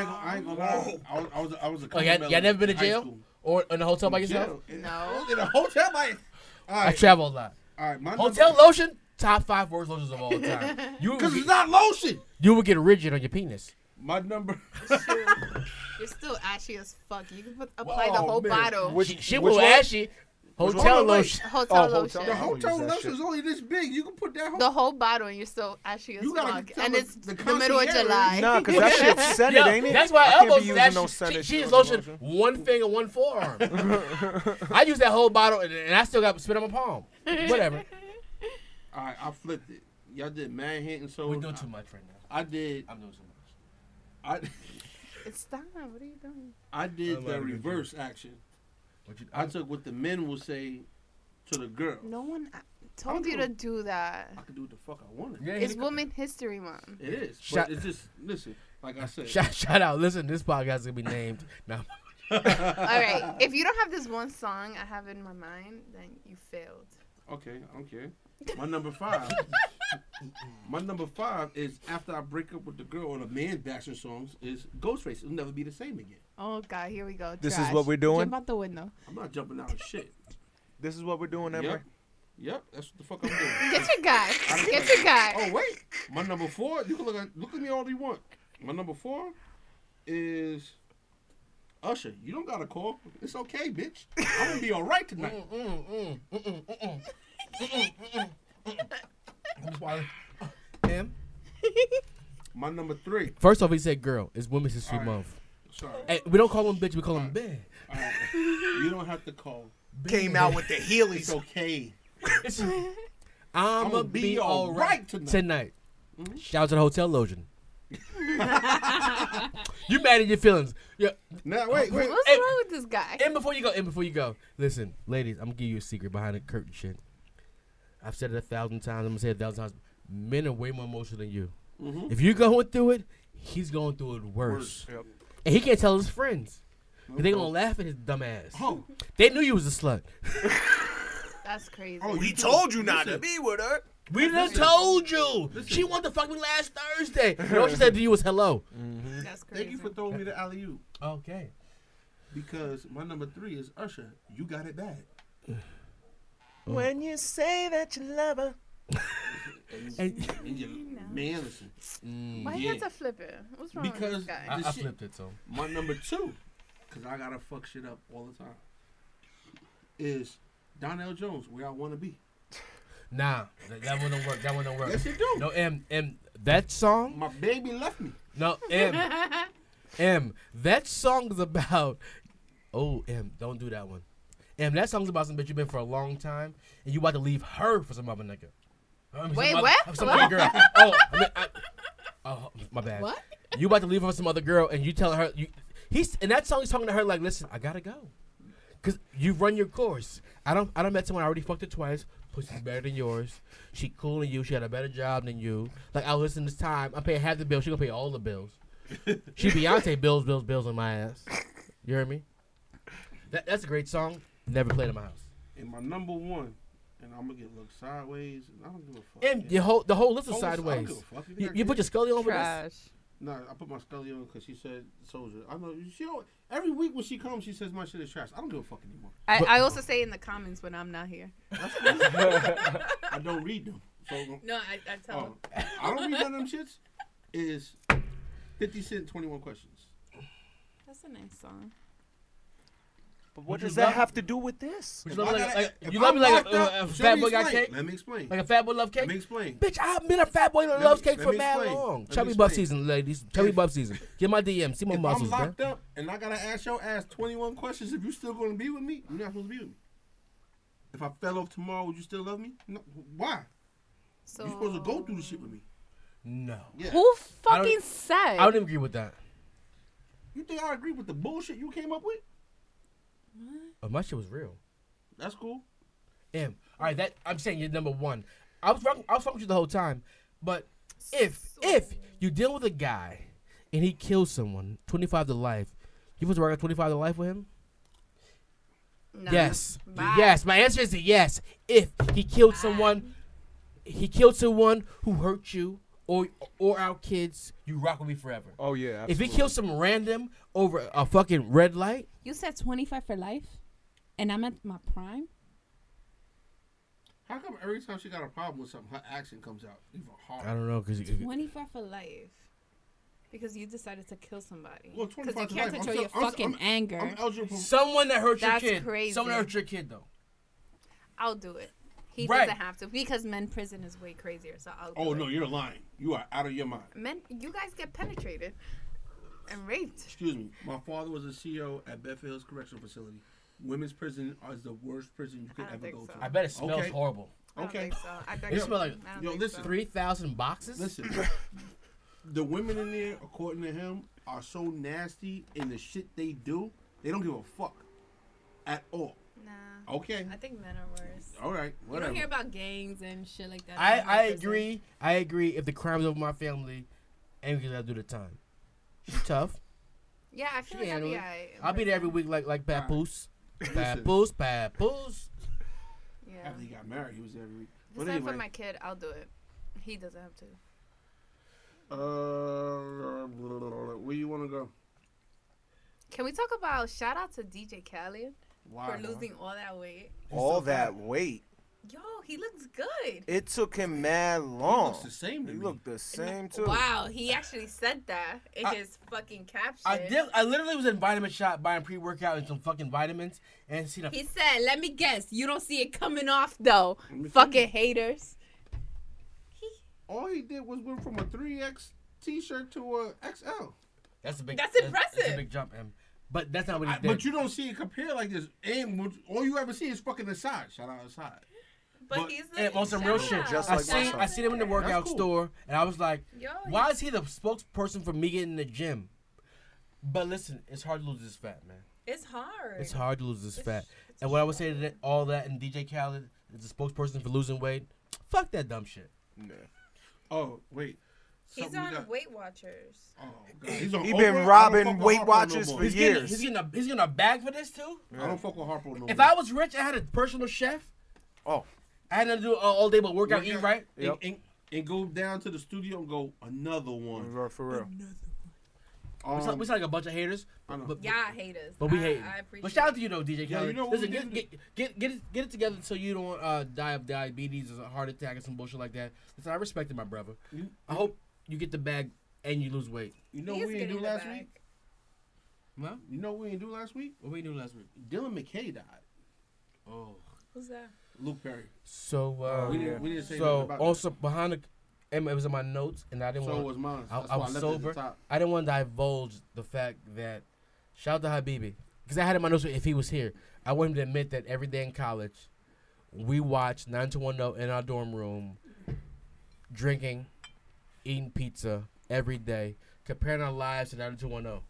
Speaker 1: gonna- I ain't gonna lie. I was, I was, I was a.
Speaker 2: Oh, y'all, y'all
Speaker 1: Carmelo
Speaker 2: never been to
Speaker 1: in high
Speaker 2: jail?
Speaker 1: school.
Speaker 2: Or in a hotel by yourself?
Speaker 1: Jail? In-
Speaker 6: No.
Speaker 1: In a hotel by. All
Speaker 2: I
Speaker 1: right,
Speaker 2: travel a lot.
Speaker 1: all right. My
Speaker 2: Hotel
Speaker 1: number,
Speaker 2: lotion, top five worst lotions of all time. You would,
Speaker 1: because it's
Speaker 2: get,
Speaker 1: not lotion.
Speaker 2: you would get rigid on your penis.
Speaker 1: My number.
Speaker 6: You're still ashy as fuck. You can put, apply the
Speaker 1: Whoa,
Speaker 6: whole
Speaker 1: man.
Speaker 6: bottle.
Speaker 5: Which-
Speaker 2: She, she
Speaker 5: which
Speaker 2: will
Speaker 5: one?
Speaker 2: ask you. Hotel
Speaker 5: one? Wait,
Speaker 2: lotion.
Speaker 6: Hotel
Speaker 5: Oh,
Speaker 6: lotion.
Speaker 5: hotel.
Speaker 1: The
Speaker 5: I don't
Speaker 1: hotel
Speaker 5: use that
Speaker 1: lotion
Speaker 5: shit.
Speaker 1: is only this big. You can put that whole.
Speaker 6: The whole bottle, and you're still ashy as
Speaker 1: You gotta
Speaker 6: fuck.
Speaker 1: tell
Speaker 6: And
Speaker 1: the-
Speaker 6: it's
Speaker 1: the
Speaker 6: the, middle of
Speaker 1: concierge.
Speaker 6: July.
Speaker 5: Nah, because that shit's scented,
Speaker 2: Yo,
Speaker 5: ain't it?
Speaker 2: That's why
Speaker 5: I can't
Speaker 2: elbows.
Speaker 5: be using
Speaker 2: That's,
Speaker 5: no
Speaker 2: she,
Speaker 5: scented
Speaker 2: she
Speaker 5: shit
Speaker 2: is
Speaker 5: on
Speaker 2: lotion one finger, one forearm. I use that whole bottle and, and I still got spit on my palm. Whatever.
Speaker 1: All right, I flipped it. Y'all did Manhattan so
Speaker 2: We're doing too much right now.
Speaker 1: I did.
Speaker 2: I'm doing too much.
Speaker 1: I,
Speaker 6: It's time. What are you doing?
Speaker 1: I
Speaker 2: I'm
Speaker 1: did
Speaker 2: not
Speaker 1: the
Speaker 2: a good
Speaker 1: reverse action.
Speaker 2: What you,
Speaker 1: I took what the men will say to the girl.
Speaker 6: No one uh, told you to do that.
Speaker 1: I could do what the fuck I wanted.
Speaker 2: Yeah,
Speaker 6: It's
Speaker 2: he-
Speaker 6: Woman History Month.
Speaker 1: It is.
Speaker 2: Shut-
Speaker 1: but it's just listen. Like I said,
Speaker 2: Shout, shout out. Listen, this podcast is going to be named. No.
Speaker 6: All right. If you don't have this one song I have in my mind, then you failed.
Speaker 1: okay, I don't care. My number five. my number five is after I break up with the girl on a man bashing songs is Ghostface. It'll never be the same again.
Speaker 6: Oh God, here we go.
Speaker 5: This is
Speaker 6: Trash.
Speaker 5: what we're doing?
Speaker 6: Jump out the window.
Speaker 1: I'm not jumping out of shit.
Speaker 5: This is what we're doing, Emery.
Speaker 1: Yep. Yep, that's what the fuck I'm doing.
Speaker 6: Get your guy. Get your guy.
Speaker 1: Oh wait, my number four. You can look at look at me all you want. My number four is Usher. You don't gotta call. It's okay, bitch. I'm gonna be all right tonight.
Speaker 2: Him?
Speaker 1: My number three.
Speaker 2: First off, he said girl. It's Women's History
Speaker 1: All right.
Speaker 2: Month.
Speaker 1: Sorry,
Speaker 2: Hey, we don't call him bitch, we call him ben.
Speaker 1: All right. you don't have to call.
Speaker 5: Came out with the
Speaker 1: It's
Speaker 5: Heelys.
Speaker 1: okay.
Speaker 2: I'm
Speaker 1: I'ma
Speaker 2: going to be, all right, tonight. Shout out to the hotel lotion. you mad at your feelings. Yeah.
Speaker 1: Now wait, wait.
Speaker 6: What's
Speaker 2: Hey.
Speaker 6: wrong with this guy?
Speaker 2: And before you go, and before you go, listen, ladies, I'm gonna give you a secret behind the curtain shit. I've said it a thousand times. I'm gonna say it a thousand times. Men are way more emotional than you.
Speaker 1: Mhm.
Speaker 2: If you're going through it, he's going through it worse,
Speaker 1: Worse. Yep.
Speaker 2: and he can't tell his friends. They're gonna
Speaker 1: Okay.
Speaker 2: laugh at his dumb ass.
Speaker 1: Oh,
Speaker 2: They knew you was a slut.
Speaker 6: That's crazy.
Speaker 1: oh,
Speaker 5: We
Speaker 1: you
Speaker 5: told you not to
Speaker 1: listen,
Speaker 5: be with her.
Speaker 2: We done
Speaker 1: Listen.
Speaker 2: told you.
Speaker 1: Listen.
Speaker 2: She wanted to fuck me last Thursday. And all she said to you was hello.
Speaker 4: That's crazy.
Speaker 1: Thank you for throwing me the alley oop
Speaker 2: Okay.
Speaker 1: because my number three is Usher. You got it bad.
Speaker 5: When you say that you love her.
Speaker 1: And, and your man, listen.
Speaker 6: Why
Speaker 1: Yeah.
Speaker 6: you have to flip it? What's wrong
Speaker 1: Because-
Speaker 6: with Mm. this guy?
Speaker 1: I- I flipped
Speaker 2: it, so.
Speaker 1: My number two, because I gotta fuck shit up all the time, is Donnell Jones. Where I wanna be.
Speaker 2: Nah, that, that wouldn't work. That wouldn't work.
Speaker 1: Yes, it do.
Speaker 2: No, M, M, that song?
Speaker 1: My baby left me.
Speaker 2: No, M, M, that song's about. Oh, M, don't do that one. M, that song's about some bitch you've been for a long time, and you about to leave her for some other nigga. I mean,
Speaker 6: Wait,
Speaker 2: some
Speaker 6: what?
Speaker 2: Other, some other girl. Oh, I mean, I, oh, my bad.
Speaker 6: What?
Speaker 2: You about to leave her for some other girl, and you telling her you. He's in that song. He's talking to her like, "Listen, I gotta go, cause you run your course. I don't. I don't met someone. I already fucked her twice. Pussy's better than yours. She cooler than you. She had a better job than you. Like I'll listen this time. I'm paying half the bill. She gonna pay all the bills. she Beyonce bills, bills, bills on my ass. You hear me? That, that's a great song. Never played in my house.
Speaker 1: And my number one, and I'm gonna get looked sideways. And I don't give a fuck.
Speaker 2: And the whole the whole list
Speaker 1: Oh,
Speaker 2: is
Speaker 1: I don't
Speaker 2: sideways.
Speaker 1: give a fuck. think
Speaker 2: You,
Speaker 1: I
Speaker 2: you
Speaker 1: care?
Speaker 2: put your Scully on with this.
Speaker 6: Trash.
Speaker 1: No, I put my Scully on because she said soldier. I know she al- every week when she comes, she says my shit is trash. I don't give a fuck anymore.
Speaker 4: I,
Speaker 2: But-
Speaker 4: I also say in the comments when I'm not here.
Speaker 1: I don't read them. So
Speaker 4: No, I, I tell
Speaker 1: um, I don't read none of them shits. Is Fifty Cent Twenty One Questions?
Speaker 4: That's a nice song.
Speaker 5: But what
Speaker 2: Would you
Speaker 5: does that
Speaker 2: love-
Speaker 5: have to do with this?
Speaker 2: Would
Speaker 1: If
Speaker 2: you love
Speaker 1: I
Speaker 2: me like,
Speaker 1: gotta-
Speaker 2: like,
Speaker 1: if
Speaker 2: you love
Speaker 1: I'm
Speaker 2: me like
Speaker 1: locked
Speaker 2: a,
Speaker 1: up,
Speaker 2: a, a
Speaker 1: show
Speaker 2: fat
Speaker 1: me
Speaker 2: boy got
Speaker 1: explain.
Speaker 2: cake,
Speaker 1: Let me explain.
Speaker 2: like a fat boy love cake.
Speaker 1: Let me explain.
Speaker 2: Bitch, I've been a fat boy that
Speaker 1: me-
Speaker 2: loves cake
Speaker 1: let
Speaker 2: for
Speaker 1: me
Speaker 2: mad
Speaker 1: explain.
Speaker 2: long.
Speaker 1: Let me
Speaker 2: Chubby buff
Speaker 1: explain.
Speaker 2: season, ladies. Chubby buff season. Get my DM. See my
Speaker 1: If I'm
Speaker 2: muscles, man.
Speaker 1: locked up and I gotta ask your ass twenty one questions, if you still gonna be with me, you're not supposed to be with me. If I fell off tomorrow, would you still love me? No. Why?
Speaker 6: So
Speaker 1: You're supposed to go through the shit with me.
Speaker 2: No,
Speaker 1: Yeah.
Speaker 6: Who
Speaker 2: I don't-
Speaker 6: fucking said?
Speaker 2: I don't even agree with that.
Speaker 1: You think I agree with the bullshit you came up with?
Speaker 2: Oh, my shit was real.
Speaker 1: That's cool.
Speaker 2: M. All right, that I'm saying you're number one. I was fucking, I was fucking with you the whole time, but if if you deal with a guy and he kills someone, twenty five to life, you supposed to work out twenty five to life with him?
Speaker 6: Nah.
Speaker 2: Yes.
Speaker 6: Bye.
Speaker 2: Yes. My answer is a yes. If he killed someone, he killed someone who hurt you or or our kids, you rock with me forever.
Speaker 5: Oh yeah.
Speaker 2: If he kills some random over a fucking red light,
Speaker 6: You said 25 for life, and I'm at my prime.
Speaker 1: How come every time she got a problem with something, her action comes out even
Speaker 2: I
Speaker 1: harder?
Speaker 2: don't know because
Speaker 6: 25 for life. Because you decided to kill somebody.
Speaker 1: Well,
Speaker 6: Because
Speaker 1: 25
Speaker 6: you
Speaker 1: to
Speaker 6: can't
Speaker 1: life, I'm
Speaker 6: control
Speaker 1: so-
Speaker 6: your
Speaker 1: I'm so-
Speaker 6: fucking
Speaker 1: I'm-
Speaker 6: anger.
Speaker 1: I'm eligible. for-
Speaker 2: someone that hurt
Speaker 6: That's
Speaker 2: your kid,
Speaker 6: crazy.
Speaker 2: someone that hurt your kid though.
Speaker 6: I'll do it. He
Speaker 2: Right.
Speaker 6: doesn't have to because men prison is way crazier. So I'll.
Speaker 1: Oh
Speaker 6: do
Speaker 1: no,
Speaker 6: it.
Speaker 1: you're lying. You are out of your mind.
Speaker 6: Men, you guys get penetrated and raped.
Speaker 1: Excuse me. My father was a CEO at Bedford Hills Correctional Facility. Women's prison is the worst prison you could
Speaker 6: I don't
Speaker 1: ever
Speaker 6: think
Speaker 1: go
Speaker 6: so.
Speaker 1: to.
Speaker 2: I bet it smells
Speaker 1: Okay.
Speaker 2: horrible.
Speaker 6: I don't
Speaker 1: Okay.
Speaker 6: think so. I think
Speaker 2: It smell like-
Speaker 6: I don't
Speaker 1: yo,
Speaker 6: think
Speaker 1: listen,
Speaker 6: so.
Speaker 2: Three thousand boxes.
Speaker 1: Listen, the women in there, according to him, are so nasty in the shit they do. They don't give a fuck at all.
Speaker 6: Nah,
Speaker 1: Okay.
Speaker 6: I think men are worse.
Speaker 1: All right.
Speaker 6: You
Speaker 1: Whatever.
Speaker 6: don't hear about gangs and shit like that.
Speaker 2: I,
Speaker 6: in
Speaker 2: I
Speaker 6: prison.
Speaker 2: agree. I agree. If the crime's over my family, and because I do the time, she's tough.
Speaker 6: Yeah, I feel
Speaker 2: She
Speaker 6: like I'll
Speaker 2: handle
Speaker 6: be
Speaker 2: it.
Speaker 6: alright in
Speaker 2: I'll be there every
Speaker 6: prison.
Speaker 2: week like like Papoose.
Speaker 1: Listen.
Speaker 2: Papoose, Papoose.
Speaker 6: Yeah.
Speaker 1: After he got married, he was there every week.
Speaker 6: If it's
Speaker 1: But
Speaker 6: not for
Speaker 1: anyway.
Speaker 6: my kid, I'll do it. He doesn't have to.
Speaker 1: uh, blah, blah, blah. where you want to go?
Speaker 6: Can we talk about shout out to DJ Khaled
Speaker 1: Why?
Speaker 6: for losing all that weight?
Speaker 5: all that weight,
Speaker 6: Yo, he looks good.
Speaker 5: it took him mad
Speaker 1: He
Speaker 5: long.
Speaker 1: looks the same to
Speaker 5: He
Speaker 1: me.
Speaker 5: looked the same too.
Speaker 6: Wow, he actually said that in
Speaker 2: I-
Speaker 6: his fucking caption.
Speaker 2: I did. I literally was in vitamin shop buying pre workout and some fucking vitamins, and see the
Speaker 6: He said, "Let me guess, you don't see it coming off though,
Speaker 1: Let me
Speaker 6: fucking haters."
Speaker 1: All he did was went from a 3X t-shirt to a XL.
Speaker 2: that's a big
Speaker 6: That's
Speaker 2: That's a
Speaker 6: impressive.
Speaker 2: big jump, M. But that's not what he
Speaker 1: I-
Speaker 2: did.
Speaker 1: but you don't see it compared like this. And what- all you ever see is fucking aside. Shout out aside.
Speaker 6: But,
Speaker 1: But-
Speaker 6: he's
Speaker 2: and on some real shit.
Speaker 5: Just
Speaker 2: I
Speaker 5: like
Speaker 2: seen
Speaker 5: myself.
Speaker 2: I seen him in the workout
Speaker 1: cool.
Speaker 2: store, and I was like,
Speaker 6: Yo,
Speaker 2: why is he the spokesperson for me getting in the gym? But listen, it's hard to lose this fat, man.
Speaker 6: It's hard.
Speaker 2: It's hard to lose this fat. And what I would say to that, all that, and DJ Khaled is the spokesperson for losing weight. Fuck that dumb shit.
Speaker 5: Nah.
Speaker 1: Oh wait.
Speaker 6: He's
Speaker 1: Something we
Speaker 6: on
Speaker 1: got-
Speaker 6: Weight Watchers.
Speaker 1: Oh, God. He's on
Speaker 5: He
Speaker 1: Oprah.
Speaker 5: been
Speaker 1: I don't
Speaker 5: robbing
Speaker 1: fuck with
Speaker 5: Weight
Speaker 1: Harpo
Speaker 5: Watchers
Speaker 1: no
Speaker 5: for
Speaker 1: more.
Speaker 2: He's getting,
Speaker 5: Years.
Speaker 2: he's getting a he's getting a bag for this too.
Speaker 1: I don't fuck with Harpo no more.
Speaker 2: If I was rich, I had a personal chef.
Speaker 5: Oh,
Speaker 2: I had nothing to do uh, all day but work out, eat right.
Speaker 1: And,
Speaker 5: Yep.
Speaker 1: and, and go down to the studio and go another one.
Speaker 5: For real.
Speaker 2: we, sound,
Speaker 1: Um,
Speaker 2: we sound like a bunch of haters,
Speaker 1: I know.
Speaker 2: but, but,
Speaker 4: Yeah, haters.
Speaker 2: but we
Speaker 4: I,
Speaker 2: hate.
Speaker 4: I
Speaker 2: you.
Speaker 4: appreciate.
Speaker 2: but shout out to you though, DJ
Speaker 1: Yeah,
Speaker 2: Khaled.
Speaker 1: you know what
Speaker 2: Listen,
Speaker 1: we
Speaker 2: get,
Speaker 1: did-
Speaker 2: get, get get it get it together so you don't uh, die of diabetes or a heart attack or some bullshit like that. Listen, I respect it, my brother.
Speaker 1: you,
Speaker 2: I hope you get the bag and you lose weight.
Speaker 1: you know
Speaker 4: He
Speaker 1: what
Speaker 4: is
Speaker 1: we didn't
Speaker 4: getting
Speaker 1: do
Speaker 4: the
Speaker 1: last
Speaker 4: bag.
Speaker 1: week?
Speaker 2: Well,
Speaker 1: You know what we didn't do last week?
Speaker 2: what we do last week?
Speaker 1: Dylan McKay died.
Speaker 2: Oh,
Speaker 4: Who's that?
Speaker 1: Luke Perry.
Speaker 2: so uh,
Speaker 5: Oh,
Speaker 1: we,
Speaker 5: yeah.
Speaker 1: didn't, we didn't say nothing
Speaker 2: so
Speaker 1: about
Speaker 2: also behind the, and it was in my notes, and I
Speaker 1: that.
Speaker 2: didn't
Speaker 1: So
Speaker 2: want.
Speaker 1: was mine.
Speaker 2: I-
Speaker 1: That's
Speaker 2: I
Speaker 1: why
Speaker 2: was
Speaker 1: left it at the
Speaker 2: sober.
Speaker 1: top.
Speaker 2: I didn't want to divulge the fact that shout out to Habibi because I had in my notes if he was here. I want him to admit that every day in college, we watched 90210 in our dorm room, drinking, eating pizza every day, comparing our lives to 90210.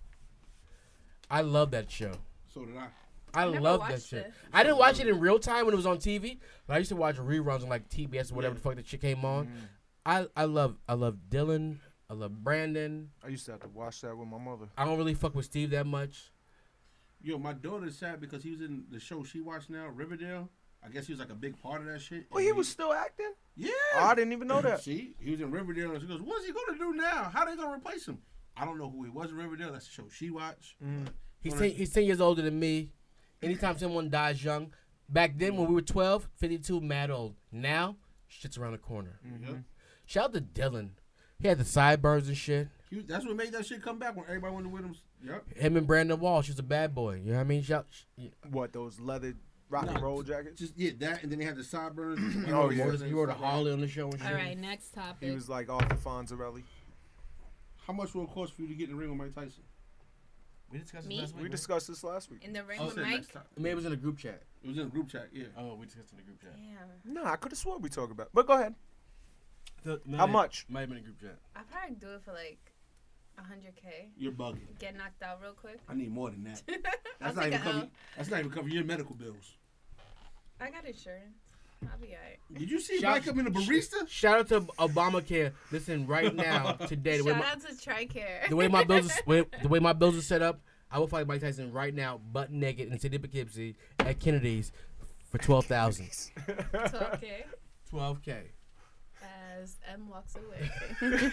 Speaker 2: I love that show.
Speaker 1: So did I.
Speaker 2: I
Speaker 4: never
Speaker 2: love that
Speaker 4: watched
Speaker 2: shit.
Speaker 4: it.
Speaker 2: I didn't watch it in real time when it was on TV, but I used to watch reruns on like TBS or whatever
Speaker 1: Yeah.
Speaker 2: the fuck that shit came on.
Speaker 4: Mm-hmm.
Speaker 2: I, I love I love Dylan. I love Brandon.
Speaker 5: I used to have to watch that with my mother.
Speaker 2: I don't really fuck with Steve that much.
Speaker 1: Yo, my daughter's sad because he was in the show she watched now, Riverdale. I guess he was like a big part of that shit.
Speaker 5: Well, Oh, he was still acting.
Speaker 1: Yeah.
Speaker 5: Oh, I didn't even know that.
Speaker 1: See, he was in Riverdale, and she goes, "What is he gonna do now? How they gonna replace him?" I don't know who he was in Riverdale. That's the show she watched.
Speaker 5: Mm.
Speaker 2: He's
Speaker 1: Well,
Speaker 2: ten, he's 10 years older than me. Anytime someone dies young, back then when we were 12, 52, mad old. Now, shit's around the corner.
Speaker 1: Yeah.
Speaker 2: Shout out to Dylan. He had the sideburns and shit.
Speaker 1: He was- that's what made that shit come back when everybody went with him. Yep.
Speaker 2: Him and Brandon Wall, she's a bad boy. You know what I mean? Shout, sh- yeah.
Speaker 5: What those leather rock
Speaker 1: Nah,
Speaker 5: and roll jackets?
Speaker 1: Just yeah, that, and then they had the sideburns.
Speaker 5: Oh,
Speaker 2: he
Speaker 5: yeah.
Speaker 2: wrote- he wrote a Harley on the show and shit.
Speaker 6: All right, next topic.
Speaker 5: He was like Arthur Fonzarelli.
Speaker 1: How much will it cost for you to get in the ring with Mike Tyson?
Speaker 2: We discussed
Speaker 6: this Me? last
Speaker 5: We discussed this last week.
Speaker 4: In the ring
Speaker 2: Oh,
Speaker 1: I
Speaker 4: with
Speaker 1: said
Speaker 4: Mike.
Speaker 1: next time.
Speaker 2: Maybe it was in a group chat.
Speaker 1: It was in a group chat. Yeah.
Speaker 2: Oh, we discussed in a group chat.
Speaker 4: Damn,
Speaker 5: No, I could have swore we talked about. But go ahead. How
Speaker 2: might-
Speaker 5: much?
Speaker 2: Might have been a group chat.
Speaker 4: I probably do it for like 100k.
Speaker 1: You're bugging.
Speaker 4: Get knocked out real quick.
Speaker 1: I need more than that.
Speaker 4: I'll
Speaker 1: That's not even
Speaker 4: take a
Speaker 1: covering.
Speaker 4: L.
Speaker 1: That's not even covering your medical bills.
Speaker 4: I got insurance. I'll be alright.
Speaker 1: Did you see
Speaker 2: Shout-
Speaker 1: Mike up in the barista?
Speaker 2: Shout out to Obamacare. Listen, right now, today, the way
Speaker 4: Shout
Speaker 2: my-
Speaker 4: out to Tricare.
Speaker 2: the way my bills is, way, the way my bills are set up, I will fight Mike Tyson right now, butt naked in the city of Poughkeepsie at Kennedy's for twelve thousand.
Speaker 4: okay.
Speaker 2: Twelve k.
Speaker 4: As M walks away.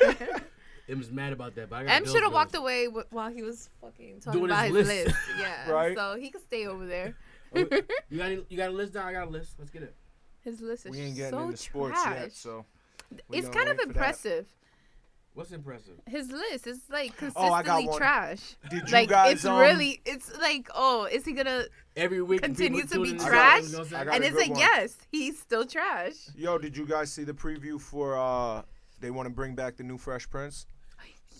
Speaker 2: M was mad about that, but I got
Speaker 4: M
Speaker 2: bills,
Speaker 4: should have
Speaker 2: bills.
Speaker 4: walked away wi- while he was fucking talking
Speaker 2: Doing
Speaker 4: about
Speaker 2: his
Speaker 4: his,
Speaker 2: list.
Speaker 4: list. Yeah.
Speaker 5: Right.
Speaker 4: So he could stay over there.
Speaker 2: Oh, wait. you got any, you got a list down? I got a list. Let's get it.
Speaker 4: His list is
Speaker 5: we ain't getting
Speaker 4: so
Speaker 5: into sports
Speaker 4: trash.
Speaker 5: yet, so we
Speaker 4: it's
Speaker 5: gonna
Speaker 4: kind of
Speaker 5: wait for that.
Speaker 4: impressive.
Speaker 2: What's impressive?
Speaker 4: His list is like
Speaker 5: Oh, I got
Speaker 4: consistently
Speaker 5: one.
Speaker 4: trash.
Speaker 5: did you
Speaker 4: Like
Speaker 5: guys?
Speaker 4: it's
Speaker 5: um,
Speaker 4: really, it's like, oh, is he gonna?
Speaker 2: Every week people
Speaker 4: Continues to
Speaker 2: tune
Speaker 4: be
Speaker 2: in and-
Speaker 4: trash.
Speaker 2: you know what I'm saying?
Speaker 5: I got
Speaker 4: And
Speaker 5: a
Speaker 4: it's
Speaker 5: good
Speaker 4: like,
Speaker 5: one.
Speaker 4: yes, he's still trash.
Speaker 5: Yo, did you guys see the preview for? uh They want to bring back the new Fresh Prince,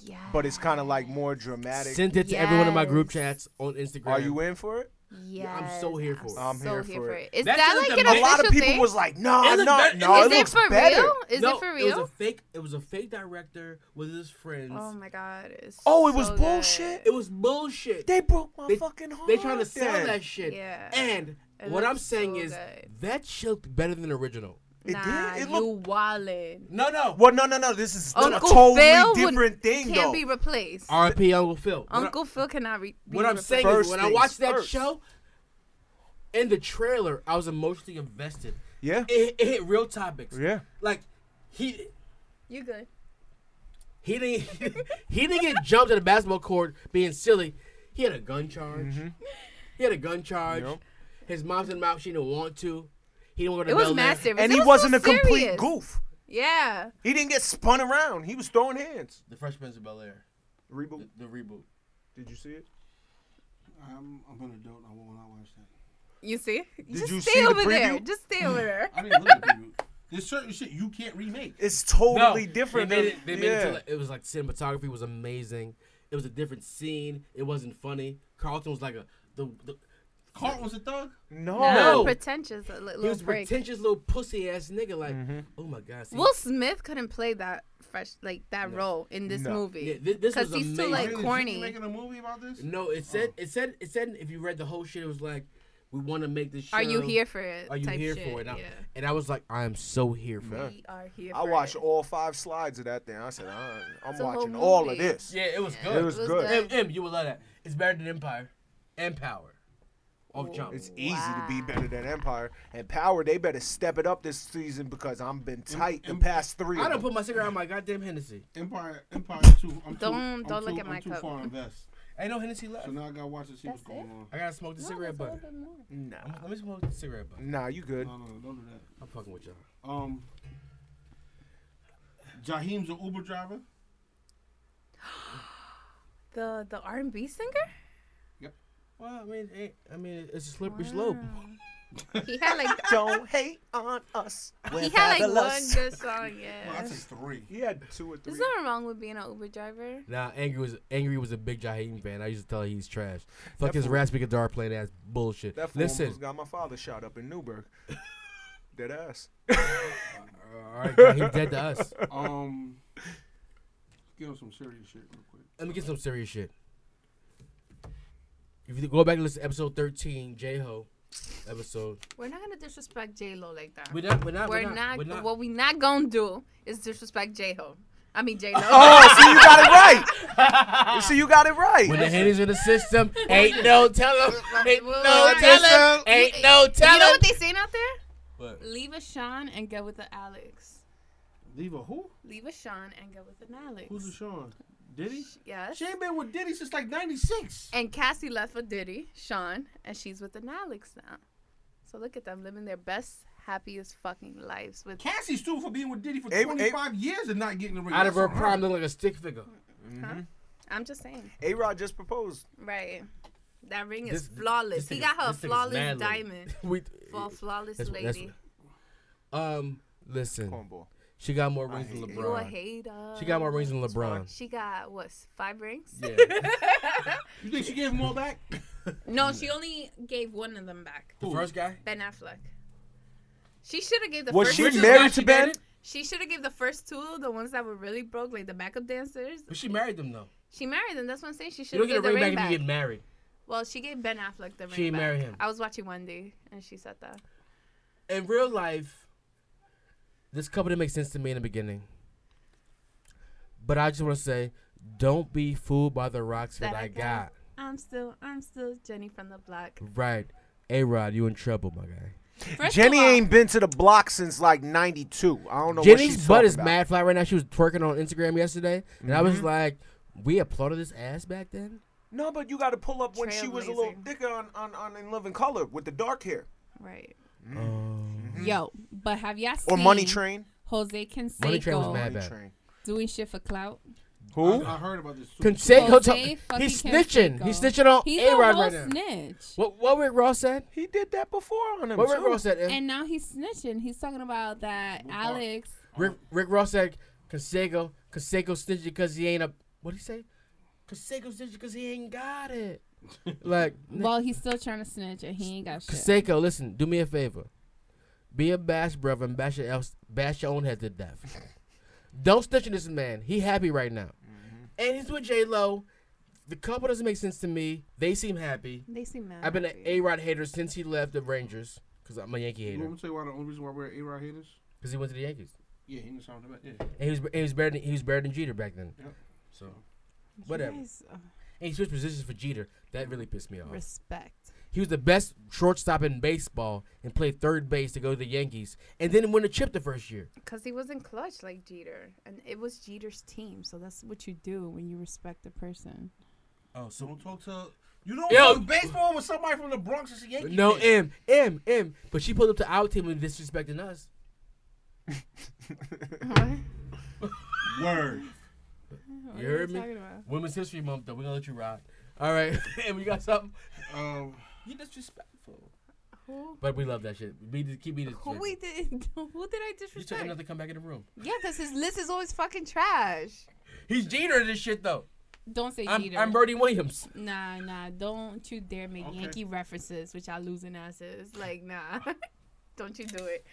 Speaker 4: Yeah.
Speaker 5: but it's kind of like more dramatic.
Speaker 2: Sent it to everyone in my group
Speaker 4: Yes.
Speaker 2: chats on Instagram.
Speaker 5: Are you in for it?
Speaker 4: yeah,
Speaker 2: I'm so here for it.
Speaker 5: I'm
Speaker 4: so
Speaker 5: here
Speaker 4: here
Speaker 5: for
Speaker 4: for
Speaker 5: it.
Speaker 4: it. Is
Speaker 2: That
Speaker 4: that
Speaker 2: shit
Speaker 4: like
Speaker 2: is
Speaker 4: an
Speaker 2: the
Speaker 5: A
Speaker 2: Official
Speaker 5: lot of people
Speaker 4: thing?
Speaker 5: was like, "Nah,
Speaker 2: It look
Speaker 5: nah,
Speaker 2: better-
Speaker 5: nah."
Speaker 4: Is
Speaker 5: it
Speaker 4: it
Speaker 5: looks
Speaker 4: for
Speaker 5: better.
Speaker 4: real? Is
Speaker 2: no,
Speaker 4: it for
Speaker 2: It
Speaker 4: real?
Speaker 2: was a fake. It was a fake director with his friends.
Speaker 4: oh my god. It's
Speaker 5: Oh, it was
Speaker 4: so
Speaker 5: bullshit?
Speaker 2: it was bullshit.
Speaker 5: They broke my
Speaker 2: They-
Speaker 5: fucking heart.
Speaker 2: They trying to sell
Speaker 5: then.
Speaker 2: that shit.
Speaker 4: Yeah.
Speaker 2: And
Speaker 4: It
Speaker 2: what I'm
Speaker 4: looks
Speaker 2: saying
Speaker 4: so
Speaker 2: is
Speaker 4: good.
Speaker 2: that shit looked better than the original.
Speaker 5: It
Speaker 4: Good.
Speaker 5: did?
Speaker 4: Nah,
Speaker 5: It
Speaker 4: you
Speaker 5: looked-
Speaker 4: wildin'.
Speaker 2: No, no.
Speaker 5: Well, no, no, no. This is a
Speaker 4: Uncle
Speaker 5: totally
Speaker 4: Phil would-
Speaker 5: different thing,
Speaker 4: Can't
Speaker 5: though.
Speaker 4: be replaced.
Speaker 2: R.P. Uncle Phil. Uh, What I-
Speaker 4: Uncle Phil cannot re- be
Speaker 2: What I'm
Speaker 4: replaced.
Speaker 2: saying is
Speaker 5: First
Speaker 2: when I
Speaker 5: things
Speaker 2: watched that
Speaker 5: first.
Speaker 2: show, in the trailer, I was emotionally invested.
Speaker 5: yeah,
Speaker 2: It, it hit real topics.
Speaker 5: yeah.
Speaker 2: Like he
Speaker 4: You good?
Speaker 2: he didn't he didn't get jumped at a basketball court being silly. He had a gun charge.
Speaker 5: Mm-hmm.
Speaker 2: He had a gun charge.
Speaker 5: Yep.
Speaker 2: His mom's in the mouth. She didn't want to. He didn't want to.
Speaker 4: It was
Speaker 2: bail there.
Speaker 4: massive.
Speaker 5: And he wasn't a complete goof.
Speaker 4: Yeah.
Speaker 5: He didn't get spun around. He was throwing hands.
Speaker 2: The Fresh Prince of Bel Air.
Speaker 5: Reboot.
Speaker 2: the reboot.
Speaker 5: Did you see it?
Speaker 1: I'm, I'm an adult. I will not watch that.
Speaker 4: You see? Just
Speaker 5: you
Speaker 4: stay
Speaker 5: see the
Speaker 4: over there.
Speaker 5: preview?
Speaker 4: Just stay over there.
Speaker 1: I didn't look at the preview. There's certain shit you can't remake.
Speaker 5: It's totally
Speaker 2: No,
Speaker 5: different.
Speaker 2: They made
Speaker 5: than-
Speaker 2: it. They made it,
Speaker 5: yeah.
Speaker 2: to, like, it was like cinematography was amazing. It was a different scene. It wasn't funny. Carlton was like a the. the
Speaker 1: Cart was a thug.
Speaker 5: no.
Speaker 2: No.
Speaker 4: Pretentious li- little
Speaker 2: he was a
Speaker 4: break.
Speaker 2: pretentious little pussy ass nigga. Like, oh my god. see,
Speaker 4: Will Smith couldn't play that fresh like that
Speaker 2: No.
Speaker 4: role in this
Speaker 5: No.
Speaker 2: yeah,
Speaker 4: movie.
Speaker 2: thi- this was
Speaker 4: Cause he's
Speaker 2: amazing.
Speaker 4: still, Like
Speaker 1: Really? Is Disney
Speaker 4: corny.
Speaker 1: Making a movie about this?
Speaker 2: no, it said it said it said if you read the whole shit, it was like we want to make this. Show.
Speaker 4: Are you here for it?
Speaker 2: Are you
Speaker 4: type
Speaker 2: here
Speaker 4: shit.
Speaker 2: for it? And I,
Speaker 4: Yeah.
Speaker 2: and I was like, I am so here for
Speaker 5: No.
Speaker 2: it.
Speaker 4: We are here.
Speaker 5: I
Speaker 4: for
Speaker 5: watched
Speaker 4: it.
Speaker 5: all five slides of that thing. I said, I, I'm
Speaker 4: It's a whole
Speaker 5: watching all of
Speaker 4: movie.
Speaker 5: this.
Speaker 2: Yeah, it was
Speaker 4: Yeah.
Speaker 2: good.
Speaker 5: It was
Speaker 4: It was
Speaker 5: good.
Speaker 4: good.
Speaker 2: M, M, you would love that. It's better than Empire and Power. off jump.
Speaker 5: It's easy to be better than Empire and Power. They better step it up this season because I'm been tight the
Speaker 1: Em-
Speaker 5: past three.
Speaker 2: I
Speaker 5: of
Speaker 2: don't
Speaker 5: them.
Speaker 2: put my cigarette on my goddamn Hennessy.
Speaker 1: Empire, Empire too. I'm
Speaker 6: Don't-
Speaker 1: too,
Speaker 6: don't
Speaker 1: I'm
Speaker 6: look
Speaker 1: too,
Speaker 6: at my
Speaker 1: I'm too
Speaker 6: cup.
Speaker 1: far invest.
Speaker 2: Ain't no Hennessy left.
Speaker 1: So now I gotta watch and see what's
Speaker 6: That's
Speaker 1: going
Speaker 6: it?
Speaker 1: on.
Speaker 2: I gotta smoke the cigarette butt.
Speaker 5: Nah,
Speaker 2: I'm- Let me smoke the cigarette butt.
Speaker 5: nah, you good?
Speaker 1: No, no, no, don't do that.
Speaker 2: I'm fucking with y'all.
Speaker 1: Um, Jaheem's an Uber driver.
Speaker 4: The the R and B singer?
Speaker 2: Well, I mean, it, I mean, it's a slippery slope.
Speaker 4: He had like
Speaker 5: Don't hate on us. We're
Speaker 4: he had like one
Speaker 5: fabulous.
Speaker 4: good song,
Speaker 1: Well, Oh, I
Speaker 4: yeah.
Speaker 1: take three.
Speaker 5: He had two or three.
Speaker 4: There's nothing wrong with being an Uber driver.
Speaker 2: Nah, angry was angry was a big Jaheim fan. I used to tell her he's trash. Fuck his
Speaker 5: fool-
Speaker 2: raspy guitar playing ass bullshit.
Speaker 5: That fool
Speaker 2: Listen,
Speaker 5: almost got my father shot up in Newburgh. Dead ass.
Speaker 2: all right, Jaheim dead to us.
Speaker 1: Um, give him some serious shit real quick.
Speaker 2: Let me get some serious shit. If you go back and listen to episode thirteen, J Ho episode,
Speaker 4: We're not gonna disrespect J Lo like that.
Speaker 2: we're not, we're not,
Speaker 4: We're
Speaker 2: we're not, we're not.
Speaker 4: what we not gonna do is disrespect J Ho. I mean J Lo.
Speaker 5: Oh, see, you got it right. see, you got it
Speaker 2: When the
Speaker 5: right.
Speaker 2: Henny's in the system, ain't no tell 'em, ain't
Speaker 4: Well,
Speaker 2: no
Speaker 4: well,
Speaker 2: tell 'em,
Speaker 5: well,
Speaker 2: ain't no tell
Speaker 4: you know
Speaker 2: 'em.
Speaker 4: what they saying out there?
Speaker 2: What?
Speaker 6: Leave a Sean and get with the Alex.
Speaker 1: Leave a who?
Speaker 4: Leave a Sean and get with an Alex.
Speaker 1: Who's a Sean? Diddy?
Speaker 4: yes.
Speaker 1: She ain't been with Diddy since like '96.
Speaker 4: And Cassie left for Diddy, Sean, and she's with an Alex now. So look at them living their best, happiest fucking lives with
Speaker 1: Cassie sued for being with Diddy for
Speaker 5: Ab- Ab-
Speaker 1: 25 years and not getting the ring.
Speaker 2: Out of
Speaker 1: That's
Speaker 2: her
Speaker 1: on
Speaker 2: prime, look like a stick figure.
Speaker 4: I'm just saying.
Speaker 5: A Rod just proposed.
Speaker 4: Right. That ring
Speaker 2: This-
Speaker 4: is flawless.
Speaker 2: this
Speaker 4: He
Speaker 2: nigga-
Speaker 4: got her
Speaker 2: this nigga's
Speaker 4: flawless
Speaker 2: mad lady.
Speaker 4: diamond
Speaker 2: we,
Speaker 4: for a flawless
Speaker 2: that's- that's-
Speaker 4: lady.
Speaker 2: um, listen,
Speaker 5: Cornball.
Speaker 2: she got more rings than
Speaker 4: You a
Speaker 2: LeBron.
Speaker 4: hater.
Speaker 2: She got more rings than LeBron.
Speaker 4: She got what? Five rings?
Speaker 2: Yeah,
Speaker 1: You think she gave him all back?
Speaker 4: No, she only gave one of them back.
Speaker 2: the first guy.
Speaker 4: Ben Affleck. She should have gave the
Speaker 5: Was
Speaker 4: first.
Speaker 5: she
Speaker 4: two-
Speaker 5: married to Ben?
Speaker 4: She should have gave the first two, the ones that were really broke, like the backup dancers.
Speaker 2: But she married them though.
Speaker 4: She married them. That's what I'm saying. She
Speaker 2: You
Speaker 4: should
Speaker 2: don't
Speaker 4: have
Speaker 2: get a
Speaker 4: gave the
Speaker 2: ring back if
Speaker 4: ring back.
Speaker 2: you get married.
Speaker 4: Well, she gave Ben Affleck the ring.
Speaker 2: She didn't
Speaker 4: back.
Speaker 2: marry him.
Speaker 4: I was watching Wendy, and she said that.
Speaker 2: In real life, this couple didn't make sense to me in the beginning. But I just want to say, don't be fooled by the rocks that, I got.
Speaker 4: I'm still, I'm still Jenny from the block.
Speaker 2: Right, A Rod, you in trouble, my guy.
Speaker 4: First
Speaker 5: Jenny
Speaker 4: of all,
Speaker 5: ain't been to the block since like '92. I don't know. what
Speaker 2: Jenny's
Speaker 5: she's
Speaker 2: butt
Speaker 5: talking
Speaker 2: is
Speaker 5: about. Mm-hmm.
Speaker 2: mad flat right now. She was twerking on Instagram yesterday, and I was like, "We applauded this ass back then."
Speaker 5: No, but you got to pull up when she was a little
Speaker 4: Trailblazing.
Speaker 5: thicker on, on, on In Living Color with the dark hair
Speaker 4: right.
Speaker 2: Mm.
Speaker 6: Yo, but have y'all seen
Speaker 5: or Money Train.
Speaker 6: Jose
Speaker 2: Money Train was
Speaker 6: Canseco
Speaker 2: mad.
Speaker 5: Money
Speaker 2: bad. Uh-huh.
Speaker 5: Train. Uh-huh.
Speaker 6: doing shit for clout?
Speaker 5: Who?
Speaker 1: I, I heard about this. too.
Speaker 2: Conseco,
Speaker 6: Jose
Speaker 2: talk- he's
Speaker 6: fucking
Speaker 2: snitching. He's
Speaker 6: Canseco.
Speaker 2: snitching on
Speaker 6: He's
Speaker 2: A
Speaker 6: a
Speaker 2: Rod
Speaker 6: whole
Speaker 2: Oh, right now.
Speaker 6: snitch.
Speaker 2: What what Rick Ross said?
Speaker 5: He did that before on him
Speaker 2: What
Speaker 5: too.
Speaker 2: Rick Ross said? Em?
Speaker 6: And now he's snitching. He's talking about that Alex.
Speaker 2: Rick, Rick Ross said Conseco Conseco snitching because he ain't a what would he say? Conseco snitching because he ain't got it. like
Speaker 6: Well, he's still trying to snitch, and he ain't got shit.
Speaker 2: Conseco, listen, do me a favor. Be a bash brother and bash your else, bash your own head to death. Don't snitch on this man. He happy right now, and he's with J Lo. The couple doesn't make sense to me. They seem happy.
Speaker 4: They seem mad.
Speaker 2: I've been an
Speaker 4: happy.
Speaker 2: A Rod hater since he left the Rangers because I'm a Yankee
Speaker 1: You
Speaker 2: hater
Speaker 1: want me to tell you why the only reason why we're A Rod haters?
Speaker 2: because he went to the Yankees.
Speaker 1: Yeah, he didn't sound about yeah.
Speaker 2: And he was he was better than, he was better than Jeter back then.
Speaker 1: Yep.
Speaker 2: So whatever. Oh.
Speaker 6: Guys, uh,
Speaker 2: And he switched positions for Jeter. That really pissed me off.
Speaker 6: Respect.
Speaker 2: He was the best shortstop in baseball and played third base to go to the Yankees and then win a chip the first year.
Speaker 4: Because he wasn't clutch like Jeter. And it was Jeter's team. So that's
Speaker 6: What you do when you respect a person.
Speaker 2: Oh, so
Speaker 1: Don't talk to. You don't
Speaker 2: Yo.
Speaker 1: Yo. baseball with somebody from the Bronx as a Yankee.
Speaker 2: no
Speaker 1: fan.
Speaker 2: M M M. But she pulled up to our team and disrespecting us.
Speaker 1: word.
Speaker 6: What
Speaker 2: You heard me?
Speaker 6: about?
Speaker 2: Women's History Month, though. We're gonna let you ride. All right, and we got something.
Speaker 1: Um,
Speaker 2: You disrespectful.
Speaker 6: Who?
Speaker 2: But we love that shit. Be keep me
Speaker 6: Who we did? Who did I
Speaker 2: You took
Speaker 6: disrespect?
Speaker 2: another come back in the room.
Speaker 4: Yeah, because his list is always fucking trash.
Speaker 2: He's Jeter in this shit though.
Speaker 6: Don't say
Speaker 2: I'm,
Speaker 6: Jeter.
Speaker 2: I'm Bertie Williams.
Speaker 6: Nah, nah, don't you dare make
Speaker 1: Okay.
Speaker 6: Yankee references, which I losing asses. Like, nah, don't you do it.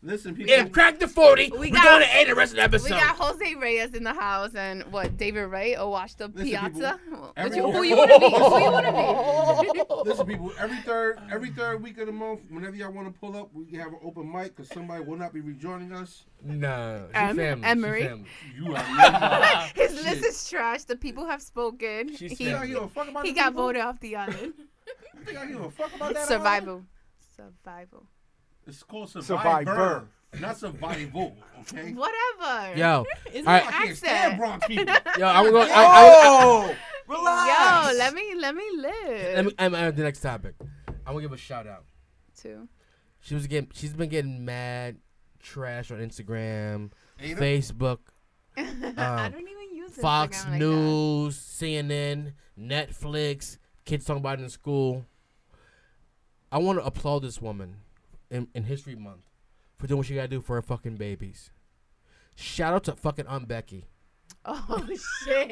Speaker 1: listen, people.
Speaker 2: Yeah, crack the forty. We,
Speaker 4: got-
Speaker 2: going to end the rest of the episode.
Speaker 4: We got Jose Reyes in the house and what, David Wright or Watch the
Speaker 1: Listen,
Speaker 4: Piazza?
Speaker 1: people,
Speaker 4: Which-
Speaker 1: everyone-
Speaker 4: who you want to be? Who you want to be?
Speaker 1: Listen, people. Every third, every third week of the month, whenever y'all want to pull up, we have an open mic because somebody will not be rejoining us.
Speaker 2: No, she
Speaker 4: Em-
Speaker 2: family.
Speaker 4: Emery.
Speaker 2: She family.
Speaker 1: You are.
Speaker 4: His list is trash. The people have spoken.
Speaker 2: She's
Speaker 4: he
Speaker 2: family.
Speaker 1: Yo, fuck about
Speaker 4: he
Speaker 1: the
Speaker 4: got
Speaker 1: people.
Speaker 4: voted off the island.
Speaker 1: You think I give a fuck about that?
Speaker 4: Survival. Survival.
Speaker 1: It's called survivor,
Speaker 5: Survivor.
Speaker 1: not survival. Okay.
Speaker 4: Whatever.
Speaker 2: Yo,
Speaker 6: Is
Speaker 2: All
Speaker 1: I
Speaker 2: right.
Speaker 6: it
Speaker 1: can't stand
Speaker 4: Accent.
Speaker 1: Bronx people.
Speaker 2: yo, I'm going. I,
Speaker 5: Oh, relax.
Speaker 4: Yo, let me let me
Speaker 2: I,
Speaker 4: live.
Speaker 2: let me. I'm at the next topic. I'm gonna give a shout out.
Speaker 4: too.
Speaker 2: She was getting. She's been getting mad trash on Instagram,
Speaker 1: Ain't it?
Speaker 2: Facebook,
Speaker 4: I
Speaker 2: Um,
Speaker 4: don't even use Instagram
Speaker 2: Fox
Speaker 4: like that.
Speaker 2: News, CNN, Netflix. Kids talking about it in school. I want to applaud this woman in, in History Month for doing what she gotta do for her fucking babies. Shout out to fucking Aunt Becky.
Speaker 4: Oh shit.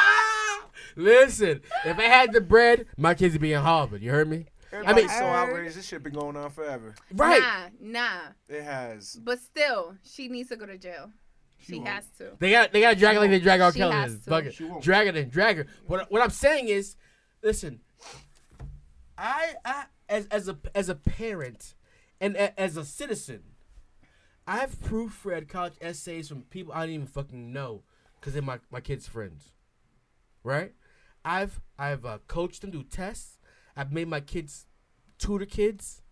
Speaker 2: Listen, if I had the bread, my kids would be in Harvard. You heard me?
Speaker 5: Everybody's
Speaker 2: mean-
Speaker 5: so outraged. This shit been going on forever.
Speaker 2: Right.
Speaker 4: Nah, nah.
Speaker 5: It has.
Speaker 4: But still, she needs to go to jail. She,
Speaker 1: won't.
Speaker 4: has to.
Speaker 2: They got they got to drag her like they drag out
Speaker 4: She
Speaker 2: Kelly.
Speaker 4: has to.
Speaker 2: Fuck it.
Speaker 1: She won't.
Speaker 2: Drag her then drag her. What what I'm saying is, listen, I I as as a as a parent and a, as a citizen, I've proofread college essays from people I don't even fucking know because they're my my kids' friends, right? I've I've uh, coached them do tests. I've made my kids tutor kids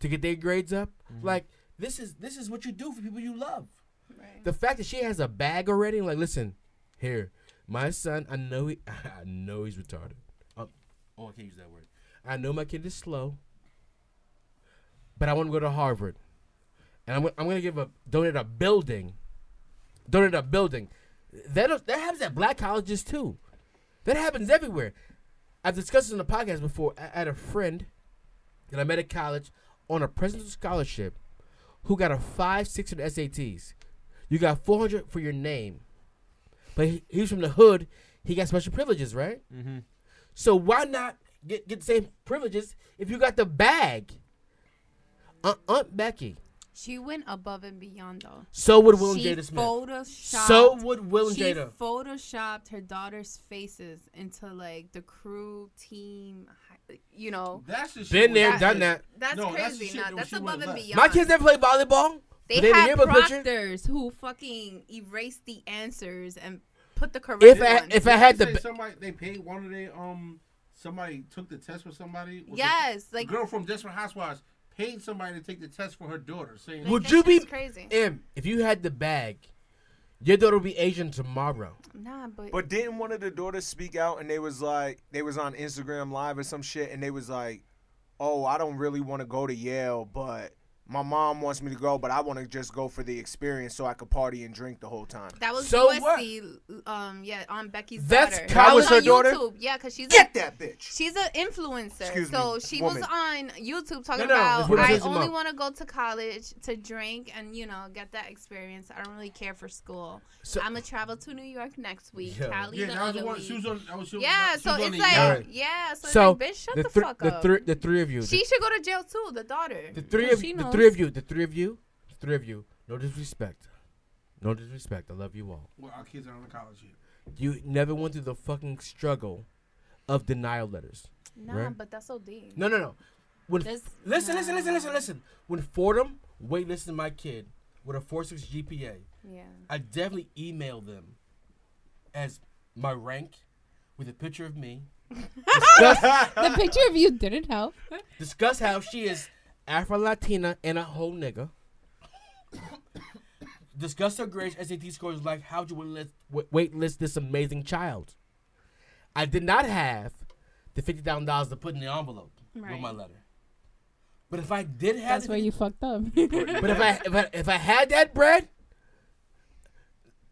Speaker 2: to get their grades up.
Speaker 1: Mm-hmm.
Speaker 2: Like this is this is what you do for people you love
Speaker 4: Right.
Speaker 2: the fact that she has a bag already, like, listen, here, my son, I know he, I know he's retarded. Um, oh, I can't use that word. I know my kid is slow, but I want to go to Harvard, and I'm, I'm gonna give a donate a building, donate a building. That that happens at black colleges too. That happens everywhere. I've discussed this in the podcast before. I I had a friend that I met at college on a presidential scholarship who got a five six on the SATs. You got 400 for your name. But he, he was from the hood. He got special privileges, right? Mm-hmm. So why not get, get the same privileges if you got the bag? Aunt, Aunt Becky.
Speaker 4: She went above and beyond though.
Speaker 2: So would Will and
Speaker 4: she
Speaker 2: Jada Smith.
Speaker 4: photoshopped.
Speaker 2: So would Will and
Speaker 4: she
Speaker 2: Jada.
Speaker 4: photoshopped her daughter's faces into like the crew team. hi- You know,
Speaker 1: That's the shit.
Speaker 2: Been
Speaker 1: where-
Speaker 2: there, done that.
Speaker 4: that's
Speaker 1: No, that's the
Speaker 4: crazy.
Speaker 1: shit
Speaker 4: Nah,
Speaker 1: that
Speaker 4: that's
Speaker 1: she
Speaker 4: above
Speaker 1: would've
Speaker 4: and
Speaker 1: left.
Speaker 4: beyond.
Speaker 2: My kids never played volleyball.
Speaker 4: They
Speaker 2: but in the
Speaker 4: had
Speaker 2: yearbook picture,
Speaker 4: proctors who fucking erased the answers and put the correct
Speaker 2: If I
Speaker 4: one.
Speaker 2: if I had the
Speaker 1: Say
Speaker 2: ba-
Speaker 1: somebody they paid one of their um somebody took the test for somebody. was a-
Speaker 4: yes,
Speaker 1: the
Speaker 4: like
Speaker 1: girl from Desperate Housewives paid somebody to take the test for her daughter, saying
Speaker 2: would
Speaker 4: that
Speaker 2: you be
Speaker 4: shit's crazy.
Speaker 2: M? If you had the bag, your daughter would be Asian tomorrow.
Speaker 4: nah, but,
Speaker 5: But didn't one of the daughters speak out and they was like they was on Instagram live or some shit and they was like, "Oh, I don't really want to go to Yale, but my mom wants me to go, but I want to just go for the experience so I could party and drink the whole time."
Speaker 4: that was
Speaker 2: So
Speaker 4: USC. Um, yeah, on Becky's
Speaker 2: That's
Speaker 4: daughter.
Speaker 2: That was
Speaker 4: It's on
Speaker 5: her daughter?
Speaker 4: YouTube. Yeah, because she's
Speaker 5: Get
Speaker 4: a,
Speaker 5: that bitch.
Speaker 4: She's an influencer.
Speaker 5: Excuse me,
Speaker 4: so she
Speaker 5: woman.
Speaker 4: was on YouTube talking
Speaker 2: No, no, it's
Speaker 4: about
Speaker 2: women
Speaker 4: I
Speaker 2: raise 'em
Speaker 4: only
Speaker 2: up."
Speaker 4: want to go to college to drink and you know get that experience. I don't really care for school.
Speaker 2: So-
Speaker 4: I'm gonna travel to New York next week.
Speaker 2: Yeah.
Speaker 4: Cali
Speaker 1: Yeah,
Speaker 4: the
Speaker 1: that was the
Speaker 4: other
Speaker 1: one.
Speaker 4: week.
Speaker 1: She was on. That was, she was
Speaker 4: yeah,
Speaker 1: on- she
Speaker 4: so
Speaker 1: was on
Speaker 4: it's
Speaker 1: the
Speaker 4: like
Speaker 1: yacht.
Speaker 4: yeah, so,
Speaker 2: So
Speaker 4: it's like, bitch, shut
Speaker 2: the
Speaker 4: the,
Speaker 2: three,
Speaker 4: fuck
Speaker 2: the
Speaker 4: up.
Speaker 2: three, the three of you. the
Speaker 4: she should go to jail too. The daughter.
Speaker 2: The three
Speaker 6: Well,
Speaker 2: of
Speaker 6: she
Speaker 2: the three
Speaker 6: knows.
Speaker 2: of you, the three of you, the three of you. No disrespect, no disrespect. I love you all.
Speaker 1: Well, our kids are on the college yet.
Speaker 2: You never went through the fucking struggle of denial letters.
Speaker 4: Nah,
Speaker 2: Right.
Speaker 4: but that's OD.
Speaker 2: No, no, no. When
Speaker 6: This-
Speaker 2: listen, listen, listen, listen, listen. When Fordham waitlisted my kid with a 4.6 GPA,
Speaker 4: Yeah.
Speaker 2: I definitely emailed them as my rank with a picture of me. discuss,
Speaker 6: the picture of you didn't help.
Speaker 2: discuss how she is Afro Latina and a whole nigga. discuss her grades, SAT scores, like how'd you waitlist, wa- waitlist this amazing child? I did not have the fifty thousand dollars to put in the envelope with my
Speaker 4: Right.
Speaker 2: letter. But if I did have,
Speaker 6: That's
Speaker 2: the
Speaker 6: where you fucked up.
Speaker 2: but if I, if I if I had that bread,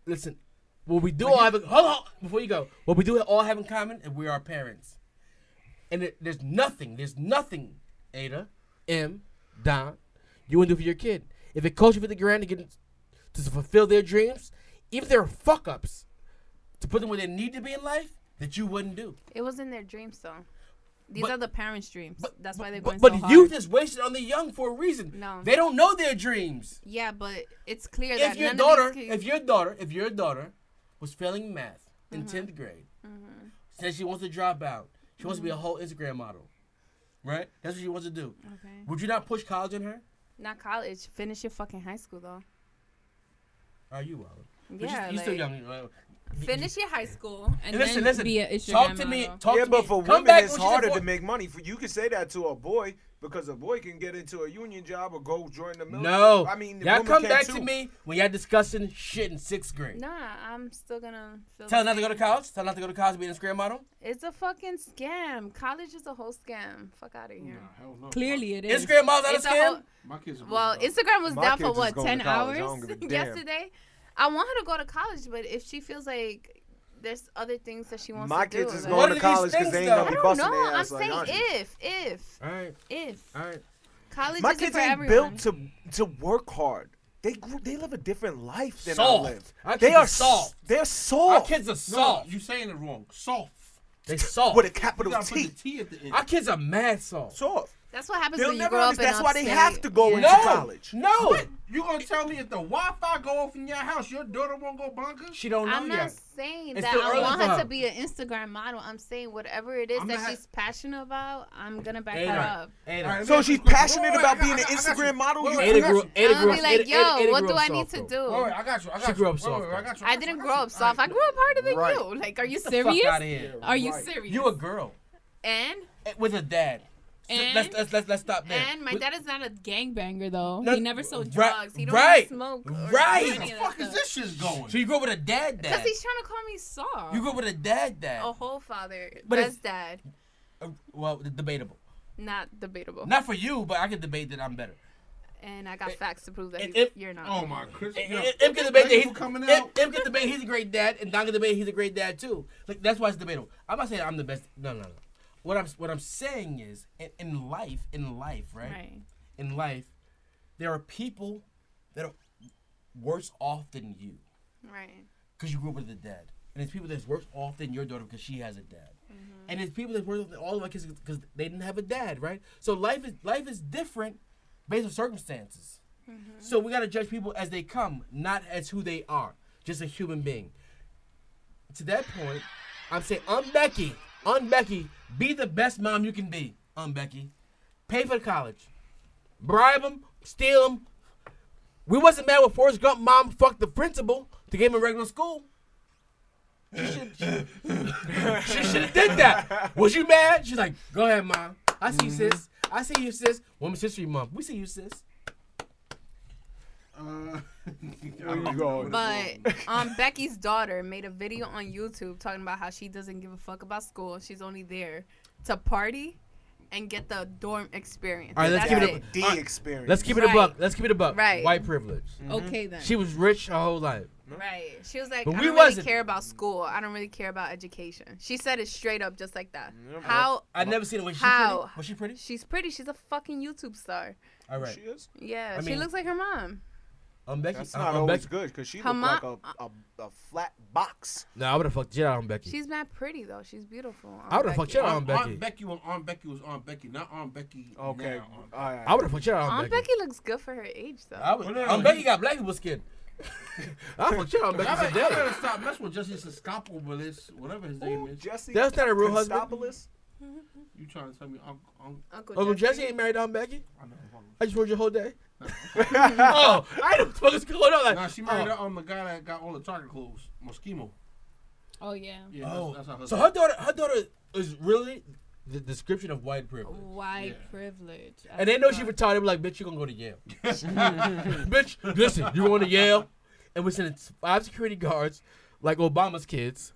Speaker 2: listen, what we do all have hold on before you go, what we do all have in common, and we are parents, and it, there's nothing, there's nothing, Ada, M, Don, you wouldn't do for your kid. If it costs you fifty grand to get to fulfill their dreams, even if they're fuck ups, to put them where they need to be in life, that you wouldn't do.
Speaker 4: It was in their dreams though. These
Speaker 2: But-
Speaker 4: are the parents' dreams.
Speaker 2: But
Speaker 4: that's why they're
Speaker 2: but,
Speaker 4: going
Speaker 2: but
Speaker 4: so hard.
Speaker 2: youth is wasted on the young for a reason.
Speaker 4: No.
Speaker 2: They don't know their dreams.
Speaker 4: yeah, but it's clear
Speaker 2: if
Speaker 4: that
Speaker 2: your
Speaker 4: none
Speaker 2: daughter,
Speaker 4: of these kids-
Speaker 2: if your daughter, if your daughter was failing math in
Speaker 4: Mm-hmm.
Speaker 2: 10th grade, says she wants to drop out, she wants to
Speaker 4: Mm-hmm.
Speaker 2: be a whole Instagram model, right? That's what she wants to do.
Speaker 4: okay.
Speaker 2: Would you not push college on her?
Speaker 4: Not college. Finish your fucking high school though.
Speaker 2: Are you wild? But
Speaker 4: Yeah,
Speaker 2: you, you still
Speaker 4: like,
Speaker 2: young. Right?
Speaker 4: Finish your high school and
Speaker 2: listen,
Speaker 4: then
Speaker 2: listen.
Speaker 6: be a Instagram
Speaker 2: talk to me.
Speaker 6: model.
Speaker 2: Talk
Speaker 5: yeah,
Speaker 2: to
Speaker 5: but
Speaker 2: me.
Speaker 5: for
Speaker 2: Come
Speaker 5: women,
Speaker 2: back
Speaker 5: it's
Speaker 2: when she's a
Speaker 5: harder
Speaker 2: boy-
Speaker 5: to make money. For you can say that to a boy because a boy can get into a union job or go join the military.
Speaker 2: No,
Speaker 5: I mean, the
Speaker 2: y'all
Speaker 5: woman
Speaker 2: come
Speaker 5: can
Speaker 2: back
Speaker 5: too.
Speaker 2: to me when y'all discussing shit in sixth grade.
Speaker 4: Nah, I'm still gonna. Feel
Speaker 2: Tell her
Speaker 4: the
Speaker 2: not to go to
Speaker 4: same.
Speaker 2: college. Tell her not to go to college and be an Instagram model.
Speaker 4: It's a fucking scam. College is a whole scam. Fuck out of here.
Speaker 1: hell no.
Speaker 6: Clearly, it is.
Speaker 2: Instagram models out
Speaker 4: It's
Speaker 2: of
Speaker 4: a
Speaker 2: scam.
Speaker 4: whole,
Speaker 1: My, my kids. Are
Speaker 4: well,
Speaker 1: grown.
Speaker 4: Instagram was
Speaker 5: My
Speaker 4: down
Speaker 5: kid
Speaker 4: for
Speaker 5: just
Speaker 4: what
Speaker 5: go to
Speaker 4: ten
Speaker 5: college. I
Speaker 4: hours
Speaker 5: don't give a damn.
Speaker 4: yesterday. I want her to go to college, but if she feels like there's other things that she wants
Speaker 5: My
Speaker 4: to
Speaker 5: kids
Speaker 4: do,
Speaker 5: is
Speaker 4: like-
Speaker 2: What
Speaker 5: going
Speaker 2: are
Speaker 5: to
Speaker 2: these
Speaker 5: college because
Speaker 2: things,
Speaker 5: they ain't
Speaker 2: though?
Speaker 5: gonna
Speaker 4: I
Speaker 5: be
Speaker 4: don't
Speaker 5: busting
Speaker 4: know.
Speaker 5: their
Speaker 4: I'm
Speaker 5: ass like
Speaker 4: saying
Speaker 5: ours.
Speaker 4: if, if,
Speaker 2: All right,
Speaker 4: if
Speaker 2: all right.
Speaker 4: college
Speaker 5: My
Speaker 4: isn't
Speaker 5: kids
Speaker 4: for
Speaker 5: ain't
Speaker 4: everyone.
Speaker 5: built to to work hard. They grew, they live a different life than
Speaker 2: Soft.
Speaker 5: I live.
Speaker 2: Our
Speaker 5: They
Speaker 2: kids
Speaker 5: are
Speaker 2: are soft.
Speaker 5: s- They're
Speaker 2: Our
Speaker 5: soft
Speaker 2: kids are
Speaker 1: No,
Speaker 2: soft.
Speaker 1: you saying it wrong. Soft.
Speaker 2: They soft.
Speaker 5: with a
Speaker 1: You
Speaker 5: capital
Speaker 1: gotta
Speaker 5: T.
Speaker 1: put the T at the end.
Speaker 2: Our kids are mad soft.
Speaker 5: Soft.
Speaker 4: That's what happens
Speaker 5: They'll
Speaker 4: when you
Speaker 5: never
Speaker 4: grow up in
Speaker 5: understand. That's why they have to
Speaker 4: upstate.
Speaker 5: go
Speaker 4: Yeah.
Speaker 5: into
Speaker 2: No,
Speaker 5: college.
Speaker 2: no.
Speaker 1: What? You gonna tell me if the Wi-Fi go off in your house, your daughter won't go bonkers?
Speaker 2: She don't know
Speaker 4: I'm
Speaker 2: yet.
Speaker 4: not saying
Speaker 2: It's
Speaker 4: that
Speaker 2: still
Speaker 4: I
Speaker 2: early
Speaker 4: want
Speaker 2: for
Speaker 4: her
Speaker 2: her.
Speaker 4: to be an Instagram model. I'm saying whatever it is
Speaker 1: I'm
Speaker 4: that
Speaker 1: not-
Speaker 4: she's passionate about, I'm gonna back
Speaker 2: Ada.
Speaker 4: her up.
Speaker 2: Ada.
Speaker 1: All right, let me
Speaker 5: So
Speaker 1: ask you
Speaker 5: she's
Speaker 1: a question.
Speaker 5: passionate
Speaker 1: Wait, wait,
Speaker 5: about
Speaker 1: I got-
Speaker 5: being an
Speaker 1: I got you.
Speaker 5: Instagram model?
Speaker 1: Wait,
Speaker 5: You
Speaker 1: wait,
Speaker 2: Ada
Speaker 1: I got
Speaker 2: grew,
Speaker 1: you.
Speaker 2: Ada
Speaker 4: I'm
Speaker 2: grew
Speaker 4: gonna be like,
Speaker 2: Ada- Ada-
Speaker 4: yo,
Speaker 2: Ada
Speaker 4: what
Speaker 2: grew
Speaker 4: do
Speaker 2: up
Speaker 4: I
Speaker 2: soft,
Speaker 4: need to
Speaker 2: though.
Speaker 1: All right,
Speaker 4: do?
Speaker 1: I got you. I got
Speaker 2: She
Speaker 1: you.
Speaker 2: grew up
Speaker 1: Wait,
Speaker 2: soft,
Speaker 1: wait, wait, I
Speaker 2: though.
Speaker 1: got you.
Speaker 4: I didn't grow up soft. I grew up harder than you. Like, are you
Speaker 2: Get the fuck
Speaker 4: serious?
Speaker 2: outta here.
Speaker 6: Are you
Speaker 1: Right.
Speaker 6: serious?
Speaker 2: You a girl
Speaker 4: And
Speaker 2: eh, with a dad. So
Speaker 6: And-
Speaker 2: let's, let's let's let's stop there.
Speaker 4: and my
Speaker 2: We-
Speaker 4: dad is
Speaker 6: not a gangbanger though.
Speaker 2: No,
Speaker 6: he never sold
Speaker 2: right-
Speaker 6: drugs. He
Speaker 4: he don't
Speaker 2: Right.
Speaker 4: right. smoke. Or
Speaker 2: Right.
Speaker 4: do
Speaker 1: Where
Speaker 4: any
Speaker 1: the
Speaker 4: of that
Speaker 1: fuck is
Speaker 4: stuff.
Speaker 1: this shit going?
Speaker 2: So you grew up with a dad
Speaker 4: Cause Oh.
Speaker 2: dad.
Speaker 4: he's trying to call me soft.
Speaker 2: You grew up with a dad dad.
Speaker 4: a whole father.
Speaker 2: But
Speaker 4: That's
Speaker 2: it's-
Speaker 4: dad.
Speaker 2: Uh, Well, d- debatable.
Speaker 4: Not debatable.
Speaker 2: Not for you, but I can debate that I'm better.
Speaker 4: and I got facts to prove that
Speaker 2: and
Speaker 4: he-
Speaker 2: if-
Speaker 4: you're not.
Speaker 1: Oh my Chris.
Speaker 2: Im
Speaker 1: yeah.
Speaker 2: Im can debate that
Speaker 1: Thank you
Speaker 2: he's
Speaker 1: for coming
Speaker 2: Im-
Speaker 1: out.
Speaker 2: Im can debate he's a great dad, and Don can debate he's a great dad too. Like that's why it's debatable. I'm not saying I'm the best. No, no, no. What I'm what I'm saying is in, in life, in life, right?
Speaker 4: Right.
Speaker 2: In life, there are people that are worse off than you.
Speaker 4: Right.
Speaker 2: because you grew up with a dad. And it's people that's worse off than your daughter because she has a dad. And it's people that's worse off than all of our kids because they didn't have a dad, right? So life is life is different based on circumstances. So we gotta judge people as they come, not as who they are, just a human being. To that point, I'm saying, Aunt Becky, Aunt Becky, be the best mom you can be, Aunt Becky. Pay for the college, bribe them, steal them, we wasn't mad when Forrest Gump mom fucked the principal to get him in regular school. She should have did that. Was you mad? She's like, go ahead, mom. I see you, sis. I see you, sis. Women's History Month. We see you, sis.
Speaker 1: Uh,
Speaker 5: you going?
Speaker 4: But um, Becky's daughter made a video on YouTube talking about how she doesn't give a fuck about school. She's only there to party and get the dorm experience.
Speaker 2: All right, let's give
Speaker 4: That's
Speaker 5: got
Speaker 2: it
Speaker 4: it.
Speaker 5: a D
Speaker 2: Alright,
Speaker 5: experience.
Speaker 2: Let's keep it a
Speaker 4: Right.
Speaker 2: buck. Let's keep it a buck.
Speaker 4: Right. Mm.
Speaker 2: White privilege.
Speaker 6: Okay then.
Speaker 2: Mm-hmm. She was rich her whole life.
Speaker 4: Right. She was like,
Speaker 2: But
Speaker 4: I
Speaker 2: we
Speaker 4: don't really
Speaker 2: wasn't.
Speaker 4: care about school. I don't really care about education. She said it straight up, just like
Speaker 2: Mm-hmm.
Speaker 4: that.
Speaker 5: Yep.
Speaker 4: How?
Speaker 2: I never seen her. Was she
Speaker 4: How?
Speaker 2: pretty? Was she pretty?
Speaker 4: She's pretty. She's a fucking YouTube star.
Speaker 2: All right.
Speaker 5: She is.
Speaker 4: Yeah,
Speaker 2: I
Speaker 4: she
Speaker 2: mean-
Speaker 4: looks like her mom.
Speaker 2: I'm Becky.
Speaker 5: That's
Speaker 2: I'm,
Speaker 5: not
Speaker 2: I'm
Speaker 5: always
Speaker 2: Becky.
Speaker 5: good because she
Speaker 4: Her
Speaker 5: looked like
Speaker 4: mom-
Speaker 5: a, a, a flat box.
Speaker 2: No, I would have fucked the shit out on Becky.
Speaker 4: She's not pretty though. She's beautiful. Aunt
Speaker 2: I would've
Speaker 4: Becky.
Speaker 2: fucked you up.
Speaker 1: Aunt,
Speaker 2: Becky.
Speaker 1: Aunt Becky was Aunt Becky was Aunt Becky, not Aunt Becky.
Speaker 5: Okay.
Speaker 1: now, Aunt-
Speaker 5: All right.
Speaker 2: I would have fucked the shit out on
Speaker 4: Aunt
Speaker 2: Becky.
Speaker 4: Becky looks good for her age though.
Speaker 2: I would,
Speaker 1: Well, no,
Speaker 2: Aunt
Speaker 1: no,
Speaker 2: Becky
Speaker 1: you-
Speaker 2: got black people skin. I fucked the shit out on
Speaker 1: Y'all
Speaker 2: Becky.
Speaker 1: better, y'all
Speaker 2: Sedella.
Speaker 1: better stop messing with Justice Escapobulus, whatever his name is.
Speaker 5: Jesse.
Speaker 2: That's not a real husband.
Speaker 5: Constopoulos?
Speaker 2: Oh,
Speaker 1: You trying to tell me Uncle? Uncle
Speaker 4: Uncle,
Speaker 2: Uncle
Speaker 4: Jesse.
Speaker 2: Um, Jesse ain't married Aunt Becky.
Speaker 1: I know. I'm wrong.
Speaker 2: I just ruined your whole day. oh, I don't fuck what's going on. Like,
Speaker 1: Nah, she married
Speaker 2: oh.
Speaker 1: up on the guy that got all the target clothes, Moschino.
Speaker 6: oh yeah.
Speaker 1: Yeah,
Speaker 2: Oh,
Speaker 1: that's, that's how
Speaker 2: so her daughter, her daughter is really the description of white privilege.
Speaker 4: Oh,
Speaker 6: White
Speaker 1: Yeah.
Speaker 6: privilege.
Speaker 2: And they know she retarded. They're Like, bitch, you gonna go to Yale. bitch, listen, you going to Yale? And we sending five security guards, like Obama's kids.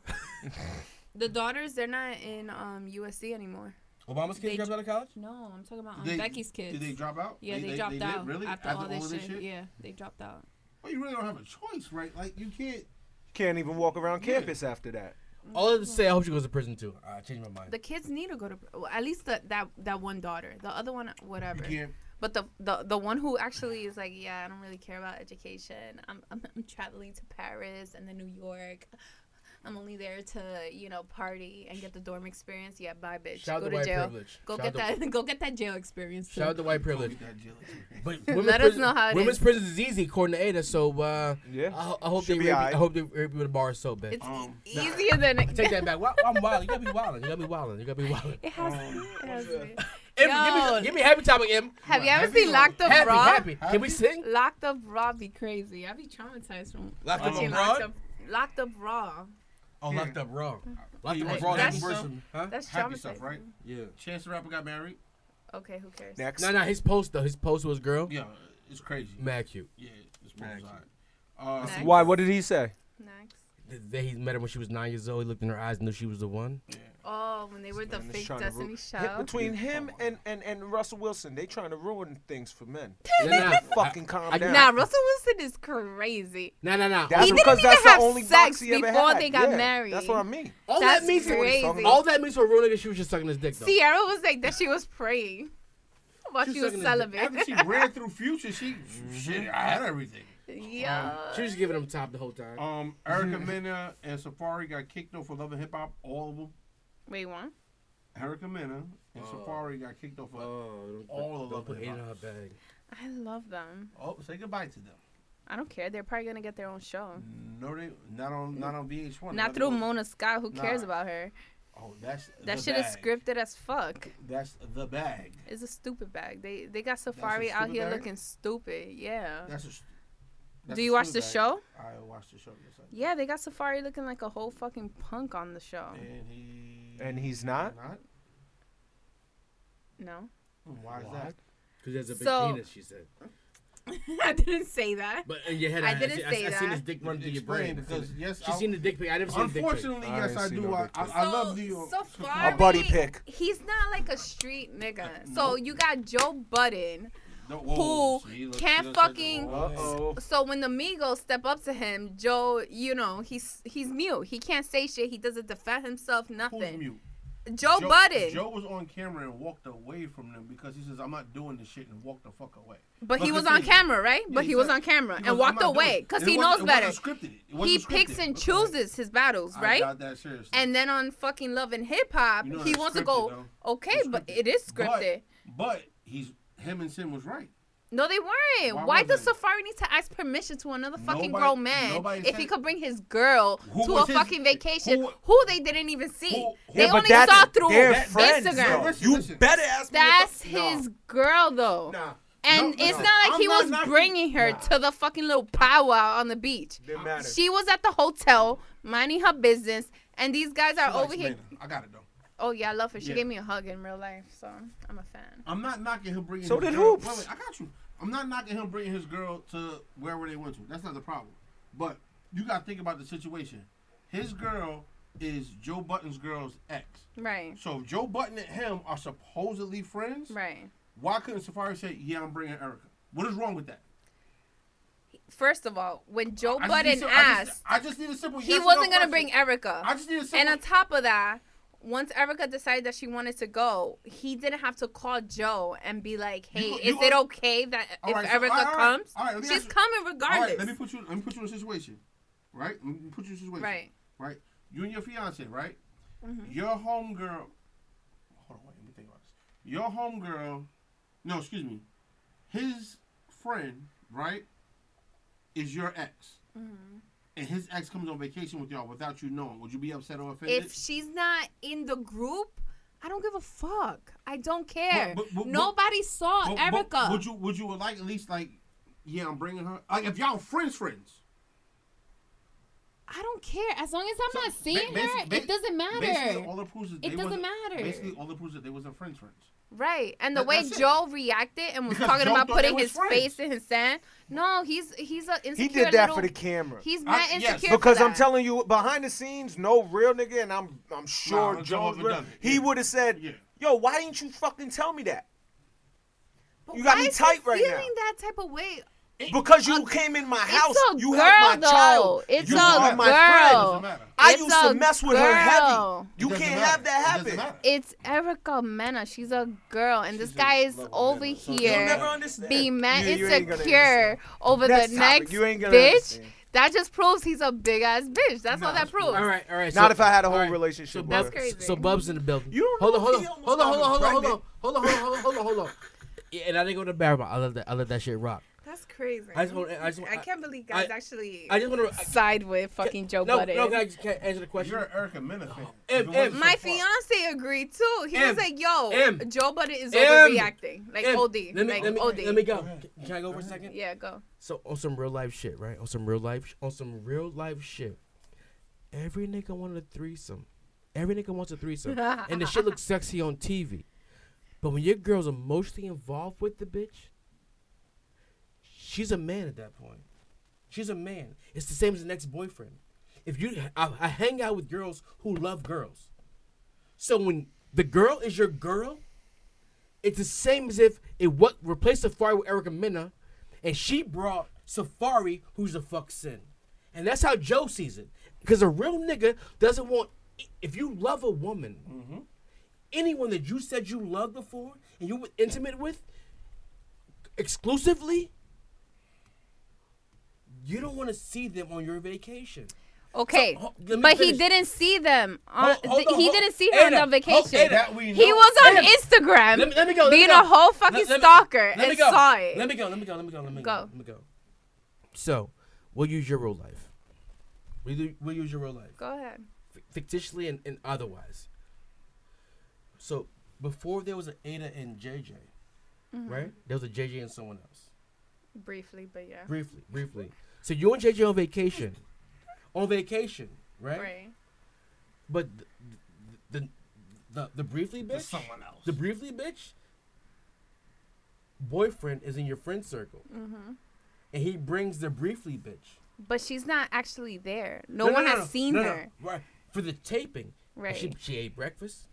Speaker 4: The daughters, they're not in um USC anymore.
Speaker 2: Obama's kids
Speaker 6: They-
Speaker 2: dropped out of college.
Speaker 6: No, I'm talking about Aunt
Speaker 1: They-
Speaker 6: Um, Becky's kids.
Speaker 1: Did they drop out?
Speaker 6: yeah, they, dropped
Speaker 1: did?
Speaker 6: out
Speaker 1: Really?
Speaker 6: after, all this shit. Yeah, they dropped out.
Speaker 1: Well, you really don't have a choice, right? Like you can't.
Speaker 5: Can't even walk around
Speaker 1: Yeah.
Speaker 5: campus after that.
Speaker 2: All I have to say, I hope she goes to prison too. I changed my mind.
Speaker 4: The kids need to go to well, at least the, that that one daughter. The other one,
Speaker 1: You
Speaker 4: whatever.
Speaker 1: can't.
Speaker 4: But the, the the one who actually is like, yeah, I don't really care about education. I'm I'm, I'm traveling to Paris and then New York. I'm only there to you know party and get the dorm experience. Yeah, bye, bitch.
Speaker 2: Shout out
Speaker 4: go
Speaker 2: to
Speaker 4: to
Speaker 2: white
Speaker 4: jail.
Speaker 2: privilege.
Speaker 4: Go
Speaker 2: Shout
Speaker 4: get
Speaker 2: out to-
Speaker 4: that. Go get that jail experience. too.
Speaker 2: Shout out to white privilege.
Speaker 1: Don't be that jealous.
Speaker 2: But
Speaker 4: Let us
Speaker 2: prison,
Speaker 4: know how it
Speaker 2: women's
Speaker 4: is.
Speaker 2: prison is easy according to Ada. So uh,
Speaker 5: Yeah.
Speaker 2: I, ho- I hope
Speaker 5: Should
Speaker 2: they
Speaker 5: be
Speaker 2: rape you-
Speaker 5: aight.
Speaker 2: I hope they rape you with a bar of soap, bitch.
Speaker 4: It's
Speaker 1: Um,
Speaker 4: e- easier than
Speaker 2: Take that back. Wa- I'm wilding. You gotta be wilding. You gotta be wilding. You gotta be wilding.
Speaker 4: it has.
Speaker 1: Um,
Speaker 4: it has to be.
Speaker 2: Em, give,
Speaker 4: Yo.
Speaker 2: me, give me happy topic, Em.
Speaker 4: Have you
Speaker 1: What,
Speaker 4: ever
Speaker 1: happy
Speaker 4: seen
Speaker 1: or-
Speaker 4: Locked Up
Speaker 2: Happy,
Speaker 4: Raw?
Speaker 2: happy. Can we
Speaker 1: Happy?
Speaker 2: sing?
Speaker 4: Locked Up Raw be
Speaker 6: Crazy. I be traumatized
Speaker 1: Um,
Speaker 6: from
Speaker 2: Locked up
Speaker 1: Watching
Speaker 4: watching Locked
Speaker 2: abroad.
Speaker 4: Up, locked up Raw.
Speaker 2: Oh, locked up wrong. Locked
Speaker 1: You
Speaker 2: up
Speaker 1: like
Speaker 2: abroad.
Speaker 1: happy
Speaker 4: That's-
Speaker 1: person,
Speaker 2: Huh?
Speaker 4: That's
Speaker 1: happy
Speaker 4: traumatizing.
Speaker 1: stuff, right?
Speaker 2: Yeah.
Speaker 1: Chance the Rapper got married.
Speaker 4: Okay, who cares?
Speaker 5: Next.
Speaker 2: No, no. His post though. His post was girl.
Speaker 1: Yeah, Uh, it's crazy.
Speaker 2: Mad cute.
Speaker 1: Yeah, it's most
Speaker 5: Thank you.
Speaker 1: hot. Uh,
Speaker 4: Next.
Speaker 5: Why? What did he say?
Speaker 4: Next.
Speaker 2: The day he met her when she was nine years old, he looked in her eyes, and knew she was the one.
Speaker 4: Oh, when they were the
Speaker 5: man is
Speaker 4: fake
Speaker 5: trying to
Speaker 4: Destiny
Speaker 5: root- Hit
Speaker 4: show.
Speaker 5: between him and, and, and Russell Wilson, they trying to ruin things for men.
Speaker 2: Nah, nah,
Speaker 5: Fucking calm
Speaker 2: I-
Speaker 5: down.
Speaker 4: Nah, Russell Wilson is crazy.
Speaker 2: nah, nah, nah.
Speaker 5: That's
Speaker 4: He didn't
Speaker 5: because
Speaker 4: even
Speaker 5: that's
Speaker 4: have
Speaker 5: the only
Speaker 4: sex
Speaker 5: box he ever
Speaker 4: before
Speaker 5: had.
Speaker 4: they got
Speaker 5: Yeah,
Speaker 4: married.
Speaker 5: That's what I mean.
Speaker 2: All Oh,
Speaker 4: That's
Speaker 2: that means,
Speaker 4: crazy.
Speaker 2: all that means for ruining is she was just sucking his dick. Though.
Speaker 4: Sierra was like that. She was praying while
Speaker 2: She
Speaker 4: she,
Speaker 2: was
Speaker 4: was
Speaker 2: sucking
Speaker 4: celibate.
Speaker 1: after she ran through Future, she shit. I had everything.
Speaker 4: yeah.
Speaker 2: she was just giving him top the whole time.
Speaker 1: Um, Erica Mena and Safari got kicked off for Love and Hip Hop. All of them.
Speaker 4: Wait, one.
Speaker 1: Erica Mena and
Speaker 2: Oh.
Speaker 1: Safari got kicked off. For,
Speaker 2: don't,
Speaker 1: all
Speaker 2: Oh, don't
Speaker 1: of them
Speaker 2: put
Speaker 1: in
Speaker 2: hate in
Speaker 1: my-
Speaker 2: her bag.
Speaker 4: I love them.
Speaker 1: oh, say goodbye to them.
Speaker 4: I don't care. They're probably gonna get their own show.
Speaker 1: Mm-hmm.
Speaker 6: Mm-hmm.
Speaker 1: No, they not on not on VH1.
Speaker 4: Not
Speaker 1: Another
Speaker 4: through
Speaker 1: one.
Speaker 4: Mona Scott. Who cares
Speaker 1: Nah.
Speaker 4: about her?
Speaker 1: Oh, that's
Speaker 4: That
Speaker 1: the
Speaker 4: shit is
Speaker 1: bag.
Speaker 4: scripted as fuck.
Speaker 1: That's the bag.
Speaker 4: It's a stupid bag. They they got Safari out
Speaker 1: stupid
Speaker 4: here
Speaker 1: bag?
Speaker 4: looking stupid. Yeah.
Speaker 1: That's a. that's
Speaker 4: Do
Speaker 1: a
Speaker 4: you watch
Speaker 1: school
Speaker 4: the
Speaker 1: bag.
Speaker 4: show?
Speaker 1: I watched the show. Yes, I did.
Speaker 4: Yeah, they got Safari looking like a whole fucking punk on the show.
Speaker 1: And he.
Speaker 5: And he's not?
Speaker 4: No,
Speaker 1: Why is
Speaker 5: Why?
Speaker 1: that?
Speaker 2: Because there's a big
Speaker 4: So-
Speaker 2: penis, she said.
Speaker 4: I didn't say that.
Speaker 2: But in your head, I,
Speaker 4: I
Speaker 2: I,
Speaker 4: didn't
Speaker 2: see- I,
Speaker 4: say
Speaker 2: I, seen
Speaker 4: that.
Speaker 2: his dick run through your
Speaker 1: Explain,
Speaker 2: brain.
Speaker 1: because yes,
Speaker 2: She's
Speaker 1: I-
Speaker 2: seen the dick pic. I never seen the dick pic.
Speaker 1: Unfortunately,
Speaker 5: I
Speaker 1: yes,
Speaker 5: ain't
Speaker 1: I
Speaker 5: seen
Speaker 1: do.
Speaker 5: no
Speaker 1: I,
Speaker 5: dick
Speaker 1: I,
Speaker 5: pic.
Speaker 1: I love uh, you.
Speaker 4: Safari.
Speaker 5: A buddy pick.
Speaker 4: He's not like a street nigga.
Speaker 1: Uh,
Speaker 4: So
Speaker 1: no.
Speaker 4: you got Joe Budden.
Speaker 1: No,
Speaker 4: who can't fucking-
Speaker 5: Uh-oh.
Speaker 4: So when the Migos step up to him, Joe, you know, he's he's mute. He can't say shit. He doesn't defend himself.
Speaker 1: Who's
Speaker 4: Nothing.
Speaker 1: mute?
Speaker 4: Joe, Budden.
Speaker 1: Joe was on camera and walked away from them because he says, "I'm not doing this shit," and walked the fuck away.
Speaker 4: but he
Speaker 1: Fucking
Speaker 4: was on
Speaker 1: thing.
Speaker 4: camera, right? but he was on
Speaker 1: exactly.
Speaker 4: camera
Speaker 1: He
Speaker 4: and
Speaker 1: goes, "I'm
Speaker 4: walked
Speaker 1: not doing
Speaker 4: away
Speaker 1: it."
Speaker 4: because
Speaker 1: It
Speaker 4: he
Speaker 1: wasn't-
Speaker 4: knows better.
Speaker 1: It wasn't scripted. It
Speaker 4: He
Speaker 1: wasn't
Speaker 4: picks
Speaker 1: scripted.
Speaker 4: and chooses his battles,
Speaker 1: I
Speaker 4: right?
Speaker 1: got that seriously.
Speaker 4: And then on fucking Love and Hip Hop,
Speaker 1: You know
Speaker 4: he
Speaker 1: that's
Speaker 4: wants to
Speaker 1: scripted,
Speaker 4: go.
Speaker 1: though.
Speaker 4: Okay,
Speaker 1: It's
Speaker 4: but
Speaker 1: scripted.
Speaker 4: it is
Speaker 1: But-
Speaker 4: scripted.
Speaker 1: but he's him and Sin was right.
Speaker 4: No, they weren't.
Speaker 1: Why
Speaker 4: Why, does
Speaker 1: wasn't it?
Speaker 4: Safari need to ask permission to another fucking
Speaker 1: Nobody-
Speaker 4: grown man
Speaker 1: nobody
Speaker 4: if he
Speaker 1: said-
Speaker 4: could bring his girl
Speaker 1: Who
Speaker 4: to a
Speaker 1: was his-
Speaker 4: fucking vacation
Speaker 1: who-
Speaker 4: who, they didn't even see?
Speaker 1: who-
Speaker 4: they
Speaker 1: Yeah, but
Speaker 4: only
Speaker 5: that's
Speaker 4: saw through
Speaker 5: their
Speaker 1: That-
Speaker 5: friends,
Speaker 4: Instagram.
Speaker 5: though.
Speaker 1: Listen,
Speaker 5: You
Speaker 1: listen.
Speaker 5: better ask me.
Speaker 4: That's
Speaker 5: if I-
Speaker 4: his girl though.
Speaker 5: Nah.
Speaker 4: And
Speaker 1: No,
Speaker 4: it's
Speaker 1: no,
Speaker 4: not like
Speaker 1: I'm
Speaker 4: he
Speaker 1: not
Speaker 4: was
Speaker 1: knocking-
Speaker 4: bringing her
Speaker 1: Nah.
Speaker 4: to the fucking little powwow on the beach.
Speaker 5: Didn't matter.
Speaker 4: She was at the hotel minding her business, and these guys are
Speaker 1: She likes
Speaker 4: over here.
Speaker 1: Mena. I got it though.
Speaker 4: Oh yeah, I love her. She
Speaker 1: Yeah.
Speaker 4: gave me a hug in real life, so I'm a fan.
Speaker 1: I'm not knocking him bringing.
Speaker 5: So
Speaker 1: his
Speaker 5: did
Speaker 1: girl.
Speaker 5: Hoops.
Speaker 1: Wait, wait, I got you. I'm not knocking him bringing his girl to wherever they went to. That's not the problem. But you got to think about the situation. His girl is Joe Button's girl's ex.
Speaker 4: Right,
Speaker 1: So if Joe Button and him are supposedly friends,
Speaker 4: right.
Speaker 1: why couldn't Safari say, "Yeah, I'm bringing Erica"? What is wrong with that?
Speaker 4: First of all, when
Speaker 1: I
Speaker 4: Joe
Speaker 1: just need
Speaker 4: Budden
Speaker 1: some- I
Speaker 4: asked,
Speaker 1: just, I just need a simple.
Speaker 4: he
Speaker 1: yes or
Speaker 4: wasn't
Speaker 1: no question.
Speaker 4: gonna bring Erica.
Speaker 1: I just need a simple.
Speaker 4: and on top of that, once Erica decided that she wanted to go, he didn't have to call Joe and be like, "Hey,
Speaker 1: You-
Speaker 4: is
Speaker 1: you-
Speaker 4: it okay that
Speaker 1: All
Speaker 4: if
Speaker 1: right, so-
Speaker 4: Erica
Speaker 1: all right, all right.
Speaker 4: comes,
Speaker 1: All right, let me
Speaker 4: she's
Speaker 1: ask you-
Speaker 4: coming
Speaker 1: All
Speaker 4: regardless?"
Speaker 1: right, let me put you. Let me put you in a situation, right? Let me put you in a situation,
Speaker 4: Right. Mm-hmm.
Speaker 1: Right. You and your fiance, right? Your homegirl. Hold on, wait. Let me think about this. Your homegirl. No, excuse me. His friend, right, is your ex,
Speaker 4: Mm-hmm.
Speaker 1: and his ex comes on vacation with y'all without you knowing. Would you be upset or offended?
Speaker 4: if she's not in the group, I don't give a fuck. I don't care.
Speaker 1: But- but- but-
Speaker 4: Nobody saw
Speaker 1: But- but
Speaker 4: Erica.
Speaker 1: would you would you like at least like, yeah, I'm bringing her. Like if y'all friends, friends.
Speaker 6: I don't care. As long as I'm
Speaker 1: So,
Speaker 6: not
Speaker 1: ba-
Speaker 6: seeing her,
Speaker 1: basi- ba-
Speaker 6: it doesn't
Speaker 1: Basically,
Speaker 6: matter.
Speaker 1: all it proves is
Speaker 6: It
Speaker 1: they
Speaker 6: doesn't
Speaker 1: wasn't-
Speaker 6: matter.
Speaker 1: Basically, all it proves is they wasn't friends, friends.
Speaker 4: Right, and the
Speaker 1: That-
Speaker 4: way
Speaker 1: that's it.
Speaker 4: Joe reacted and was
Speaker 1: Because
Speaker 4: talking
Speaker 1: Joe
Speaker 4: about
Speaker 1: thought they
Speaker 4: putting
Speaker 1: was
Speaker 4: his
Speaker 1: friends.
Speaker 4: face in his sand. No, he's he's a insecure
Speaker 5: He did that
Speaker 4: little,
Speaker 5: for the camera.
Speaker 4: He's
Speaker 1: I-
Speaker 4: mad
Speaker 1: yes.
Speaker 4: insecure for
Speaker 5: Because I'm
Speaker 4: that.
Speaker 5: telling you, behind the scenes, no real nigga, and I'm I'm sure
Speaker 1: Nah, Joe
Speaker 5: Joe. real-
Speaker 1: done it.
Speaker 5: He would have said,
Speaker 1: Yeah.
Speaker 5: "Yo, why didn't you fucking tell me that?
Speaker 4: But
Speaker 5: you got
Speaker 4: why
Speaker 5: me
Speaker 4: is he
Speaker 5: tight right now.
Speaker 4: Feeling that type of way.
Speaker 5: Because you came in my house,
Speaker 4: Uh, a
Speaker 5: you have my
Speaker 4: girl,
Speaker 5: child,
Speaker 4: though. It's
Speaker 5: you
Speaker 1: a
Speaker 5: are
Speaker 1: Doesn't
Speaker 5: my
Speaker 4: girl.
Speaker 5: friend.
Speaker 1: matter.
Speaker 5: I
Speaker 4: It's
Speaker 5: used to
Speaker 4: a
Speaker 5: mess with her heavy.
Speaker 4: girl.
Speaker 5: You
Speaker 1: It doesn't
Speaker 5: can't
Speaker 1: matter.
Speaker 5: have that
Speaker 1: It doesn't
Speaker 5: happen.
Speaker 1: matter.
Speaker 4: It's Erica Mena. She's a girl, and this
Speaker 1: She's a
Speaker 4: guy is
Speaker 1: lovely
Speaker 4: over
Speaker 1: Mena, so-
Speaker 5: You'll never
Speaker 4: here
Speaker 5: understand.
Speaker 4: being mad
Speaker 5: You- you ain't gonna
Speaker 4: insecure over
Speaker 5: Next
Speaker 4: the
Speaker 5: topic.
Speaker 4: next
Speaker 5: You ain't gonna
Speaker 4: bitch.
Speaker 5: understand.
Speaker 4: That just proves he's a big ass bitch. That's
Speaker 1: Nah,
Speaker 4: all that
Speaker 1: that's cool.
Speaker 4: proves.
Speaker 2: All right, all right.
Speaker 5: Not
Speaker 2: so-
Speaker 5: if I had a whole
Speaker 2: all right,
Speaker 5: relationship
Speaker 2: So
Speaker 5: with
Speaker 4: That's
Speaker 5: her.
Speaker 4: crazy.
Speaker 2: So Bub's in the building.
Speaker 5: You don't
Speaker 2: hold on,
Speaker 5: know
Speaker 2: hold on,
Speaker 5: if he
Speaker 2: hold on, hold on, hold
Speaker 5: almost
Speaker 2: on,
Speaker 5: got
Speaker 2: hold on, hold on, hold on, hold on, hold on. Yeah, and I didn't go to Barrymore. I love that. I let that shit rock.
Speaker 4: That's crazy. crazy.
Speaker 2: I just want. I just.
Speaker 4: I
Speaker 2: want-
Speaker 4: can't believe guys
Speaker 2: I-
Speaker 4: actually
Speaker 2: I just want to.
Speaker 6: Side with fucking Joe
Speaker 2: No,
Speaker 6: Budden.
Speaker 2: no, can I just can I answer the question?
Speaker 1: You're an Erica Mena fan.
Speaker 2: If-
Speaker 1: Even
Speaker 2: if-
Speaker 1: worse
Speaker 4: my
Speaker 1: so far.
Speaker 4: fiance agreed too. He
Speaker 2: M.
Speaker 4: was like, "Yo,
Speaker 2: M.
Speaker 4: Joe Budden is
Speaker 2: M.
Speaker 4: overreacting, like
Speaker 2: Em,
Speaker 4: OD,
Speaker 2: Let me,
Speaker 4: like
Speaker 2: let me,
Speaker 4: OD."
Speaker 2: let me go. Can, can I go for a second?
Speaker 4: yeah, go.
Speaker 2: So on some real life shit, right? On some real life, sh- on some real life shit. Every nigga wanted a threesome. Every nigga wants a threesome, and the shit looks sexy on TV. But when your girl's emotionally involved with the bitch, she's a man at that point. She's a man. It's the same as the next boyfriend. If you, I, I hang out with girls who love girls. So when the girl is your girl, it's the same as if it what replaced Safari with Erica Mena, and she brought Safari, who's a fuck sin, and that's how Joe sees it. Because a real nigga doesn't want. If you love a woman, anyone that you said you loved before and you were intimate with, exclusively, you don't want to see them on your vacation.
Speaker 4: Okay,
Speaker 2: ho- let me
Speaker 4: but he
Speaker 2: finish.
Speaker 4: didn't see them on.
Speaker 2: Hold- hold
Speaker 4: th-
Speaker 2: on,
Speaker 4: he
Speaker 2: hold-
Speaker 4: didn't see her
Speaker 2: Ada,
Speaker 4: on the
Speaker 2: hold-
Speaker 4: vacation.
Speaker 2: Ada,
Speaker 1: That we know.
Speaker 4: he was on
Speaker 2: Ada,
Speaker 4: Instagram,
Speaker 2: Let me, let me go. let me
Speaker 4: Um, being
Speaker 2: go.
Speaker 4: a whole
Speaker 2: Let-
Speaker 4: fucking
Speaker 2: let me-
Speaker 4: stalker,
Speaker 2: let me
Speaker 4: and
Speaker 2: go.
Speaker 4: saw it.
Speaker 2: Let me go. Let me go. Let me go. Let me go.
Speaker 4: Go.
Speaker 2: Let me go. So, we'll use your real life. We'll, do- we'll use your real life,
Speaker 4: go ahead.
Speaker 2: F- fictitiously and, and otherwise. So, before there was an Ada and JJ,
Speaker 4: Mm-hmm.
Speaker 2: right? There was a JJ and someone else.
Speaker 4: Briefly, but yeah.
Speaker 2: Briefly, briefly. So you and JJ on vacation, on vacation, right?
Speaker 4: Right.
Speaker 2: But the the, the the briefly bitch,
Speaker 1: There's someone else.
Speaker 2: the briefly bitch, boyfriend is in your friend circle,
Speaker 4: Mm-hmm.
Speaker 2: and he brings the briefly bitch.
Speaker 4: But she's not actually there. No, one has seen
Speaker 2: no, no,
Speaker 4: her.
Speaker 2: right for the taping.
Speaker 4: Right.
Speaker 2: She, she ate breakfast.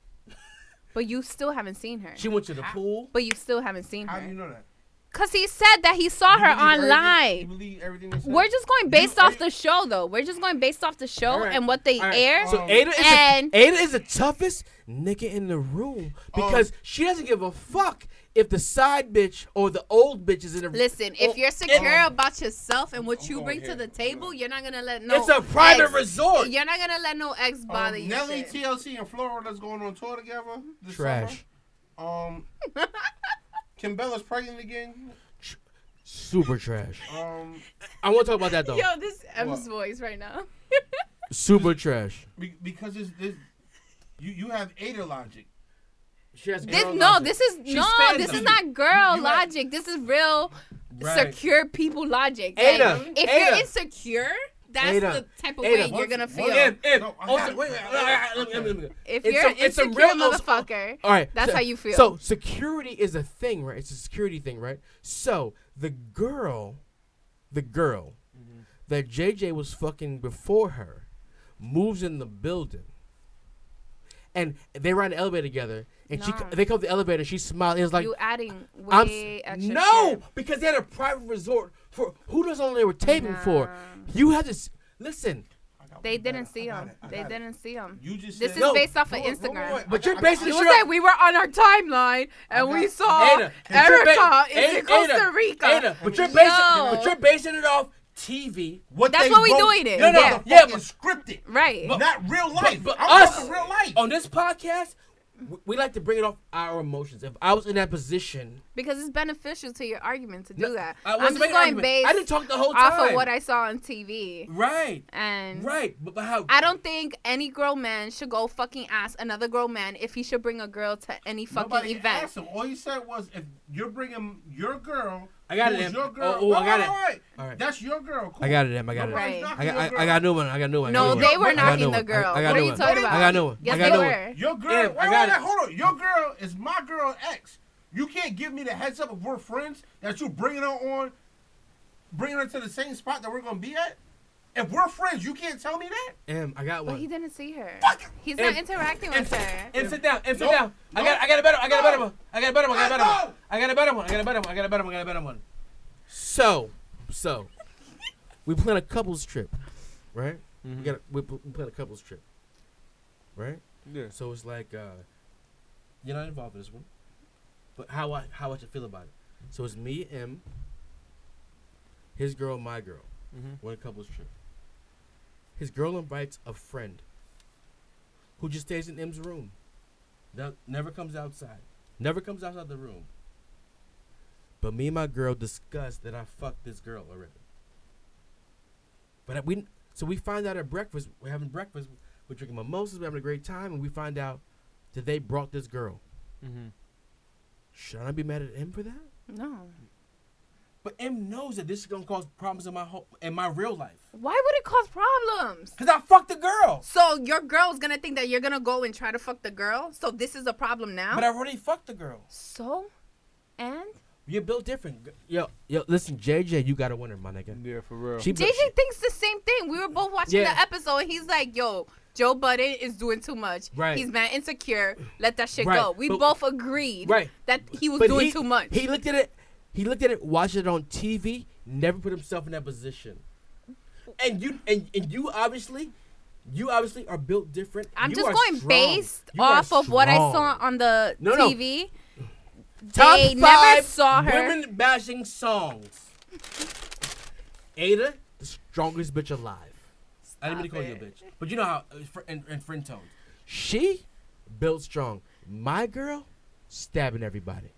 Speaker 4: But you still haven't seen her.
Speaker 2: She went to the pool.
Speaker 4: but you still haven't seen
Speaker 1: How do you
Speaker 4: her.
Speaker 1: know that?
Speaker 4: Because he said that he saw
Speaker 1: You
Speaker 4: her
Speaker 1: believe everything- You
Speaker 4: online.
Speaker 1: believe everything they said?
Speaker 4: We're just going based
Speaker 1: You-
Speaker 4: off the show, though. We're just going based off the show
Speaker 2: Alright,
Speaker 4: Oh, and what they
Speaker 2: alright.
Speaker 4: air.
Speaker 2: So
Speaker 1: Um,
Speaker 2: Ada is,
Speaker 4: and-
Speaker 2: the, Ada is the toughest nigga in the room
Speaker 1: Oh.
Speaker 2: because she doesn't give a fuck if the side bitch or the old bitch is in the room.
Speaker 4: Listen,
Speaker 2: Oh,
Speaker 4: if you're secure about yourself and what
Speaker 1: I'm
Speaker 4: you
Speaker 1: going
Speaker 4: bring
Speaker 1: here.
Speaker 4: to the
Speaker 1: I'm
Speaker 4: table,
Speaker 1: going.
Speaker 4: you're not gonna let no.
Speaker 2: It's a private
Speaker 4: ex-
Speaker 2: resort.
Speaker 4: You're not gonna let no ex bother
Speaker 1: um,
Speaker 4: you.
Speaker 1: Nelly
Speaker 4: shit.
Speaker 1: TLC and Florida's going on tour together. This
Speaker 2: Trash.
Speaker 1: Summer. Um, Kim Bella's pregnant again.
Speaker 2: Super trash.
Speaker 1: Um,
Speaker 2: I want to talk about that though.
Speaker 4: Yo, this M's
Speaker 1: What?
Speaker 4: voice right now.
Speaker 2: Super trash.
Speaker 1: be- because it's, this, you you have Ada logic.
Speaker 2: She has
Speaker 4: This,
Speaker 2: girl
Speaker 4: no,
Speaker 2: logic.
Speaker 4: this is
Speaker 2: She's
Speaker 4: no,
Speaker 2: fans
Speaker 4: this
Speaker 2: of
Speaker 4: is
Speaker 2: you.
Speaker 4: not girl
Speaker 1: you have-
Speaker 4: logic. This is real
Speaker 2: Right.
Speaker 4: secure people logic.
Speaker 2: Ada,
Speaker 4: like, if
Speaker 2: Ada.
Speaker 4: you're insecure, that's
Speaker 2: Ada,
Speaker 4: the type of
Speaker 2: Ada,
Speaker 4: way you're
Speaker 2: what-
Speaker 4: gonna
Speaker 1: what-
Speaker 4: feel.
Speaker 2: If, if,
Speaker 1: No, I
Speaker 2: also-
Speaker 1: have-
Speaker 2: wait, wait, all right, all right, let me- let me- let me go.
Speaker 4: If
Speaker 2: It's
Speaker 4: you're
Speaker 2: a- it's a
Speaker 4: insecure,
Speaker 2: real also-
Speaker 4: motherfucker,
Speaker 2: All right.
Speaker 4: that's
Speaker 2: so-
Speaker 4: how you feel.
Speaker 2: So security is a thing, right? It's a security thing, right? So the girl, the girl that JJ was fucking before her, moves in the building, and they ride the elevator together. And she,
Speaker 4: Nah.
Speaker 2: they come up the elevator. She smiles. It's like
Speaker 4: you adding
Speaker 2: I'm
Speaker 4: way
Speaker 2: s-
Speaker 4: extra.
Speaker 2: no
Speaker 4: shit.
Speaker 2: because they had a private resort for who does only were taping for.
Speaker 4: Nah.
Speaker 2: You had to s- listen.
Speaker 1: I got
Speaker 4: They
Speaker 1: one better.
Speaker 4: didn't
Speaker 1: I
Speaker 4: see
Speaker 1: got
Speaker 4: him.
Speaker 1: it. I
Speaker 4: They
Speaker 1: got it.
Speaker 4: didn't see him.
Speaker 1: You just
Speaker 4: This
Speaker 1: said,
Speaker 4: is
Speaker 2: No.
Speaker 4: based off of
Speaker 1: Hold on, hold on,
Speaker 4: Instagram.
Speaker 1: hold on.
Speaker 2: But
Speaker 1: I
Speaker 2: you're
Speaker 1: got-
Speaker 2: basically
Speaker 4: It
Speaker 1: I
Speaker 4: was
Speaker 1: got-
Speaker 2: straight
Speaker 4: like we were on our timeline and we
Speaker 1: Ada,
Speaker 4: saw
Speaker 2: Ada, you're ba-
Speaker 4: Erica is
Speaker 2: Ada,
Speaker 4: in Costa
Speaker 2: Ada,
Speaker 4: Rica.
Speaker 2: Ada, but you're
Speaker 4: Yo.
Speaker 2: basing, but you're basing it off TV.
Speaker 1: what
Speaker 4: That's
Speaker 1: they
Speaker 4: what we
Speaker 1: wrote
Speaker 4: doing it.
Speaker 1: No, no,
Speaker 4: Yeah.
Speaker 1: yeah,
Speaker 2: Yeah, but-
Speaker 1: scripted.
Speaker 4: Right.
Speaker 2: But-
Speaker 1: Not real life.
Speaker 2: But, but
Speaker 1: I'm
Speaker 2: us
Speaker 1: talking real life.
Speaker 2: on this podcast, w- we like to bring it off our emotions. If I was in that position,
Speaker 4: because it's beneficial to your argument to do
Speaker 2: No,
Speaker 4: that.
Speaker 2: I
Speaker 4: I'm
Speaker 2: wasn't
Speaker 4: just
Speaker 2: making
Speaker 4: going
Speaker 2: an argument.
Speaker 4: based
Speaker 2: I didn't talk the whole
Speaker 4: off
Speaker 2: time.
Speaker 4: of what I saw on TV.
Speaker 2: right,
Speaker 4: And
Speaker 2: right, but, but how?
Speaker 4: I don't think any grown man should go fucking ask another grown man if he should bring a girl to any fucking
Speaker 1: Nobody
Speaker 4: event.
Speaker 1: asked him. All you said was, if you're bringing your girl,
Speaker 2: I got
Speaker 1: who's
Speaker 2: it, Em.
Speaker 1: Your girl.
Speaker 2: Oh, oh, I
Speaker 1: No,
Speaker 2: got
Speaker 1: no,
Speaker 2: it.
Speaker 1: no, wait.
Speaker 2: All right.
Speaker 1: That's your girl. Cool.
Speaker 2: I got it, Em. I got it.
Speaker 4: Right.
Speaker 1: Nobody's knocking
Speaker 2: I got,
Speaker 1: your
Speaker 2: I,
Speaker 1: girl.
Speaker 2: I got a new one. I got a new one. I got a
Speaker 4: No,
Speaker 2: new
Speaker 4: they
Speaker 2: one.
Speaker 4: were
Speaker 2: I got a
Speaker 4: knocking
Speaker 2: new
Speaker 4: the
Speaker 2: one.
Speaker 4: girl.
Speaker 2: I, I got
Speaker 4: What
Speaker 2: a
Speaker 4: are
Speaker 2: new
Speaker 4: you
Speaker 2: one.
Speaker 4: talking about?
Speaker 2: I got a new one.
Speaker 4: Yes,
Speaker 2: I got
Speaker 4: they
Speaker 2: a new
Speaker 4: were.
Speaker 2: one.
Speaker 1: Your girl.
Speaker 2: Em,
Speaker 1: wait,
Speaker 2: I
Speaker 1: wait,
Speaker 2: got
Speaker 1: wait,
Speaker 2: it.
Speaker 1: hold on. Your girl is my girl ex. You can't give me the heads up if we're friends that you're bringing her on, bringing her to the same spot that we're gonna be at. If we're friends, you can't tell me that.
Speaker 2: Em, I got
Speaker 4: But he
Speaker 2: one.
Speaker 4: didn't see her.
Speaker 1: Fuck.
Speaker 4: He's
Speaker 2: And-
Speaker 4: not interacting with her.
Speaker 2: Em, sit down. Em, sit
Speaker 1: No,
Speaker 2: down. I got,
Speaker 1: no,
Speaker 2: I got a better. I got a better
Speaker 1: no.
Speaker 2: one. I got a better one. I got a better one.
Speaker 1: No.
Speaker 2: I got a better one. I got a better one. I got a better one. I got a better one. So, so, we plan a couples trip, right? We got, we, pl- we plan a couples trip, right?
Speaker 5: Yeah.
Speaker 2: So it's like uh, you're not involved in this one, but how I how I should feel about it. So it's me, M, his girl, my girl.
Speaker 5: Mhm.
Speaker 2: One couple's trip. His girl invites a friend, who just stays in M's room, that never comes outside, never comes outside the room. But me and my girl discussed that I fucked this girl already. But we so we find out at breakfast we're having breakfast, we're drinking mimosas, we're having a great time, and we find out that they brought this girl.
Speaker 5: Mm-hmm.
Speaker 2: Should I be mad at him for that?
Speaker 4: No.
Speaker 2: But M knows that this is gonna cause problems in my whole in my real life.
Speaker 4: Why would it cause problems?
Speaker 2: Cause I fucked the girl.
Speaker 4: So your girl's gonna think that you're gonna go and try to fuck the girl. So this is a problem now.
Speaker 2: But I already fucked the girl.
Speaker 4: so, and
Speaker 2: You're built different. G- Yo, yo, listen, JJ, you got a winner, my nigga.
Speaker 5: Yeah, for real.
Speaker 2: She,
Speaker 4: JJ thinks the same thing. We were both watching
Speaker 2: Yeah.
Speaker 4: the episode. And he's like, "Yo, Joe Budden is doing too much.
Speaker 2: Right.
Speaker 4: He's mad insecure. Let that shit
Speaker 2: Right,
Speaker 4: go." We
Speaker 2: but-
Speaker 4: both agreed
Speaker 2: right.
Speaker 4: that he was
Speaker 2: But
Speaker 4: doing
Speaker 2: he-
Speaker 4: too much.
Speaker 2: He looked at it. He looked at it. Watched it on TV. Never put himself in that position. And you and, and you obviously, you obviously are built different.
Speaker 4: I'm
Speaker 2: You
Speaker 4: just
Speaker 2: are
Speaker 4: going
Speaker 2: strong.
Speaker 4: based
Speaker 2: You are
Speaker 4: off of what I
Speaker 2: strong.
Speaker 4: saw on the
Speaker 2: No, no.
Speaker 4: TV.
Speaker 2: Top
Speaker 4: they never
Speaker 2: five
Speaker 4: saw her.
Speaker 2: Women bashing songs. Ada, the strongest bitch alive. I didn't mean to call
Speaker 4: Stop
Speaker 2: you a
Speaker 4: it.
Speaker 2: bitch, but you know how uh, fr- in, in friend tones. She built strong. My girl, stabbing everybody.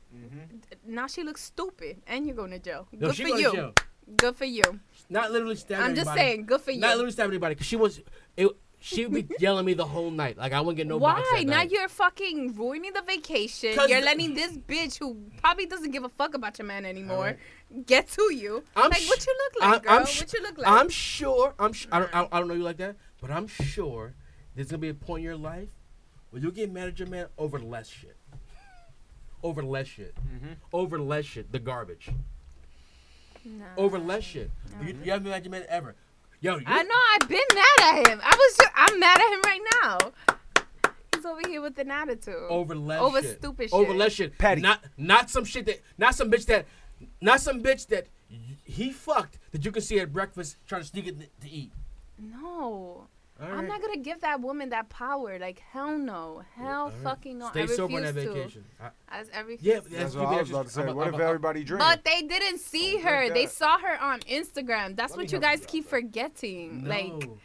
Speaker 4: Now she looks stupid, and you're going to jail.
Speaker 2: No,
Speaker 4: good
Speaker 2: she
Speaker 4: for
Speaker 2: going to
Speaker 4: you.
Speaker 2: jail.
Speaker 4: Good for you.
Speaker 2: Not literally stabbing.
Speaker 4: I'm just
Speaker 2: everybody.
Speaker 4: saying, good for you.
Speaker 2: Not literally stabbing anybody because she was it. She would be yelling at me the whole night. Like I wouldn't get no. box
Speaker 4: Why?
Speaker 2: that
Speaker 4: Now
Speaker 2: night.
Speaker 4: you're fucking ruining the vacation.
Speaker 2: 'Cause
Speaker 4: You're
Speaker 2: the-
Speaker 4: letting this bitch who probably doesn't give a fuck about your man anymore
Speaker 2: Alright.
Speaker 4: get to you.
Speaker 2: I'm
Speaker 4: like,
Speaker 2: sh-
Speaker 4: what you look
Speaker 2: I-
Speaker 4: like,
Speaker 2: I'm
Speaker 4: girl?
Speaker 2: sh-
Speaker 4: what you look like?
Speaker 2: I'm sure. I'm. Sh- I don't. I, I don't know you like that, but I'm sure there's gonna be a point in your life where you'll get mad at your man over less shit. Over less shit. Over less shit. The garbage.
Speaker 4: Nah.
Speaker 2: Over less shit. You, you haven't been mad at your man ever. Yo, you,
Speaker 4: I know. I've been mad at him. I was. Just, I'm mad at him right now. He's over here with an attitude.
Speaker 2: over less
Speaker 4: Over
Speaker 2: shit.
Speaker 4: stupid
Speaker 2: over
Speaker 4: shit.
Speaker 2: less shit
Speaker 5: Petty.
Speaker 2: not not some shit that not some bitch that not some bitch that y- he fucked that you can see at breakfast trying to sneak it to eat
Speaker 4: No.
Speaker 2: All
Speaker 4: I'm not gonna give that woman that power. Like hell no, hell fucking no.
Speaker 2: Stay
Speaker 4: I refuse
Speaker 2: sober on that
Speaker 4: to.
Speaker 2: vacation. I-
Speaker 4: As every
Speaker 2: yeah, but
Speaker 5: That's
Speaker 2: you
Speaker 5: what
Speaker 2: being
Speaker 5: I was about to
Speaker 2: extra-
Speaker 5: say.
Speaker 2: I'm a-
Speaker 5: What
Speaker 2: I'm
Speaker 5: if
Speaker 2: a-
Speaker 5: everybody drinks?
Speaker 4: But they didn't see
Speaker 5: Don't
Speaker 4: her.
Speaker 5: like
Speaker 4: They
Speaker 5: that.
Speaker 4: saw her on Instagram. That's
Speaker 2: Oh Let
Speaker 4: what
Speaker 2: me
Speaker 4: you
Speaker 2: help you
Speaker 4: guys
Speaker 2: out,
Speaker 4: keep
Speaker 2: bro.
Speaker 4: forgetting. Like
Speaker 2: No.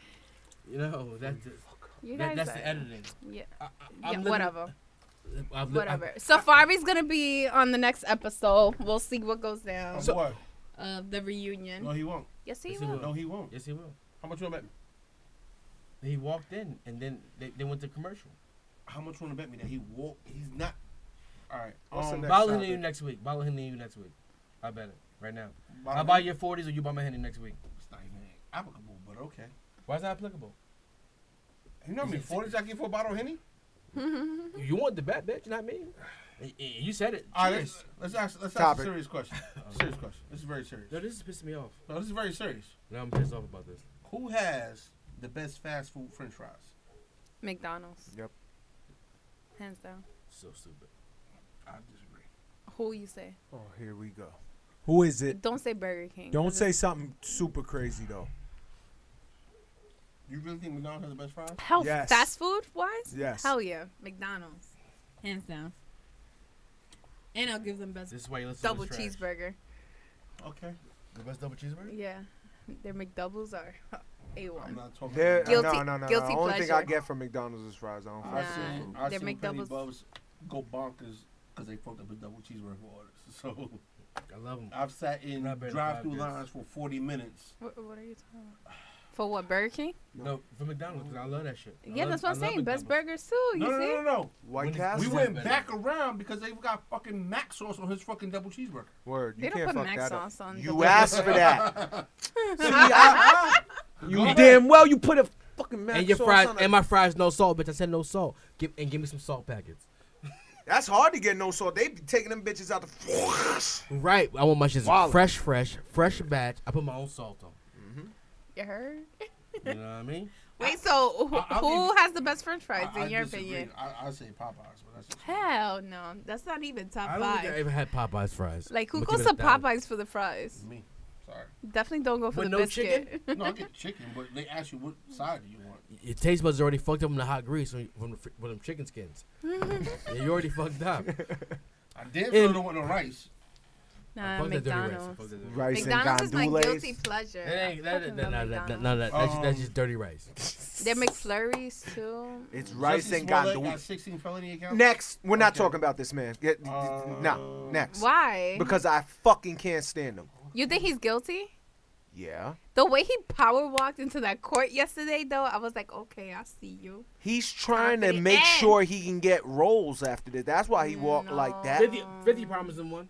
Speaker 2: you know that's
Speaker 4: you
Speaker 2: that,
Speaker 4: guys.
Speaker 2: that's
Speaker 4: are-
Speaker 2: the editing.
Speaker 4: Yeah,
Speaker 2: I, I, I'm
Speaker 4: yeah
Speaker 2: living-
Speaker 4: whatever,
Speaker 2: I'm li- I'm-
Speaker 4: whatever. Safari's gonna be on the next episode. We'll see what goes down
Speaker 1: So, what?
Speaker 6: Of Uh, the reunion.
Speaker 1: No, he won't.
Speaker 4: yes, he
Speaker 2: Yes, he
Speaker 4: will.
Speaker 2: will.
Speaker 1: No, he won't.
Speaker 2: yes, he will.
Speaker 1: How much you want to bet me?
Speaker 2: He walked in and then they, they went to commercial.
Speaker 1: How much you want to bet me that he walk? He's not. All right.
Speaker 5: What's the
Speaker 1: um,
Speaker 5: next
Speaker 2: Buy him
Speaker 5: topic.
Speaker 2: you next week. Buy him you next week. I bet it right now.
Speaker 1: Bottom-
Speaker 2: I buy your 40s or you buy my Henny next week.
Speaker 1: It's not even applicable, but okay.
Speaker 2: Why is that applicable?
Speaker 1: You know how many forties I get for a bottle of henny?
Speaker 2: You want the bet, bitch, not me. Eh, eh, You said it.
Speaker 1: All right,
Speaker 2: Cheers.
Speaker 1: let's, let's ask. Let's ask a
Speaker 5: Topic.
Speaker 1: serious question. serious question. This is very serious.
Speaker 2: No, this is pissing me off.
Speaker 1: No, this is very serious.
Speaker 2: Now I'm pissed off about this.
Speaker 1: Who has the best fast food French fries?
Speaker 4: McDonald's.
Speaker 5: Yep.
Speaker 4: Hands down.
Speaker 2: So stupid.
Speaker 1: I disagree.
Speaker 4: Who you say?
Speaker 5: Oh, here we go. Who is it?
Speaker 4: Don't say Burger King.
Speaker 5: Don't
Speaker 4: 'cause
Speaker 5: say something super crazy though.
Speaker 1: You really think McDonald's has the best fries?
Speaker 4: it's- Hell,
Speaker 5: Yes.
Speaker 4: fast food wise.
Speaker 5: Yes.
Speaker 4: Hell yeah, McDonald's.
Speaker 6: Hands down. And I'll give them best.
Speaker 2: This is why you listen
Speaker 4: Double
Speaker 2: to this trash.
Speaker 4: cheeseburger.
Speaker 1: Okay.
Speaker 2: The best double cheeseburger?
Speaker 4: Yeah, their McDoubles are a
Speaker 1: I'm
Speaker 4: one.
Speaker 1: not talking.
Speaker 5: There,
Speaker 1: about-
Speaker 4: Guilty-
Speaker 5: no, no, no,
Speaker 4: guilty
Speaker 5: no. Only thing I
Speaker 4: pleasure.
Speaker 5: get from McDonald's is fries. I don't.
Speaker 1: I
Speaker 5: fuck
Speaker 4: Nah,
Speaker 1: seen, I
Speaker 4: their
Speaker 1: seen Penny
Speaker 4: McDoubles-
Speaker 1: Bubs go bonkers because they fucked up a double cheeseburger orders. So
Speaker 2: I love them.
Speaker 1: I've sat in
Speaker 2: Not better than
Speaker 1: drive-through
Speaker 2: five
Speaker 1: lines for 40 minutes.
Speaker 4: What, what are you talking about? For what Burger King?
Speaker 2: No, from McDonald's, 'cause I love that shit. I
Speaker 4: Yeah,
Speaker 2: love-
Speaker 4: that's what
Speaker 2: I
Speaker 4: I'm
Speaker 2: love
Speaker 4: saying. Best
Speaker 2: McDonald's.
Speaker 4: burgers too. Oh, You
Speaker 1: No, no,
Speaker 4: see?
Speaker 1: no, no, no.
Speaker 2: When
Speaker 5: White
Speaker 2: it's-
Speaker 5: Castle.
Speaker 1: We
Speaker 2: That's
Speaker 1: went
Speaker 2: better.
Speaker 1: back around because they've got fucking mac sauce on his fucking double cheeseburger.
Speaker 5: Word. You
Speaker 4: They
Speaker 5: can't
Speaker 4: don't put
Speaker 5: fuck
Speaker 4: mac
Speaker 5: that
Speaker 4: sauce
Speaker 5: up.
Speaker 4: on.
Speaker 5: You asked for that. See, I-
Speaker 1: Go
Speaker 5: you
Speaker 1: ahead.
Speaker 5: damn well you put a fucking mac
Speaker 2: And your
Speaker 5: sauce
Speaker 2: fries,
Speaker 5: on a-
Speaker 2: and my fries, no salt, bitch. I said no salt. Give and give me some salt packets.
Speaker 5: That's hard to get no salt. They be taking them bitches out the.
Speaker 2: Right. I want my shit
Speaker 5: Wallet.
Speaker 2: fresh, fresh, fresh batch. I put my own salt on.
Speaker 4: You heard?
Speaker 2: You know what I mean?
Speaker 4: Wait, so who,
Speaker 1: I- I'll
Speaker 4: who
Speaker 1: even-
Speaker 4: has the best French fries
Speaker 1: I, I
Speaker 4: in your
Speaker 1: disagree.
Speaker 4: opinion?
Speaker 1: I, I say Popeyes, but that's just
Speaker 4: Hell no, that's not even top
Speaker 2: I don't think I
Speaker 4: five.
Speaker 2: ever had Popeyes fries.
Speaker 4: Like who
Speaker 2: I'ma
Speaker 4: goes
Speaker 2: keep
Speaker 4: to
Speaker 2: it down.
Speaker 4: Popeyes for the fries?
Speaker 1: me. Sorry.
Speaker 4: Definitely don't go for
Speaker 2: With no
Speaker 4: the biscuit.
Speaker 1: No, I get chicken, but they ask you what side do you want.
Speaker 2: Your taste buds already fucked up in the hot grease when- from the fr- with them chicken skins. yeah, you already fucked up.
Speaker 1: I damn sure
Speaker 2: And-
Speaker 1: don't want no rice.
Speaker 4: nah,
Speaker 2: Fuck that dirty rice.
Speaker 4: McDonald's.
Speaker 2: Fuck that dirty
Speaker 5: Rice and
Speaker 4: McDonald's is my
Speaker 5: gondolas.
Speaker 4: guilty pleasure.
Speaker 2: That ain't
Speaker 4: I
Speaker 2: that,
Speaker 4: fucking
Speaker 2: that,
Speaker 4: love
Speaker 2: no, that,
Speaker 4: McDonald's.
Speaker 2: no, that, that's, that's
Speaker 1: Um,
Speaker 2: just dirty rice.
Speaker 4: They're McFlurries too.
Speaker 5: It's rice
Speaker 1: Jussie
Speaker 5: and
Speaker 1: Smollett
Speaker 5: gondola.
Speaker 1: got 16 felony accounts.
Speaker 5: Next, we're not
Speaker 1: Okay.
Speaker 5: talking about this man. Get,
Speaker 1: Uh,
Speaker 5: nah, next.
Speaker 4: Why?
Speaker 5: Because I fucking can't stand him.
Speaker 4: you think he's guilty?
Speaker 5: Yeah.
Speaker 4: The way he power walked into that court yesterday, though, I was like, okay, I see you.
Speaker 5: He's trying to
Speaker 4: Confident
Speaker 5: make
Speaker 4: and-
Speaker 5: sure he can get roles after this. That's why he walked like that.
Speaker 2: Fifty, fifty problems in one.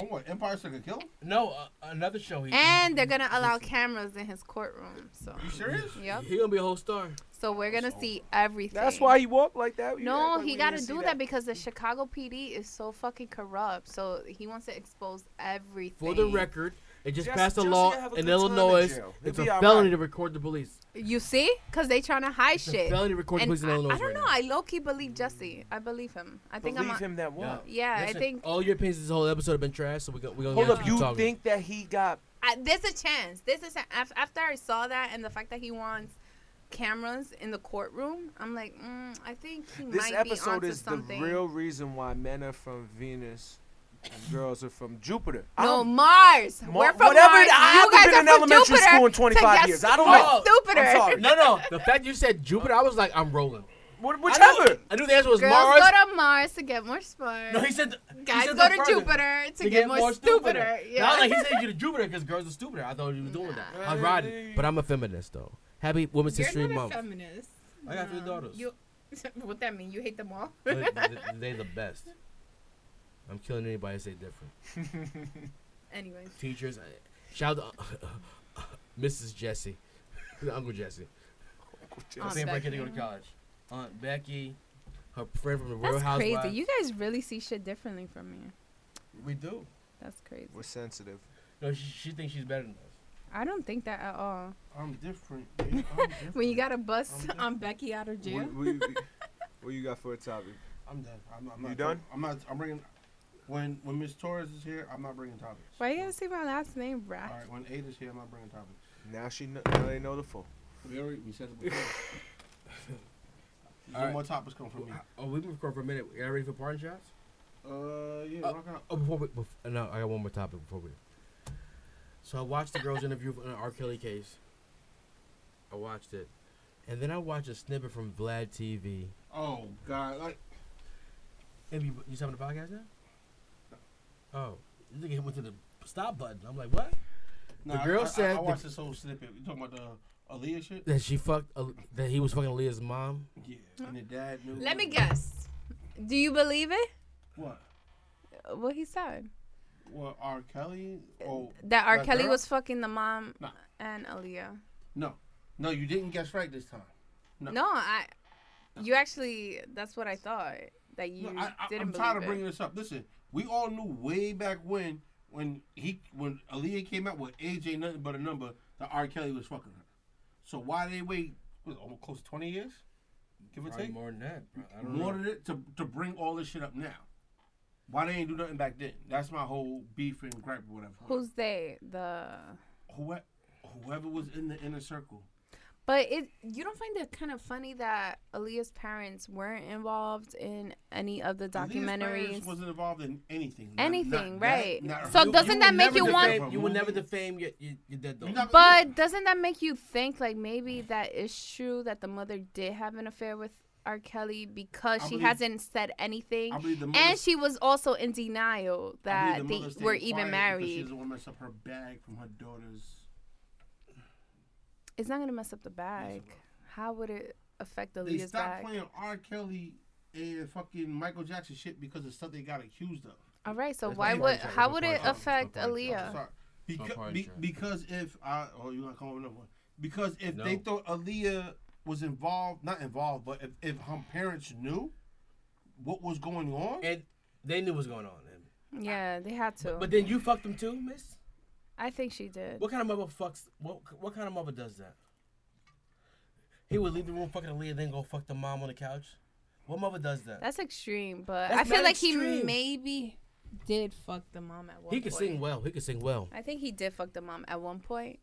Speaker 1: Oh, what? Empire Sugar Kill?
Speaker 2: No, uh, another show. He,
Speaker 4: And they're gonna allow cameras in his courtroom. So,
Speaker 1: You serious?
Speaker 4: yep.
Speaker 2: he gonna be a whole star.
Speaker 4: So we're gonna see everything.
Speaker 5: That's why he walked like that. You act
Speaker 4: No,
Speaker 5: like we
Speaker 4: he
Speaker 5: didn't
Speaker 4: got to
Speaker 5: see
Speaker 4: do that. because the Chicago PD is so fucking corrupt. So he wants to expose everything.
Speaker 2: For the record, it just,
Speaker 5: Just-
Speaker 2: passed a
Speaker 5: just
Speaker 2: law
Speaker 5: have a
Speaker 2: in
Speaker 5: good time in
Speaker 2: Illinois.
Speaker 5: jail. It'll
Speaker 2: it's a
Speaker 5: be all
Speaker 2: felony
Speaker 5: right.
Speaker 2: to record the police.
Speaker 4: you see, because they trying to hide
Speaker 2: It's a
Speaker 4: shit.
Speaker 2: felony to record the
Speaker 4: And
Speaker 2: police in
Speaker 4: I,
Speaker 2: Illinois.
Speaker 4: I don't
Speaker 2: right
Speaker 4: know.
Speaker 2: now.
Speaker 4: I low key believe Jesse. I believe him. I think
Speaker 5: Believe
Speaker 4: I'm.
Speaker 5: him that walked.
Speaker 4: Yeah, I
Speaker 2: Listen,
Speaker 4: think
Speaker 2: all your opinions this whole episode have been trash, so we go, we're gonna
Speaker 5: Hold
Speaker 2: get
Speaker 5: up,
Speaker 2: to
Speaker 5: you
Speaker 2: talking.
Speaker 5: think that he got?
Speaker 4: I, there's a chance. There's a chance. After I saw that and the fact that he wants cameras in the courtroom, I'm like, mm, I think he
Speaker 5: This
Speaker 4: might be
Speaker 5: episode
Speaker 4: onto
Speaker 5: is
Speaker 4: something.
Speaker 5: the real reason why men are from Venus and girls are from Jupiter. I
Speaker 4: No,
Speaker 5: don't-
Speaker 4: Mars.
Speaker 5: Mar-
Speaker 4: We're from
Speaker 5: whatever.
Speaker 4: Mars.
Speaker 5: I
Speaker 4: you
Speaker 5: haven't
Speaker 4: guys
Speaker 5: been
Speaker 4: are
Speaker 5: in
Speaker 4: from
Speaker 5: elementary
Speaker 4: Jupiter Oh.
Speaker 5: school in
Speaker 4: to
Speaker 5: 25
Speaker 4: get
Speaker 5: years. I don't
Speaker 4: more
Speaker 5: know. I'm
Speaker 4: Stupider.
Speaker 5: sorry.
Speaker 2: No, no. The fact you said Jupiter, I was like, I'm rolling.
Speaker 5: Wh-
Speaker 2: I
Speaker 5: Whichever.
Speaker 2: knew, I knew the answer was
Speaker 4: Girls
Speaker 2: Mars.
Speaker 4: go to Mars to get more smart.
Speaker 2: no, he said. he
Speaker 4: Guys
Speaker 2: said
Speaker 4: go
Speaker 2: the
Speaker 4: to
Speaker 2: further.
Speaker 4: Jupiter to, get, more, stupider. Yeah.
Speaker 2: Not like he said you to Jupiter because girls are stupider. I thought you were doing that. I'm riding, but I'm a feminist though. Happy Women's History
Speaker 6: You're not
Speaker 2: Month.
Speaker 6: a feminist.
Speaker 2: I got three
Speaker 6: No.
Speaker 2: daughters.
Speaker 6: You, what that mean? You hate them all?
Speaker 2: They- they- they the best. I'm killing anybody that say different.
Speaker 4: Anyways,
Speaker 2: Teachers, I- shout out to Mrs. Jesse, Uncle Jesse.
Speaker 4: Aunt
Speaker 2: Same break to
Speaker 4: Becky.
Speaker 2: go to college. Aunt Becky, her friend from the Real
Speaker 4: that's crazy.
Speaker 2: Housewives.
Speaker 4: You guys really see shit differently from me.
Speaker 2: we do.
Speaker 4: That's crazy.
Speaker 5: We're sensitive.
Speaker 2: No, she, she thinks she's better than us.
Speaker 4: I don't think that at all.
Speaker 1: I'm different. babe. I'm different.
Speaker 4: When you got a bus,
Speaker 6: I'm Becky out of
Speaker 5: We-
Speaker 6: jail.
Speaker 5: we- we- what you got for a topic?
Speaker 1: I'm done. I'm, I'm not
Speaker 5: You done?
Speaker 1: I'm not. I'm bringing. When when Miss Torres is here, I'm not bringing topics.
Speaker 4: why you gotta say my last name, bruh?
Speaker 1: All right. When Aid is here, I'm not bringing topics.
Speaker 5: Now she kn- now they know the full.
Speaker 1: We already we said it before. No
Speaker 2: All right.
Speaker 1: more topics come from me.
Speaker 2: Oh, we've been recording for a minute. You all ready for parting shots?
Speaker 1: Uh, yeah.
Speaker 2: Uh,
Speaker 1: rock out.
Speaker 2: Oh, before we, bef uh, no, I got one more topic before we. So I watched the girls' interview on the R. Kelly case. I watched it, and then I watched a snippet from Vlad TV.
Speaker 1: Oh God. Like
Speaker 2: Have you you having a podcast now? Oh, you think it went to the stop button? I'm like, what?
Speaker 1: nah,
Speaker 2: The
Speaker 1: I-
Speaker 2: girl
Speaker 1: I, I,
Speaker 2: said
Speaker 1: I
Speaker 2: the-
Speaker 1: watched this whole snippet. You talking about the Aaliyah shit?
Speaker 2: That she fucked. Uh, that he was fucking Leah's mom.
Speaker 1: Yeah. And the dad knew.
Speaker 4: Let me guess. Do you believe it?
Speaker 1: What?
Speaker 4: Uh, What he said?
Speaker 1: What? R. Kelly? Oh.
Speaker 4: That R.
Speaker 1: That
Speaker 4: Kelly
Speaker 1: girl?
Speaker 4: was fucking the mom
Speaker 1: Nah.
Speaker 4: and Aaliyah.
Speaker 1: No. No, you didn't guess right this time. No.
Speaker 4: No, I. You actually. That's what I thought. That you
Speaker 1: No, I, I,
Speaker 4: didn't
Speaker 1: I'm
Speaker 4: believe
Speaker 1: tired of
Speaker 4: it.
Speaker 1: bringing this up. Listen, we all knew way back when, when he, when Aaliyah came out with AJ nothing but a number, that R. Kelly was fucking her. So why they wait? Was it almost close to 20 years, give or
Speaker 2: Probably
Speaker 1: take,
Speaker 2: more than that. bro. I don't
Speaker 1: more
Speaker 2: know.
Speaker 1: than it to to bring all this shit up now. Why they ain't do nothing back then? That's my whole beef and gripe or whatever.
Speaker 4: Who's they? The.
Speaker 1: Whoever, whoever was in the inner circle.
Speaker 4: But it. You don't find it kind of funny that Aaliyah's parents weren't involved in any of the
Speaker 1: Aaliyah's
Speaker 4: documentaries.
Speaker 1: parents wasn't involved in anything. Not-
Speaker 4: Anything,
Speaker 1: not that,
Speaker 4: right.
Speaker 1: not-
Speaker 4: So
Speaker 1: you-
Speaker 4: doesn't
Speaker 1: you
Speaker 4: that
Speaker 1: will
Speaker 4: make
Speaker 1: never
Speaker 4: you want-
Speaker 1: defame-
Speaker 2: You will never defame your, your, your dead
Speaker 1: You're not-
Speaker 2: dog.
Speaker 4: But doesn't that make you think like maybe that is true that the mother did have an affair with R. Kelly because
Speaker 1: I
Speaker 4: she
Speaker 1: believe-
Speaker 4: hasn't said anything,
Speaker 1: I believe the mother
Speaker 4: and she was also in denial
Speaker 1: I
Speaker 4: that
Speaker 1: believe the
Speaker 4: they
Speaker 1: mother stayed
Speaker 4: were
Speaker 1: quiet
Speaker 4: even
Speaker 1: Because she
Speaker 4: married.
Speaker 1: doesn't want to mess up her bag from her daughter's.
Speaker 4: It's not gonna mess up the bag. How would it affect
Speaker 1: They
Speaker 4: Aaliyah's
Speaker 1: stopped
Speaker 4: bag?
Speaker 1: playing R. Kelly and fucking Michael Jackson shit because of stuff they got accused of.
Speaker 4: All right, so
Speaker 2: That's
Speaker 4: why
Speaker 2: not
Speaker 4: would
Speaker 2: apologetic.
Speaker 4: how would it
Speaker 2: Apologetic.
Speaker 4: affect
Speaker 2: Apologetic.
Speaker 4: Aaliyah?
Speaker 1: Sorry. Because,
Speaker 2: part,
Speaker 1: be,
Speaker 2: Jack.
Speaker 1: because if I oh you gonna come up with another one because if they
Speaker 2: No.
Speaker 1: thought Aaliyah was involved not involved but if, if her parents knew what was going on
Speaker 2: and they knew what was going on. And,
Speaker 4: Yeah, they had to.
Speaker 2: but then you fucked them too, miss?
Speaker 4: I think she did.
Speaker 2: What kind of mother fucks? What what kind of mother does that? He would leave the room fucking Aaliyah, then go fuck the mom on the couch. What mother does that?
Speaker 4: That's extreme, but
Speaker 2: That's
Speaker 4: I feel
Speaker 2: not
Speaker 4: like he
Speaker 2: extreme.
Speaker 4: maybe did fuck the mom at one
Speaker 2: he could
Speaker 4: point.
Speaker 2: sing well. He could sing well.
Speaker 4: I think he did fuck the mom at one point.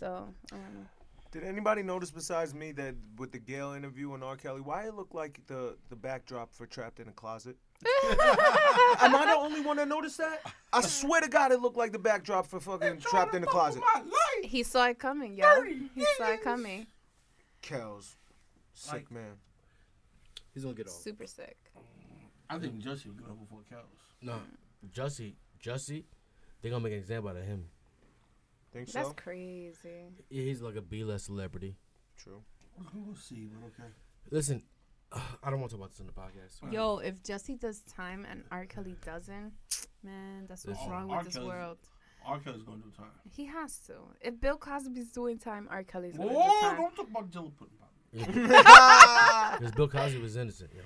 Speaker 4: So um, I don't know.
Speaker 5: Did anybody notice besides me that with the Gail interview and R. Kelly, why it looked like the the backdrop for Trapped in a Closet? Am I the only one that noticed that? I swear to God, it looked like the backdrop for fucking Trapped in a Closet.
Speaker 4: he saw it coming, yo. He saw it coming.
Speaker 5: Kels, Sick
Speaker 1: Like-
Speaker 5: man.
Speaker 7: He's gonna get off.
Speaker 4: Super sick.
Speaker 1: I think Jussie would get over four cows.
Speaker 2: No, Jussie, Jussie, they gonna make an example out of him.
Speaker 5: Think
Speaker 4: That's
Speaker 5: so?
Speaker 4: crazy.
Speaker 2: Yeah, he's like a B-list celebrity.
Speaker 5: True.
Speaker 1: We'll see, but okay.
Speaker 2: Listen, I don't want to talk about this on the podcast.
Speaker 4: Yo, if Jesse does time and R. Kelly doesn't, man, that's what's
Speaker 1: Listen,
Speaker 4: wrong
Speaker 1: Oh, R.
Speaker 4: with this
Speaker 1: Kelly's-
Speaker 4: world.
Speaker 1: R. Kelly's gonna do time.
Speaker 4: He has to. If Bill Cosby's doing time, R. Kelly's gonna do
Speaker 1: Whoa!
Speaker 4: time.
Speaker 1: Don't talk about Jill Putin.
Speaker 2: Because Bill Cosby was innocent, yo.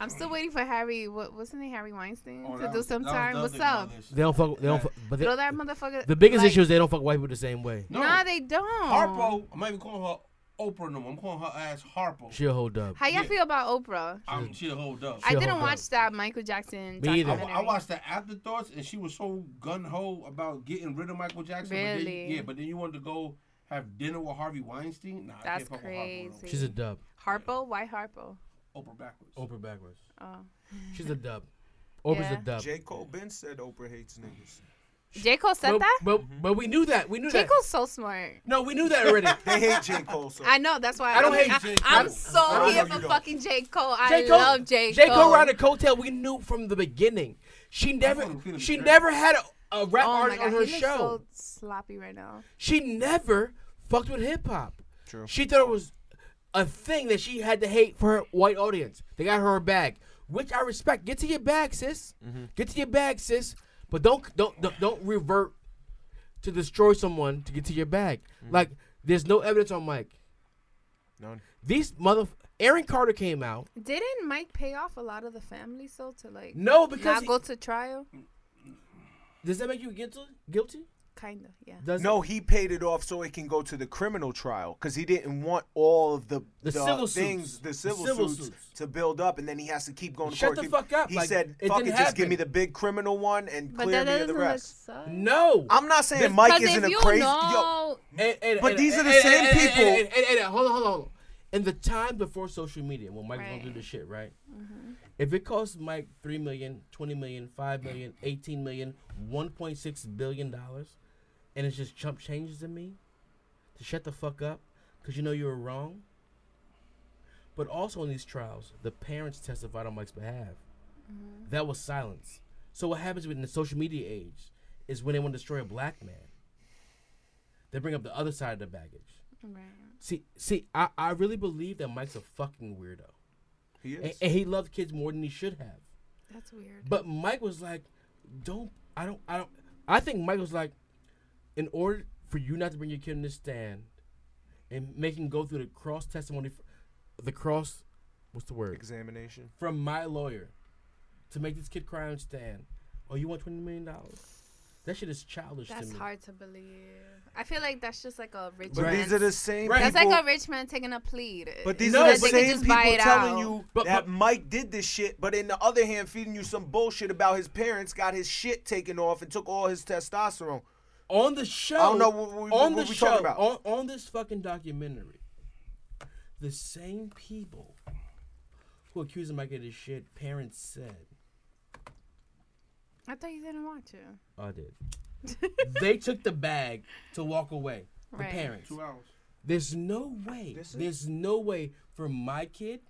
Speaker 4: I'm still waiting for Harry. What wasn't it Harry Weinstein
Speaker 1: Oh,
Speaker 4: to
Speaker 1: that
Speaker 4: do
Speaker 1: was-
Speaker 4: some
Speaker 1: that was
Speaker 4: time?
Speaker 1: the
Speaker 4: What's
Speaker 1: other thing
Speaker 4: up?
Speaker 1: on this.
Speaker 2: They don't fuck. They don't. Fuck, but they,
Speaker 4: Throw that motherfucker.
Speaker 2: the biggest
Speaker 4: like-
Speaker 2: issue is they don't fuck white people the same way.
Speaker 1: No,
Speaker 4: Nah, they Oh. don't.
Speaker 1: Harpo. I'm not even calling her Oprah no more. I'm calling her ass Harpo.
Speaker 2: She'll hold up.
Speaker 4: How y'all
Speaker 1: Yeah.
Speaker 4: feel about Oprah?
Speaker 1: um, she'll hold up.
Speaker 4: I
Speaker 2: She'll
Speaker 4: didn't
Speaker 2: hold
Speaker 4: watch
Speaker 2: up.
Speaker 4: that Michael Jackson
Speaker 2: Me either.
Speaker 1: I,
Speaker 2: I-
Speaker 4: documentary.
Speaker 1: I watched the afterthoughts, and she was so gun ho about getting rid of Michael Jackson. But then,
Speaker 4: Really?
Speaker 1: yeah, but then you wanted to go have dinner with Harvey Weinstein. Nah, I
Speaker 4: That's
Speaker 1: can't fuck with Harpo no more.
Speaker 4: crazy.
Speaker 2: She's a dub.
Speaker 4: Harpo? Why Harpo?
Speaker 1: Oprah backwards.
Speaker 2: Oprah backwards.
Speaker 4: Oh.
Speaker 2: She's a dub. Oprah's
Speaker 4: Yeah.
Speaker 2: a dub.
Speaker 5: J. Cole Ben said Oprah hates niggas.
Speaker 4: J. Cole said
Speaker 2: But,
Speaker 4: that?
Speaker 2: but but we knew that. We knew
Speaker 4: J.
Speaker 2: that.
Speaker 4: Cole's so smart.
Speaker 2: No, we knew that already.
Speaker 5: They hate J. Cole so
Speaker 4: I know. That's why
Speaker 2: I don't
Speaker 4: I'm-
Speaker 2: hate
Speaker 4: I,
Speaker 1: J.
Speaker 4: I'm
Speaker 1: Cole.
Speaker 4: so
Speaker 5: I don't
Speaker 4: here
Speaker 5: know
Speaker 4: for
Speaker 5: you don't.
Speaker 4: fucking J. Cole. I
Speaker 2: J. Cole-
Speaker 4: love J. Cole.
Speaker 2: J. Cole ran a coattail we knew from the beginning. She never
Speaker 1: gonna feel
Speaker 2: she
Speaker 1: betrayed.
Speaker 2: never had a, a rap
Speaker 4: Oh my
Speaker 2: artist
Speaker 4: god,
Speaker 2: on
Speaker 4: he
Speaker 2: her
Speaker 4: looks
Speaker 2: show.
Speaker 4: so sloppy right now.
Speaker 2: She never fucked with hip hop.
Speaker 5: True.
Speaker 2: She thought it was a thing that she had to hate for her white audience. They got her a bag, which I respect. Get to your bag, sis. Get to your bag, sis. But don't don't don't, don't revert to destroy someone to get to your bag. Like there's no evidence on Mike.
Speaker 5: None.
Speaker 2: These mother Aaron Carter came out.
Speaker 4: Didn't Mike pay off a lot of the family so to like
Speaker 2: No,
Speaker 4: not
Speaker 2: because
Speaker 4: go to trial?
Speaker 2: does that make you guilty? Guilty?
Speaker 4: Kinda, yeah.
Speaker 2: Does
Speaker 5: No, he paid it off so it can go to the criminal trial because he didn't want all of the,
Speaker 2: The civil suits.
Speaker 5: things, the
Speaker 2: The
Speaker 5: civil,
Speaker 2: civil
Speaker 5: suits,
Speaker 2: suits.
Speaker 5: to build up, and then he has to keep going. to
Speaker 2: Shut
Speaker 5: court.
Speaker 2: the
Speaker 5: He-
Speaker 2: fuck up,
Speaker 5: He
Speaker 2: like,
Speaker 5: said,
Speaker 2: it
Speaker 5: "Fuck it,
Speaker 2: didn't
Speaker 5: just give
Speaker 2: happen."
Speaker 5: me the big criminal one and
Speaker 4: But
Speaker 5: clear
Speaker 4: that
Speaker 5: me of the
Speaker 4: doesn't look
Speaker 5: rest."
Speaker 4: suck.
Speaker 2: No.
Speaker 5: I'm not saying
Speaker 2: This-
Speaker 5: Mike
Speaker 4: 'Cause
Speaker 5: isn't
Speaker 4: if
Speaker 5: a
Speaker 4: you
Speaker 5: crazy. Yo,
Speaker 4: know,
Speaker 2: And- and-
Speaker 5: But
Speaker 2: and-
Speaker 5: these are the
Speaker 2: and-
Speaker 5: same
Speaker 2: and- and-
Speaker 5: people-
Speaker 2: and- and- and- and- hold on, hold on, hold on. In the time before social media, when Mike was gonna do
Speaker 4: Right.
Speaker 2: this shit, right? If it costs Mike 3 million, 20 million, 5 million, 18 million, 1.6 billion dollars, and it's just chump changes to me, to shut the fuck up, because you know you were wrong. But also in these trials, the parents testified on Mike's behalf. That was silence. So what happens in the social media age is when they want to destroy a black man. They bring up the other side of the baggage.
Speaker 4: Right.
Speaker 2: See, see, I, I really believe that Mike's a fucking weirdo,
Speaker 5: he
Speaker 2: and,
Speaker 5: is.
Speaker 2: and he loved kids more than he should have.
Speaker 4: That's weird.
Speaker 2: But Mike was like, "Don't, I don't, I don't." I think Mike was like, "In order for you not to bring your kid in the stand, and make him go through the cross testimony, f- the cross, what's the word
Speaker 5: Examination.
Speaker 2: from my lawyer, to make this kid cry on stand. Oh, you want twenty million dollars? That shit is childish to
Speaker 4: That's
Speaker 2: me.
Speaker 4: hard to believe. I feel like that's just like a rich
Speaker 5: But
Speaker 2: Right.
Speaker 5: these are
Speaker 4: man's
Speaker 5: the same
Speaker 2: Right.
Speaker 4: That's
Speaker 5: people.
Speaker 4: like a rich man taking a plead.
Speaker 5: but these
Speaker 2: No,
Speaker 5: are
Speaker 2: but
Speaker 5: the
Speaker 2: they
Speaker 4: can
Speaker 5: same
Speaker 4: just
Speaker 5: people
Speaker 4: buy it
Speaker 5: telling
Speaker 4: out.
Speaker 5: you
Speaker 2: But-
Speaker 5: that
Speaker 2: but-
Speaker 5: Mike did this shit, but in the other hand, feeding you some bullshit about his parents got his shit taken off and took all his testosterone.
Speaker 2: on the show.
Speaker 5: don't know what we-
Speaker 2: on
Speaker 5: what
Speaker 2: the
Speaker 5: we
Speaker 2: show,
Speaker 5: talking about.
Speaker 2: On, on this fucking documentary, the same people who accused Mike of this shit, parents said,
Speaker 4: I thought you didn't want to.
Speaker 2: "I did." they took the bag to walk away. The
Speaker 4: Right.
Speaker 2: parents.
Speaker 1: Two hours.
Speaker 2: There's no way.
Speaker 5: This is-
Speaker 2: There's no way for my kid.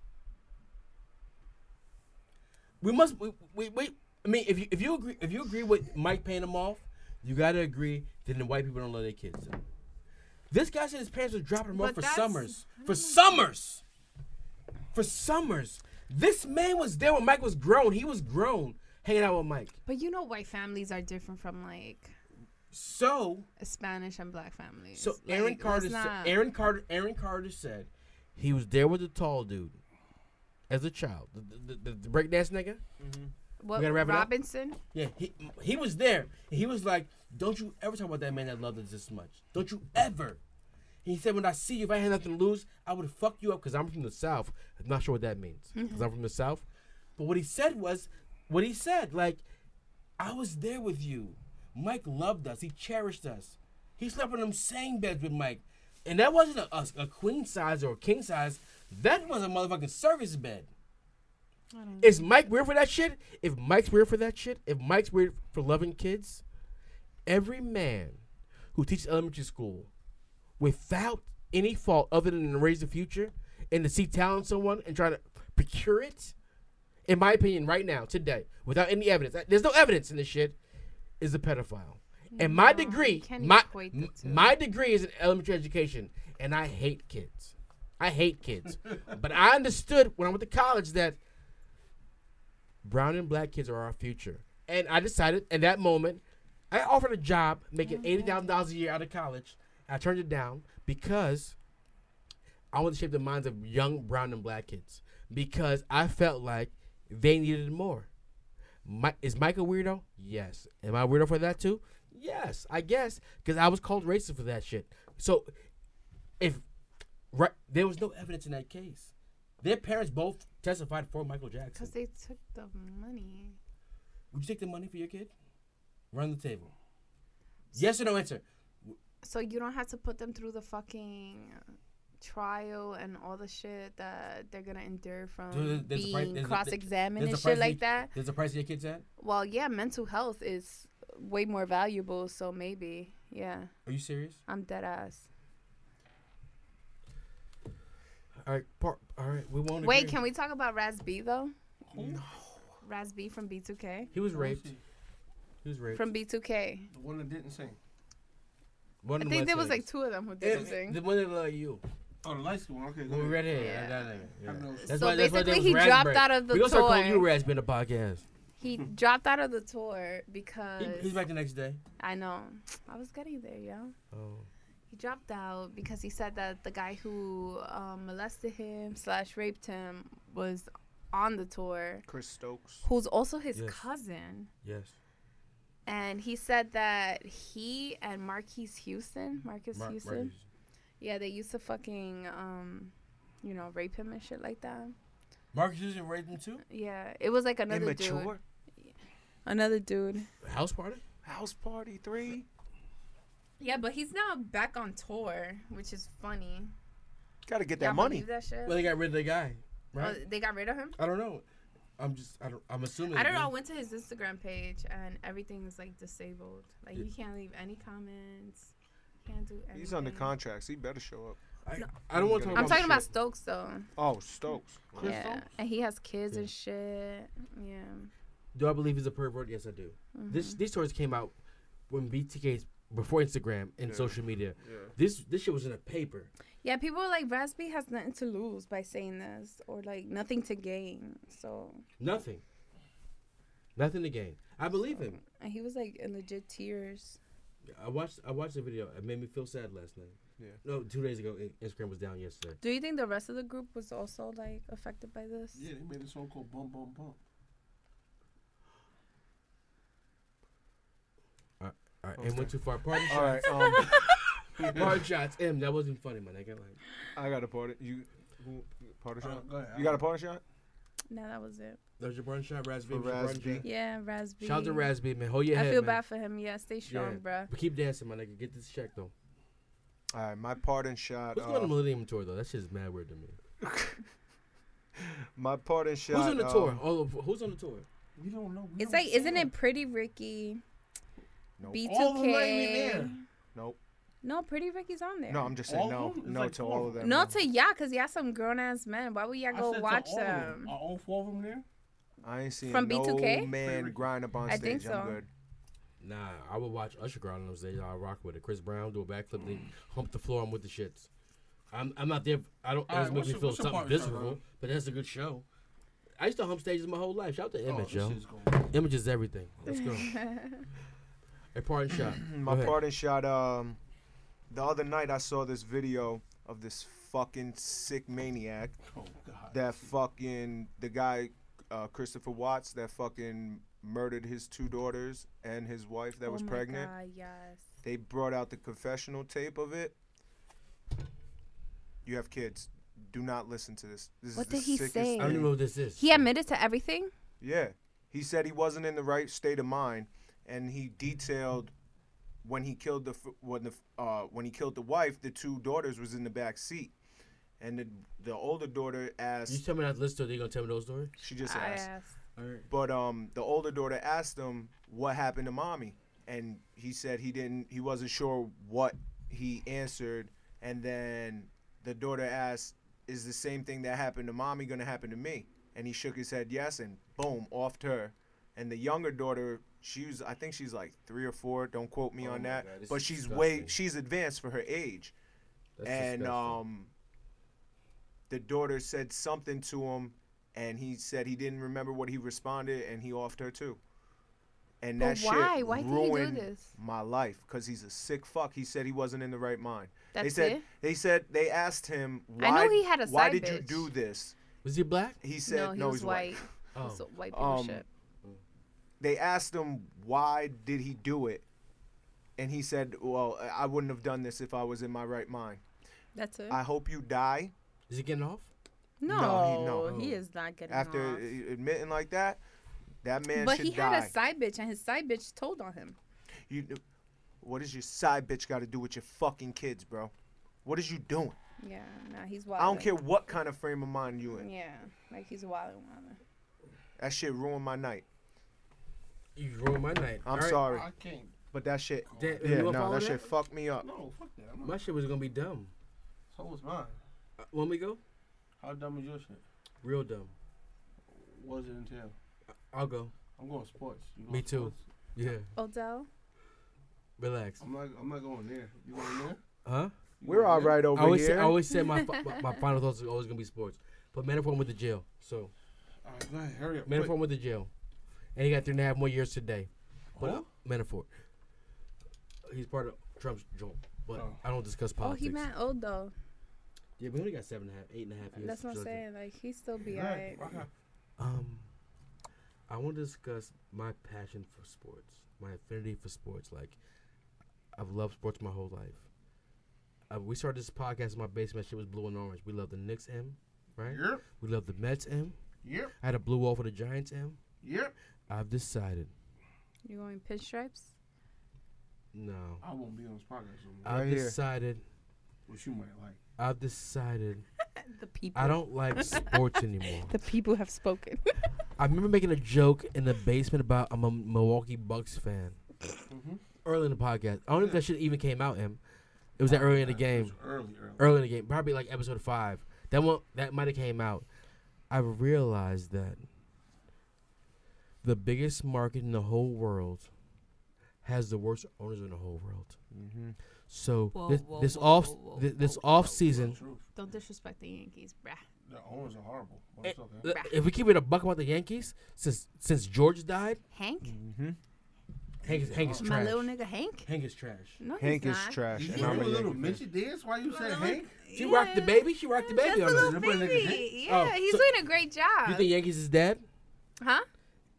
Speaker 2: We must. We, we, we I mean, if you if you agree if you agree with Mike paying him off, you gotta agree that the white people don't love their kids. in. This guy said his parents were dropping him off
Speaker 4: But
Speaker 2: for
Speaker 4: that's-
Speaker 2: summers. For summers. For summers. This man was there when Mike was grown. He was grown hanging out with Mike.
Speaker 4: But you know, white families are different from like
Speaker 2: So
Speaker 4: Spanish and black families.
Speaker 2: So Aaron
Speaker 4: Like,
Speaker 2: Carter,
Speaker 4: let's
Speaker 2: sa-
Speaker 4: not-
Speaker 2: Aaron Carter, Aaron Carter said he was there with the tall dude as a child, the the, the, the breakdance nigga.
Speaker 4: what,
Speaker 2: we gotta wrap it up?
Speaker 4: Robinson.
Speaker 2: Yeah, he he was there. And he was like, "Don't you ever talk about that man that loved us this much? Don't you ever?" And he said, "When I see you, if I had nothing to lose, I would fuck you up because I'm from the south. I'm not sure what that means because I'm from the south." But what he said was, what he said, like, "I was there with you. Mike loved us. He cherished us. He slept in them same beds with Mike, and that wasn't a, a, a queen size or a king size. That was a motherfucking service bed."
Speaker 4: Mm-hmm.
Speaker 2: Is Mike weird for that shit? If Mike's weird for that shit, if Mike's weird for loving kids, every man who teaches elementary school without any fault other than to raise the future and to see talent in someone and try to procure it, in my opinion, right now, today, without any evidence, there's no evidence in this shit, is a pedophile. And my
Speaker 4: No, you
Speaker 2: degree,
Speaker 4: can't
Speaker 2: my
Speaker 4: equate the
Speaker 2: m-
Speaker 4: two.
Speaker 2: my degree is in elementary education, and I hate kids. I hate kids, but I understood when I went to college that brown and black kids are our future. And I decided at that moment, I offered a job making eighty thousand dollars a year out of college. I turned it down because I wanted to shape the minds of young brown and black kids because I felt like they needed it more. My, is Mike a weirdo? Yes. Am I a weirdo for that too? Yes, I guess because I was called racist for that shit. So if right, there was no evidence in that case. Their parents both testified for Michael Jackson.
Speaker 4: Because they took the money.
Speaker 2: Would you take the money for your kid? Run the table. Yes or no answer.
Speaker 4: So you don't have to put them through the fucking trial and all the shit that they're gonna endure from
Speaker 2: Dude, there's a price-
Speaker 4: being
Speaker 2: there's a-
Speaker 4: cross-examined
Speaker 2: There's
Speaker 4: and
Speaker 2: a
Speaker 4: shit
Speaker 2: price
Speaker 4: like
Speaker 2: your-
Speaker 4: that.
Speaker 2: There's a price your kid's at?
Speaker 4: Well, yeah, mental health is way more valuable. So maybe, yeah,
Speaker 2: Are you serious?
Speaker 4: I'm dead ass.
Speaker 2: All right, par- all right, we won't.
Speaker 4: Wait,
Speaker 2: agree.
Speaker 4: can we talk about Raz B though? No. Raz B from B2K.
Speaker 2: He was
Speaker 1: Who is
Speaker 2: raped.
Speaker 1: she?
Speaker 2: He was raped.
Speaker 4: From B2K.
Speaker 1: The one that didn't sing.
Speaker 2: one
Speaker 4: I
Speaker 2: of the
Speaker 4: think there was like
Speaker 2: Latinos.
Speaker 4: two of them who did the thing.
Speaker 2: The one that looked like you.
Speaker 1: Oh, the light skin one. Okay, go
Speaker 2: Well,
Speaker 1: ahead.
Speaker 2: red hair.
Speaker 4: Yeah.
Speaker 2: that nigga, yeah.
Speaker 1: Have no-
Speaker 2: That's
Speaker 4: So
Speaker 2: why, that's why there
Speaker 4: basically
Speaker 2: was
Speaker 4: he
Speaker 2: ras
Speaker 4: dropped
Speaker 2: break.
Speaker 4: out of the
Speaker 2: we gonna start calling
Speaker 4: tour.
Speaker 2: you Raz in the podcast.
Speaker 4: He dropped out of the tour
Speaker 2: He,
Speaker 4: because
Speaker 2: he's back the next day.
Speaker 4: I know I was getting there, yo.
Speaker 2: Oh,
Speaker 4: He dropped out because he said that the guy who um, molested him slash raped him was on the tour,
Speaker 5: Chris Stokes.
Speaker 4: who's also his
Speaker 2: Yes.
Speaker 4: cousin.
Speaker 2: yes.
Speaker 4: And he said that he and Marquise Houston, Marcus
Speaker 2: Mar-
Speaker 4: Houston,
Speaker 2: Marcus.
Speaker 4: yeah, they used to fucking, um, you know, rape him and shit like that.
Speaker 2: Marcus Houston raped him too.
Speaker 4: Yeah, it was like another dude.
Speaker 5: Immature.
Speaker 4: Another dude.
Speaker 2: House party.
Speaker 5: House Party 3.
Speaker 4: Yeah, but he's now back on tour, which is funny.
Speaker 5: Gotta get
Speaker 4: Y'all
Speaker 5: that money.
Speaker 4: believe That shit?
Speaker 2: Well, they got rid of the guy,
Speaker 4: Oh,
Speaker 2: right?
Speaker 4: they got rid of him.
Speaker 2: I don't know. I'm just. I don't. I'm assuming.
Speaker 4: Uh, I
Speaker 2: they
Speaker 4: don't know. I
Speaker 2: did.
Speaker 4: went to his Instagram page and everything is like disabled. Like you can't leave any comments. Can't do anything.
Speaker 5: He's under contracts. He better show up.
Speaker 2: I, I don't want to talk
Speaker 4: I'm
Speaker 2: about.
Speaker 4: talking about
Speaker 2: shit.
Speaker 4: Stokes though.
Speaker 5: Oh, Stokes.
Speaker 4: yeah, and he has kids
Speaker 2: Yeah.
Speaker 4: and shit. Yeah.
Speaker 2: Do I believe he's a pervert? Yes, I do.
Speaker 4: Mm-hmm.
Speaker 2: This these stories came out when BTK's before Instagram and social media. This this shit was in a paper.
Speaker 4: Yeah, people are like Raspy has nothing to lose by saying this, or like nothing to gain. So,
Speaker 2: Nothing. Nothing to gain. I believe him.
Speaker 4: and he was like in legit tears.
Speaker 2: I watched I watched the video. It made me feel sad last night.
Speaker 5: Yeah.
Speaker 2: No, two days ago. In- Instagram was down yesterday.
Speaker 4: Do you think the rest of the group was also like affected by this?
Speaker 1: Yeah, they made a song called Bum Bum Bum.
Speaker 2: All right, and went too far. Party
Speaker 5: All right.
Speaker 2: shots.
Speaker 5: Um,
Speaker 2: Party shots. M, that wasn't funny, my nigga. Like,
Speaker 5: I got a party. You who, party
Speaker 1: Uh,
Speaker 5: shot?
Speaker 1: go ahead.
Speaker 5: You got a party shot?
Speaker 4: No, that was it.
Speaker 2: that was your party shot. Raspberry.
Speaker 5: For Raspy.
Speaker 2: Raspberry.
Speaker 4: Yeah, Raspy.
Speaker 2: Shout out to Raspberry, man. Hold your
Speaker 4: I
Speaker 2: head,
Speaker 4: feel
Speaker 2: man.
Speaker 4: bad for him. Yeah, stay strong, bruh.
Speaker 2: But keep dancing, my nigga. Get this check though.
Speaker 5: All right, my pardon shot.
Speaker 2: Who's going
Speaker 5: uh,
Speaker 2: on the Millennium Tour though? That shit is mad weird to me.
Speaker 5: my pardon shot.
Speaker 2: Who's on the
Speaker 5: uh,
Speaker 2: tour? Oh, who's on the tour?
Speaker 1: We don't know. We
Speaker 4: It's
Speaker 1: don't
Speaker 4: like, isn't
Speaker 1: care.
Speaker 4: it Pretty Ricky?
Speaker 5: Nope.
Speaker 4: B2K.
Speaker 1: All of them not even there.
Speaker 5: Nope.
Speaker 4: No, Pretty Ricky's on there.
Speaker 5: No, I'm just saying
Speaker 1: All
Speaker 5: no.
Speaker 1: of them? It's
Speaker 5: No
Speaker 1: like
Speaker 5: to
Speaker 1: four.
Speaker 5: all of them.
Speaker 4: No
Speaker 5: man.
Speaker 4: to y'all, cause y'all some grown ass men. Why would y'all
Speaker 1: I
Speaker 4: go
Speaker 1: said to
Speaker 4: watch
Speaker 1: all of
Speaker 4: them?
Speaker 1: Are all four of them there?
Speaker 5: I ain't seen
Speaker 4: From
Speaker 5: no
Speaker 4: B2K?
Speaker 5: man grind up on
Speaker 4: I
Speaker 5: stage.
Speaker 4: think so.
Speaker 5: I'm good.
Speaker 2: Nah, I would watch Usher ground on those days. I rock with it. Chris Brown do a backflip, then hump the floor. I'm with the shits. I'm I'm not there. I don't. It
Speaker 1: All right,
Speaker 2: doesn't make
Speaker 1: what's
Speaker 2: me
Speaker 1: your-
Speaker 2: feel
Speaker 1: what's your
Speaker 2: something
Speaker 1: party shot,
Speaker 2: visceral,
Speaker 1: bro?
Speaker 2: but that's a good show. I used to hump stages my whole life. Shout out to
Speaker 1: Oh,
Speaker 2: Image,
Speaker 1: this
Speaker 2: yo.
Speaker 1: shit's going-
Speaker 2: Image is everything. Let's go. a parting shot.
Speaker 5: My
Speaker 2: Go ahead.
Speaker 5: pardon shot. Um, the other night I saw this video of this fucking sick maniac
Speaker 1: Oh, God.
Speaker 5: that fucking the guy uh, Christopher Watts that fucking murdered his two daughters and his wife
Speaker 6: Oh
Speaker 5: that was pregnant.
Speaker 4: Oh God, yes.
Speaker 5: They brought out the confessional tape of it. You have kids. Do not listen to this. This
Speaker 4: What
Speaker 5: is the
Speaker 4: did he
Speaker 5: sickest
Speaker 4: say?
Speaker 2: I don't even
Speaker 5: thing.
Speaker 2: know what this is.
Speaker 4: He admitted to everything.
Speaker 5: Yeah. He said he wasn't in the right state of mind and he detailed when he killed the f- when the f- uh, when he killed the wife, the two daughters was in the back seat. And the, the older daughter
Speaker 2: you
Speaker 5: asked
Speaker 2: tell me not to listen to it. They gonna tell me those stories?
Speaker 5: she just
Speaker 4: I
Speaker 5: asked.
Speaker 4: asked.
Speaker 2: All right.
Speaker 5: But um the older daughter asked him what happened to mommy and he said he didn't he wasn't sure what he answered and then the daughter asked is the same thing that happened to mommy going to happen to me? And he shook his head yes, and boom, offed her. And the younger daughter, she was, I think she's like three or four. Don't quote me
Speaker 7: Oh
Speaker 5: on
Speaker 7: my
Speaker 5: that.
Speaker 7: God, this
Speaker 5: but
Speaker 7: is
Speaker 5: she's way,
Speaker 7: disgusting.
Speaker 5: she's advanced for her age.
Speaker 7: That's
Speaker 5: and
Speaker 7: disgusting.
Speaker 5: um, the daughter said something to him, and he said he didn't remember what he responded, and he offed her too. And
Speaker 4: But
Speaker 5: that
Speaker 4: why?
Speaker 5: shit
Speaker 4: Why did he do
Speaker 5: ruined
Speaker 4: this?
Speaker 5: my life because he's a sick fuck. He said he wasn't in the right mind. they
Speaker 4: That's
Speaker 5: said
Speaker 4: it?
Speaker 5: they said they asked him
Speaker 4: I
Speaker 5: why.
Speaker 4: know he had a
Speaker 5: why
Speaker 4: side
Speaker 5: did you
Speaker 4: bitch."
Speaker 5: do this?
Speaker 2: Was he black?
Speaker 5: He said
Speaker 4: no, he was
Speaker 5: he's
Speaker 4: white.
Speaker 2: Oh.
Speaker 4: So white people
Speaker 5: Um,
Speaker 4: shit.
Speaker 5: They asked him why did he do it, and he said, "Well, I- I wouldn't have done this if I was in my right mind.
Speaker 6: That's
Speaker 4: Mm.
Speaker 6: it.
Speaker 5: I hope you die."
Speaker 2: Is he getting off?
Speaker 6: no,
Speaker 5: no,
Speaker 6: no,
Speaker 5: he-
Speaker 6: he,
Speaker 5: no.
Speaker 6: is not getting
Speaker 5: after
Speaker 6: off.
Speaker 5: uh, admitting like that, that man
Speaker 6: But
Speaker 5: should
Speaker 6: he had
Speaker 5: die.
Speaker 6: a side bitch, and his side bitch told on him.
Speaker 5: you, what does your side bitch got to do with your fucking kids, bro? What is you doing?
Speaker 6: Yeah, nah, he's wild.
Speaker 5: I don't care what kind of frame of mind you in.
Speaker 6: Yeah, like he's wild and wild.
Speaker 5: That shit ruined my night.
Speaker 2: You ruined my night.
Speaker 5: I'm
Speaker 2: All right.
Speaker 5: sorry,
Speaker 1: I can't.
Speaker 5: but that shit,
Speaker 2: That- you
Speaker 5: yeah,
Speaker 2: wanna
Speaker 5: no,
Speaker 2: follow
Speaker 5: that
Speaker 2: that?
Speaker 5: shit fucked me up.
Speaker 1: No, fuck that. I'm not.
Speaker 2: My shit was gonna be dumb.
Speaker 1: So was mine.
Speaker 2: Uh, When we go,
Speaker 1: How dumb is your shit?
Speaker 2: real dumb.
Speaker 1: What does it entail?
Speaker 2: I'll go.
Speaker 1: I'm going sports. You
Speaker 2: Me
Speaker 1: going
Speaker 2: too.
Speaker 1: sports?
Speaker 2: Yeah,
Speaker 6: Odell,
Speaker 2: relax.
Speaker 1: I'm not. I'm not going there. You going there?
Speaker 2: Huh?
Speaker 1: You
Speaker 5: We're
Speaker 1: going
Speaker 5: all
Speaker 1: there?
Speaker 5: right
Speaker 2: I
Speaker 5: over
Speaker 2: always,
Speaker 5: here.
Speaker 2: Say, I always said my fi- my- my final thoughts are always gonna be sports. But Manafort went to jail, so
Speaker 1: All right, go ahead. Hurry up.
Speaker 2: Manafort
Speaker 1: quick.
Speaker 2: went to jail, and he got three and a half more years today. But uh,
Speaker 1: Who?
Speaker 2: Manafort, he's part of Trump's joint. But
Speaker 1: Oh.
Speaker 2: I don't discuss
Speaker 6: oh,
Speaker 2: politics.
Speaker 6: he meant Odell.
Speaker 2: yeah, we only got seven and a half, eight and a half years.
Speaker 6: That's what I'm
Speaker 2: something like
Speaker 6: saying. Like he still be
Speaker 1: All right,
Speaker 6: alright.
Speaker 1: rock out.
Speaker 2: that. Um, I want to discuss my passion for sports, my affinity for sports. Like, I've loved sports my whole life. Uh, we started this podcast in my basement. Shit was blue and orange. We love the Knicks, M, right?
Speaker 1: Yep.
Speaker 2: We love the Mets, M.
Speaker 1: Yep.
Speaker 2: I had a blue wall for the Giants, M.
Speaker 1: Yep.
Speaker 2: I've decided.
Speaker 6: You going pinstripes?
Speaker 2: No.
Speaker 1: I won't be on this podcast no more.
Speaker 5: Right
Speaker 2: I've
Speaker 5: here.
Speaker 2: decided.
Speaker 1: Which you might like.
Speaker 2: I've decided.
Speaker 4: Uh,
Speaker 6: The people.
Speaker 2: I don't like sports anymore.
Speaker 6: The people have spoken.
Speaker 2: I remember making a joke in the basement about I'm a Milwaukee Bucks fan.
Speaker 1: Mhm.
Speaker 2: Early in the podcast. I don't know if that shit even came out, Em. It was that early in the
Speaker 1: It
Speaker 2: game.
Speaker 1: was Early, early.
Speaker 2: Early in the game. Probably like episode five. That one that might have came out. I realized that the biggest market in the whole world has the worst owners in the whole world.
Speaker 5: Mhm.
Speaker 2: So
Speaker 4: Whoa,
Speaker 2: this,
Speaker 4: whoa,
Speaker 2: this
Speaker 4: whoa,
Speaker 2: off
Speaker 4: whoa, whoa,
Speaker 2: thi- this
Speaker 4: whoa,
Speaker 2: off season,
Speaker 1: Truth.
Speaker 4: Don't disrespect the Yankees, bruh.
Speaker 1: The owners are horrible. But
Speaker 2: Eh,
Speaker 1: it's okay.
Speaker 2: l-
Speaker 4: Bruh.
Speaker 2: if we keep it a buck about the Yankees, since since George died,
Speaker 4: Hank,
Speaker 2: Hank is, Hank is
Speaker 4: my
Speaker 2: Mm, trash.
Speaker 4: little nigga Hank.
Speaker 2: Hank is trash.
Speaker 4: No,
Speaker 5: Hank
Speaker 4: he's
Speaker 5: is
Speaker 4: not.
Speaker 5: trash.
Speaker 1: Did
Speaker 5: and
Speaker 1: you
Speaker 5: I'm
Speaker 1: do
Speaker 5: a
Speaker 1: a little
Speaker 5: Yankee fan.
Speaker 1: midget dance while you said
Speaker 4: Little-
Speaker 1: Hank?
Speaker 2: She rocked the baby. She rocked the baby
Speaker 4: That's
Speaker 2: on
Speaker 4: a
Speaker 2: us.
Speaker 4: little
Speaker 1: Remember nigga
Speaker 4: baby.
Speaker 1: Hank?
Speaker 4: Yeah,
Speaker 2: Oh,
Speaker 4: he's
Speaker 2: so-
Speaker 4: doing a great job.
Speaker 2: You think Yankees is dead?
Speaker 4: huh?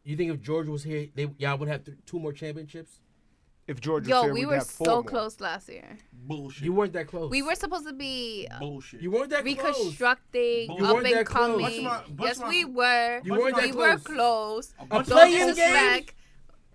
Speaker 2: You think if George was here, they y'all would have th- two more championships?
Speaker 5: If George was
Speaker 4: Yo,
Speaker 5: here,
Speaker 4: we
Speaker 5: we'd
Speaker 4: were
Speaker 5: have four
Speaker 4: so
Speaker 5: more.
Speaker 4: close last year.
Speaker 1: Bullshit.
Speaker 2: You weren't that close.
Speaker 4: We were supposed to be uh,
Speaker 1: Bullshit.
Speaker 2: You weren't that close.
Speaker 4: reconstructing,
Speaker 1: You
Speaker 4: up
Speaker 2: weren't that
Speaker 4: and
Speaker 2: close.
Speaker 4: coming.
Speaker 1: Bunch of my- bunch
Speaker 4: yes,
Speaker 1: of my-
Speaker 4: we were.
Speaker 2: You weren't
Speaker 4: we
Speaker 2: that
Speaker 4: were
Speaker 2: close.
Speaker 4: close.
Speaker 1: a bunch
Speaker 2: Play-in
Speaker 1: of
Speaker 4: Don't
Speaker 1: my,
Speaker 2: game?
Speaker 4: disrespect.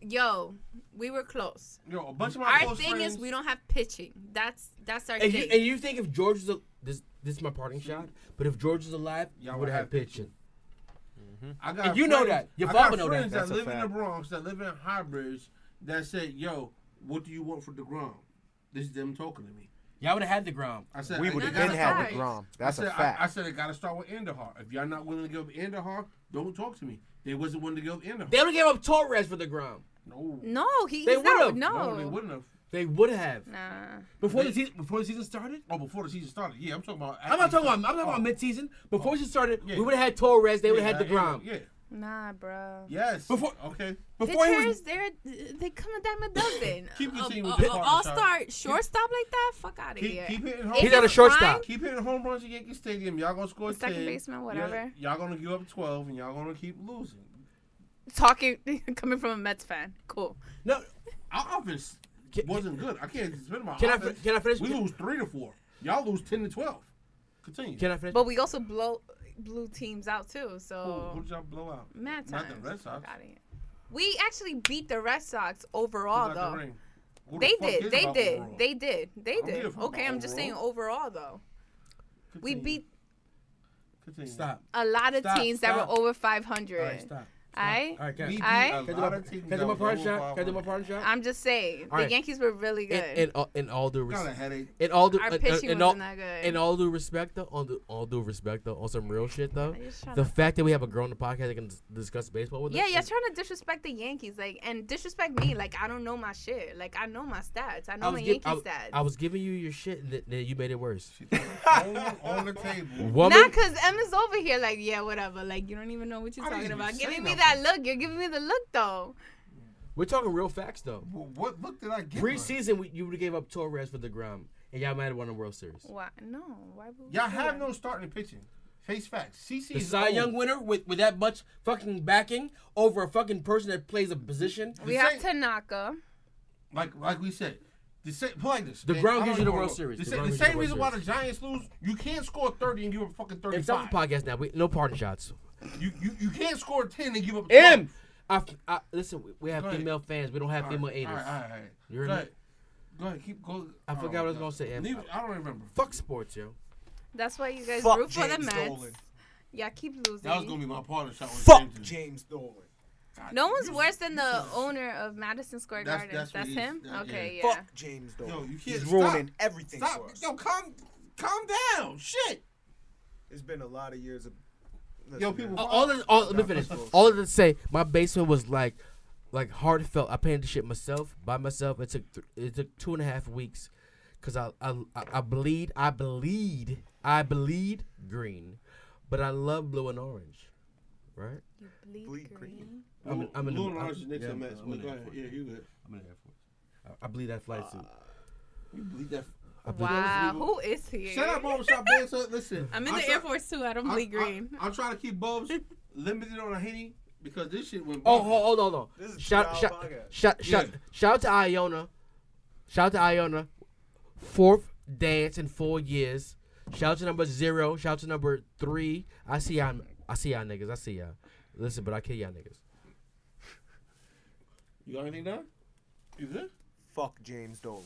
Speaker 4: Yo, we were close.
Speaker 1: yo, a bunch of my
Speaker 4: Our
Speaker 1: close
Speaker 4: thing
Speaker 1: friends,
Speaker 4: is we don't have pitching. That's that's our
Speaker 2: And you,
Speaker 4: thing.
Speaker 2: and you think if George was a, this this is my parting shot, but if George was alive,
Speaker 1: Y'all
Speaker 2: you would
Speaker 1: would
Speaker 2: have
Speaker 1: have pitching.
Speaker 2: pitching.
Speaker 1: I got
Speaker 2: and you know
Speaker 1: friends-
Speaker 2: that. Your
Speaker 1: I
Speaker 2: father
Speaker 1: got
Speaker 2: know that.
Speaker 1: friends
Speaker 5: That's a
Speaker 1: that live in the
Speaker 5: fact.
Speaker 1: Bronx, that live in Highbridge, that said, yo, what do you want for DeGrom? This is them talking to me.
Speaker 2: Y'all would have had the ground.
Speaker 1: I said,
Speaker 5: We
Speaker 1: I-
Speaker 5: would
Speaker 1: I
Speaker 5: have
Speaker 1: gotta
Speaker 5: been
Speaker 4: a
Speaker 1: start
Speaker 5: had
Speaker 1: with-
Speaker 4: fact.
Speaker 5: Degrom. That's
Speaker 1: I said,
Speaker 5: a
Speaker 1: I-
Speaker 5: fact.
Speaker 1: I, said I gotta start with Andahar. If y'all not willing to give up Andahar, don't talk to me. They wasn't willing to give up Andahar.
Speaker 2: They would have gave up Torres for the ground.
Speaker 1: no.
Speaker 4: no, he,
Speaker 2: They
Speaker 4: he's not.
Speaker 2: would've.
Speaker 1: No, they
Speaker 4: No.
Speaker 1: wouldn't have.
Speaker 2: They would have
Speaker 4: Nah.
Speaker 2: before the season, before the season started.
Speaker 1: Oh, before the season started. Yeah, I'm talking about.
Speaker 2: I'm not talking about. I'm talking
Speaker 1: Oh.
Speaker 2: about mid-season. Before she started,
Speaker 1: Yeah.
Speaker 2: we would have had Torres. They would have had
Speaker 1: yeah,
Speaker 2: Degrom.
Speaker 1: Yeah.
Speaker 6: nah, bro.
Speaker 1: Yes.
Speaker 2: Before-
Speaker 1: Okay.
Speaker 2: Before
Speaker 4: the
Speaker 2: he was
Speaker 4: Terriers, they're they come a dime a dozen.
Speaker 1: Keep
Speaker 4: A-
Speaker 1: continuing
Speaker 4: a-
Speaker 1: with the
Speaker 4: a
Speaker 1: partner,
Speaker 4: Uh, all-star
Speaker 1: Tyler.
Speaker 4: shortstop like that? Fuck out of
Speaker 1: Keep,
Speaker 4: here.
Speaker 1: keep hitting home.
Speaker 4: If
Speaker 2: He's not a
Speaker 4: it's
Speaker 2: shortstop.
Speaker 4: mine,
Speaker 1: Keep hitting home runs at Yankee Stadium. Y'all gonna score
Speaker 4: Second
Speaker 1: 10.
Speaker 4: baseman, whatever.
Speaker 1: Y'all, y'all gonna give up twelve, and y'all gonna keep losing.
Speaker 4: Talking coming from a Mets fan. Cool.
Speaker 2: no.
Speaker 1: Our offense
Speaker 2: Can-
Speaker 1: wasn't good. I can't spend my
Speaker 2: Can I
Speaker 1: offense.
Speaker 2: fi- can I finish?
Speaker 1: we lose three to four. Y'all lose ten to twelve. Continue.
Speaker 2: Can I finish?
Speaker 4: But we also blow blew teams out too.
Speaker 1: Who- who
Speaker 4: So
Speaker 1: did y'all blow out?
Speaker 4: mad
Speaker 1: Not
Speaker 4: times.
Speaker 1: the Red Sox.
Speaker 4: Fuck outta here. We actually beat the Red Sox
Speaker 1: Who
Speaker 4: overall
Speaker 1: got the
Speaker 4: though.
Speaker 1: ring? Who the
Speaker 4: they
Speaker 1: fuck
Speaker 4: did.
Speaker 1: cares
Speaker 4: They
Speaker 1: about
Speaker 4: did.
Speaker 1: overall?
Speaker 4: They did. They
Speaker 1: don't give
Speaker 4: did.
Speaker 1: a fuck
Speaker 4: Okay,
Speaker 1: about
Speaker 4: I'm just saying
Speaker 1: overall.
Speaker 4: overall though. We
Speaker 1: Continue.
Speaker 4: beat
Speaker 1: Continue.
Speaker 2: Stop.
Speaker 4: a lot of
Speaker 2: Stop,
Speaker 4: teams that
Speaker 2: stop.
Speaker 4: were over
Speaker 2: All right,
Speaker 4: 500.
Speaker 2: stop.
Speaker 4: I.
Speaker 2: All right,
Speaker 1: We
Speaker 2: can,
Speaker 1: beat
Speaker 2: can
Speaker 4: I-
Speaker 1: a
Speaker 2: I do
Speaker 1: lot
Speaker 2: my-
Speaker 1: of teams
Speaker 2: I do
Speaker 1: that
Speaker 2: my
Speaker 1: was
Speaker 2: part
Speaker 1: over
Speaker 2: shot? Can I do my
Speaker 1: 500.
Speaker 2: part shot?
Speaker 4: I'm just saying.
Speaker 2: All right.
Speaker 4: The Yankees were really
Speaker 2: In,
Speaker 4: good.
Speaker 2: in, all- in all due
Speaker 1: Got a
Speaker 2: respect,
Speaker 1: headache.
Speaker 2: in all due,
Speaker 4: Our
Speaker 2: in- in,
Speaker 4: pitching
Speaker 2: in
Speaker 4: wasn't
Speaker 2: all,
Speaker 4: that good.
Speaker 2: in all due respect, though, on, the, all due respect, though, on some real shit, though,
Speaker 4: Are you trying
Speaker 2: the
Speaker 4: to-
Speaker 2: fact that we have a girl on the podcast that can dis- discuss baseball with
Speaker 4: yeah,
Speaker 2: us.
Speaker 4: you're
Speaker 2: is-
Speaker 4: trying to disrespect the Yankees, like, and disrespect me. Like, I don't know my shit. Like, I know my stats. I know my
Speaker 2: was
Speaker 4: Yankee
Speaker 2: giv- I,
Speaker 4: stats.
Speaker 2: I was giving you your shit, and th- then you made it worse.
Speaker 1: She threw it on, on the table.
Speaker 2: Woman,
Speaker 4: Not because Emma's over here, like, yeah, whatever. Like, you don't even know what you're
Speaker 1: I didn't
Speaker 4: talking
Speaker 1: even
Speaker 4: about.
Speaker 1: say
Speaker 4: Giving me
Speaker 1: nothing.
Speaker 4: that look. You're giving me the look, though.
Speaker 2: we're talking real facts, though.
Speaker 1: Well, what look did I give her?
Speaker 2: Preseason, we, you would have gave up Torres for Degrom, and y'all might have won the World Series.
Speaker 4: Why? No. Why would we
Speaker 1: Y'all
Speaker 4: do
Speaker 1: have
Speaker 4: that?
Speaker 1: no starting pitching. Face facts. CC
Speaker 2: The
Speaker 1: is
Speaker 2: Cy
Speaker 1: old.
Speaker 2: Young winner with, with that much fucking backing over a fucking person that plays a position.
Speaker 4: We
Speaker 1: The
Speaker 4: have
Speaker 1: same-
Speaker 4: Tanaka.
Speaker 1: like like we said. The same, put like this.
Speaker 2: The
Speaker 1: man,
Speaker 2: ground
Speaker 1: I
Speaker 2: gives
Speaker 1: don't
Speaker 2: you the
Speaker 1: know.
Speaker 2: World Series.
Speaker 1: The,
Speaker 2: The
Speaker 1: sa-
Speaker 2: ground
Speaker 1: the
Speaker 2: gives you the
Speaker 1: same
Speaker 2: World
Speaker 1: reason why the Giants lose, you can't score thirty and give up fucking
Speaker 2: It's off
Speaker 1: thirty-five.
Speaker 2: the podcast now. We, no parting shots.
Speaker 1: You, you you can't score ten and give up. 12.
Speaker 2: M. I, I, listen, we, we have
Speaker 1: Go ahead.
Speaker 2: female fans. We don't have
Speaker 1: All right,
Speaker 2: female haters.
Speaker 1: All right, all right, all right.
Speaker 2: You heard
Speaker 1: go
Speaker 2: me?
Speaker 1: ahead. Go ahead. Keep go.
Speaker 2: I
Speaker 1: oh,
Speaker 2: forgot what I was
Speaker 1: God.
Speaker 2: gonna say, Em.
Speaker 1: Leave- I don't remember.
Speaker 2: Fuck sports, yo.
Speaker 4: That's why you guys
Speaker 5: Fuck
Speaker 4: root for the
Speaker 5: James
Speaker 4: Mets.
Speaker 5: Dolan.
Speaker 4: Y'all keep losing.
Speaker 1: That was gonna be my partner shot. with
Speaker 5: Fuck
Speaker 1: James.
Speaker 5: James Dolan.
Speaker 1: God,
Speaker 4: no one's
Speaker 1: you-
Speaker 4: worse than the owner of Madison Square
Speaker 1: That's-
Speaker 4: Garden.
Speaker 1: that's
Speaker 4: That's,
Speaker 1: what he's-
Speaker 4: him.
Speaker 1: that-
Speaker 4: okay, yeah.
Speaker 5: Fuck James Dolan.
Speaker 1: Yo, you
Speaker 5: He's
Speaker 1: can't
Speaker 5: ruining
Speaker 1: stop.
Speaker 5: everything
Speaker 1: Stop.
Speaker 5: for us.
Speaker 1: Yo, calm calm down. Shit.
Speaker 5: It's been a lot of years of.
Speaker 1: Yo,
Speaker 5: Listen,
Speaker 1: people-
Speaker 5: man.
Speaker 2: Uh, all this, all, let me finish. All of this say, my basement was like, like heartfelt. I painted the shit myself by myself. It took th- it took two and a half weeks, cause I I I I bleed I bleed I bleed green, but I love blue and orange, right?
Speaker 4: You bleed
Speaker 5: Bleed
Speaker 4: green.
Speaker 5: green.
Speaker 2: I'm in- I'm in the-
Speaker 1: Blue and
Speaker 2: I'm-
Speaker 1: orange is next
Speaker 2: yeah,
Speaker 1: to Mets.
Speaker 2: I'm
Speaker 1: but
Speaker 2: in
Speaker 1: go
Speaker 2: the
Speaker 1: ahead.
Speaker 2: Air Force.
Speaker 1: Yeah, you good.
Speaker 2: I'm in the Air Force. I, I bleed that flight suit.
Speaker 1: You bleed that.
Speaker 2: I bleed
Speaker 4: Wow,
Speaker 1: Unbelievable.
Speaker 4: who is here?
Speaker 1: Shut up, barbershop man. So, listen.
Speaker 6: I'm in
Speaker 1: I'm
Speaker 6: the
Speaker 1: try-
Speaker 6: Air Force too. I don't
Speaker 1: I-
Speaker 6: bleed
Speaker 1: I-
Speaker 6: green.
Speaker 1: I'm trying to keep Bubs limited on a henny because this shit went.
Speaker 2: Oh, hold, hold on, hold
Speaker 5: This
Speaker 2: on.
Speaker 5: is
Speaker 2: Shout,
Speaker 5: Kyle
Speaker 2: shout,
Speaker 5: Baga.
Speaker 2: shout, shout,
Speaker 1: Yeah.
Speaker 2: shout out to Iona. Shout out to Iona. Fourth dance in four years. Shout out to number zero. Shout out to number three. I see y'all. I see y'all niggas. I see y'all. Listen, but I kill y'all niggas.
Speaker 1: You got anything done? You good?
Speaker 5: Fuck James Dolan.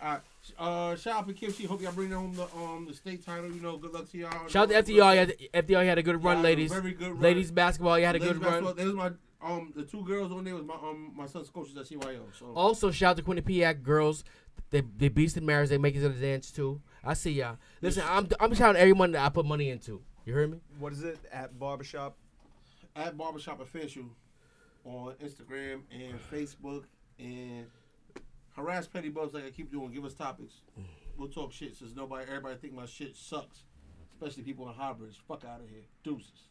Speaker 1: All right. Uh, shout out to Kimchi. Hope y'all bring home the um the state title. You know, good luck to y'all.
Speaker 2: Shout out to FDR. You had- FDR you had a good
Speaker 1: Y'all
Speaker 2: run,
Speaker 1: had a
Speaker 2: ladies.
Speaker 1: very good run.
Speaker 2: Ladies basketball, you had a
Speaker 1: Ladies
Speaker 2: good
Speaker 1: basketball,
Speaker 2: run.
Speaker 1: There's my um the two girls on there was my um my son's coaches at CYO. So
Speaker 2: Also, shout out to Quinnipiac girls. They they beats the marriage. They make it to the dance too. I see y'all. Listen, I'm I'm shouting everyone that I put money into. You heard me?
Speaker 5: what is it at barbershop?
Speaker 1: at barbershop official on Instagram and Facebook and harass petty bubs like I keep doing. Give us topics. We'll talk shit since nobody everybody think my shit sucks, especially people in hybrids. Fuck out of here, deuces.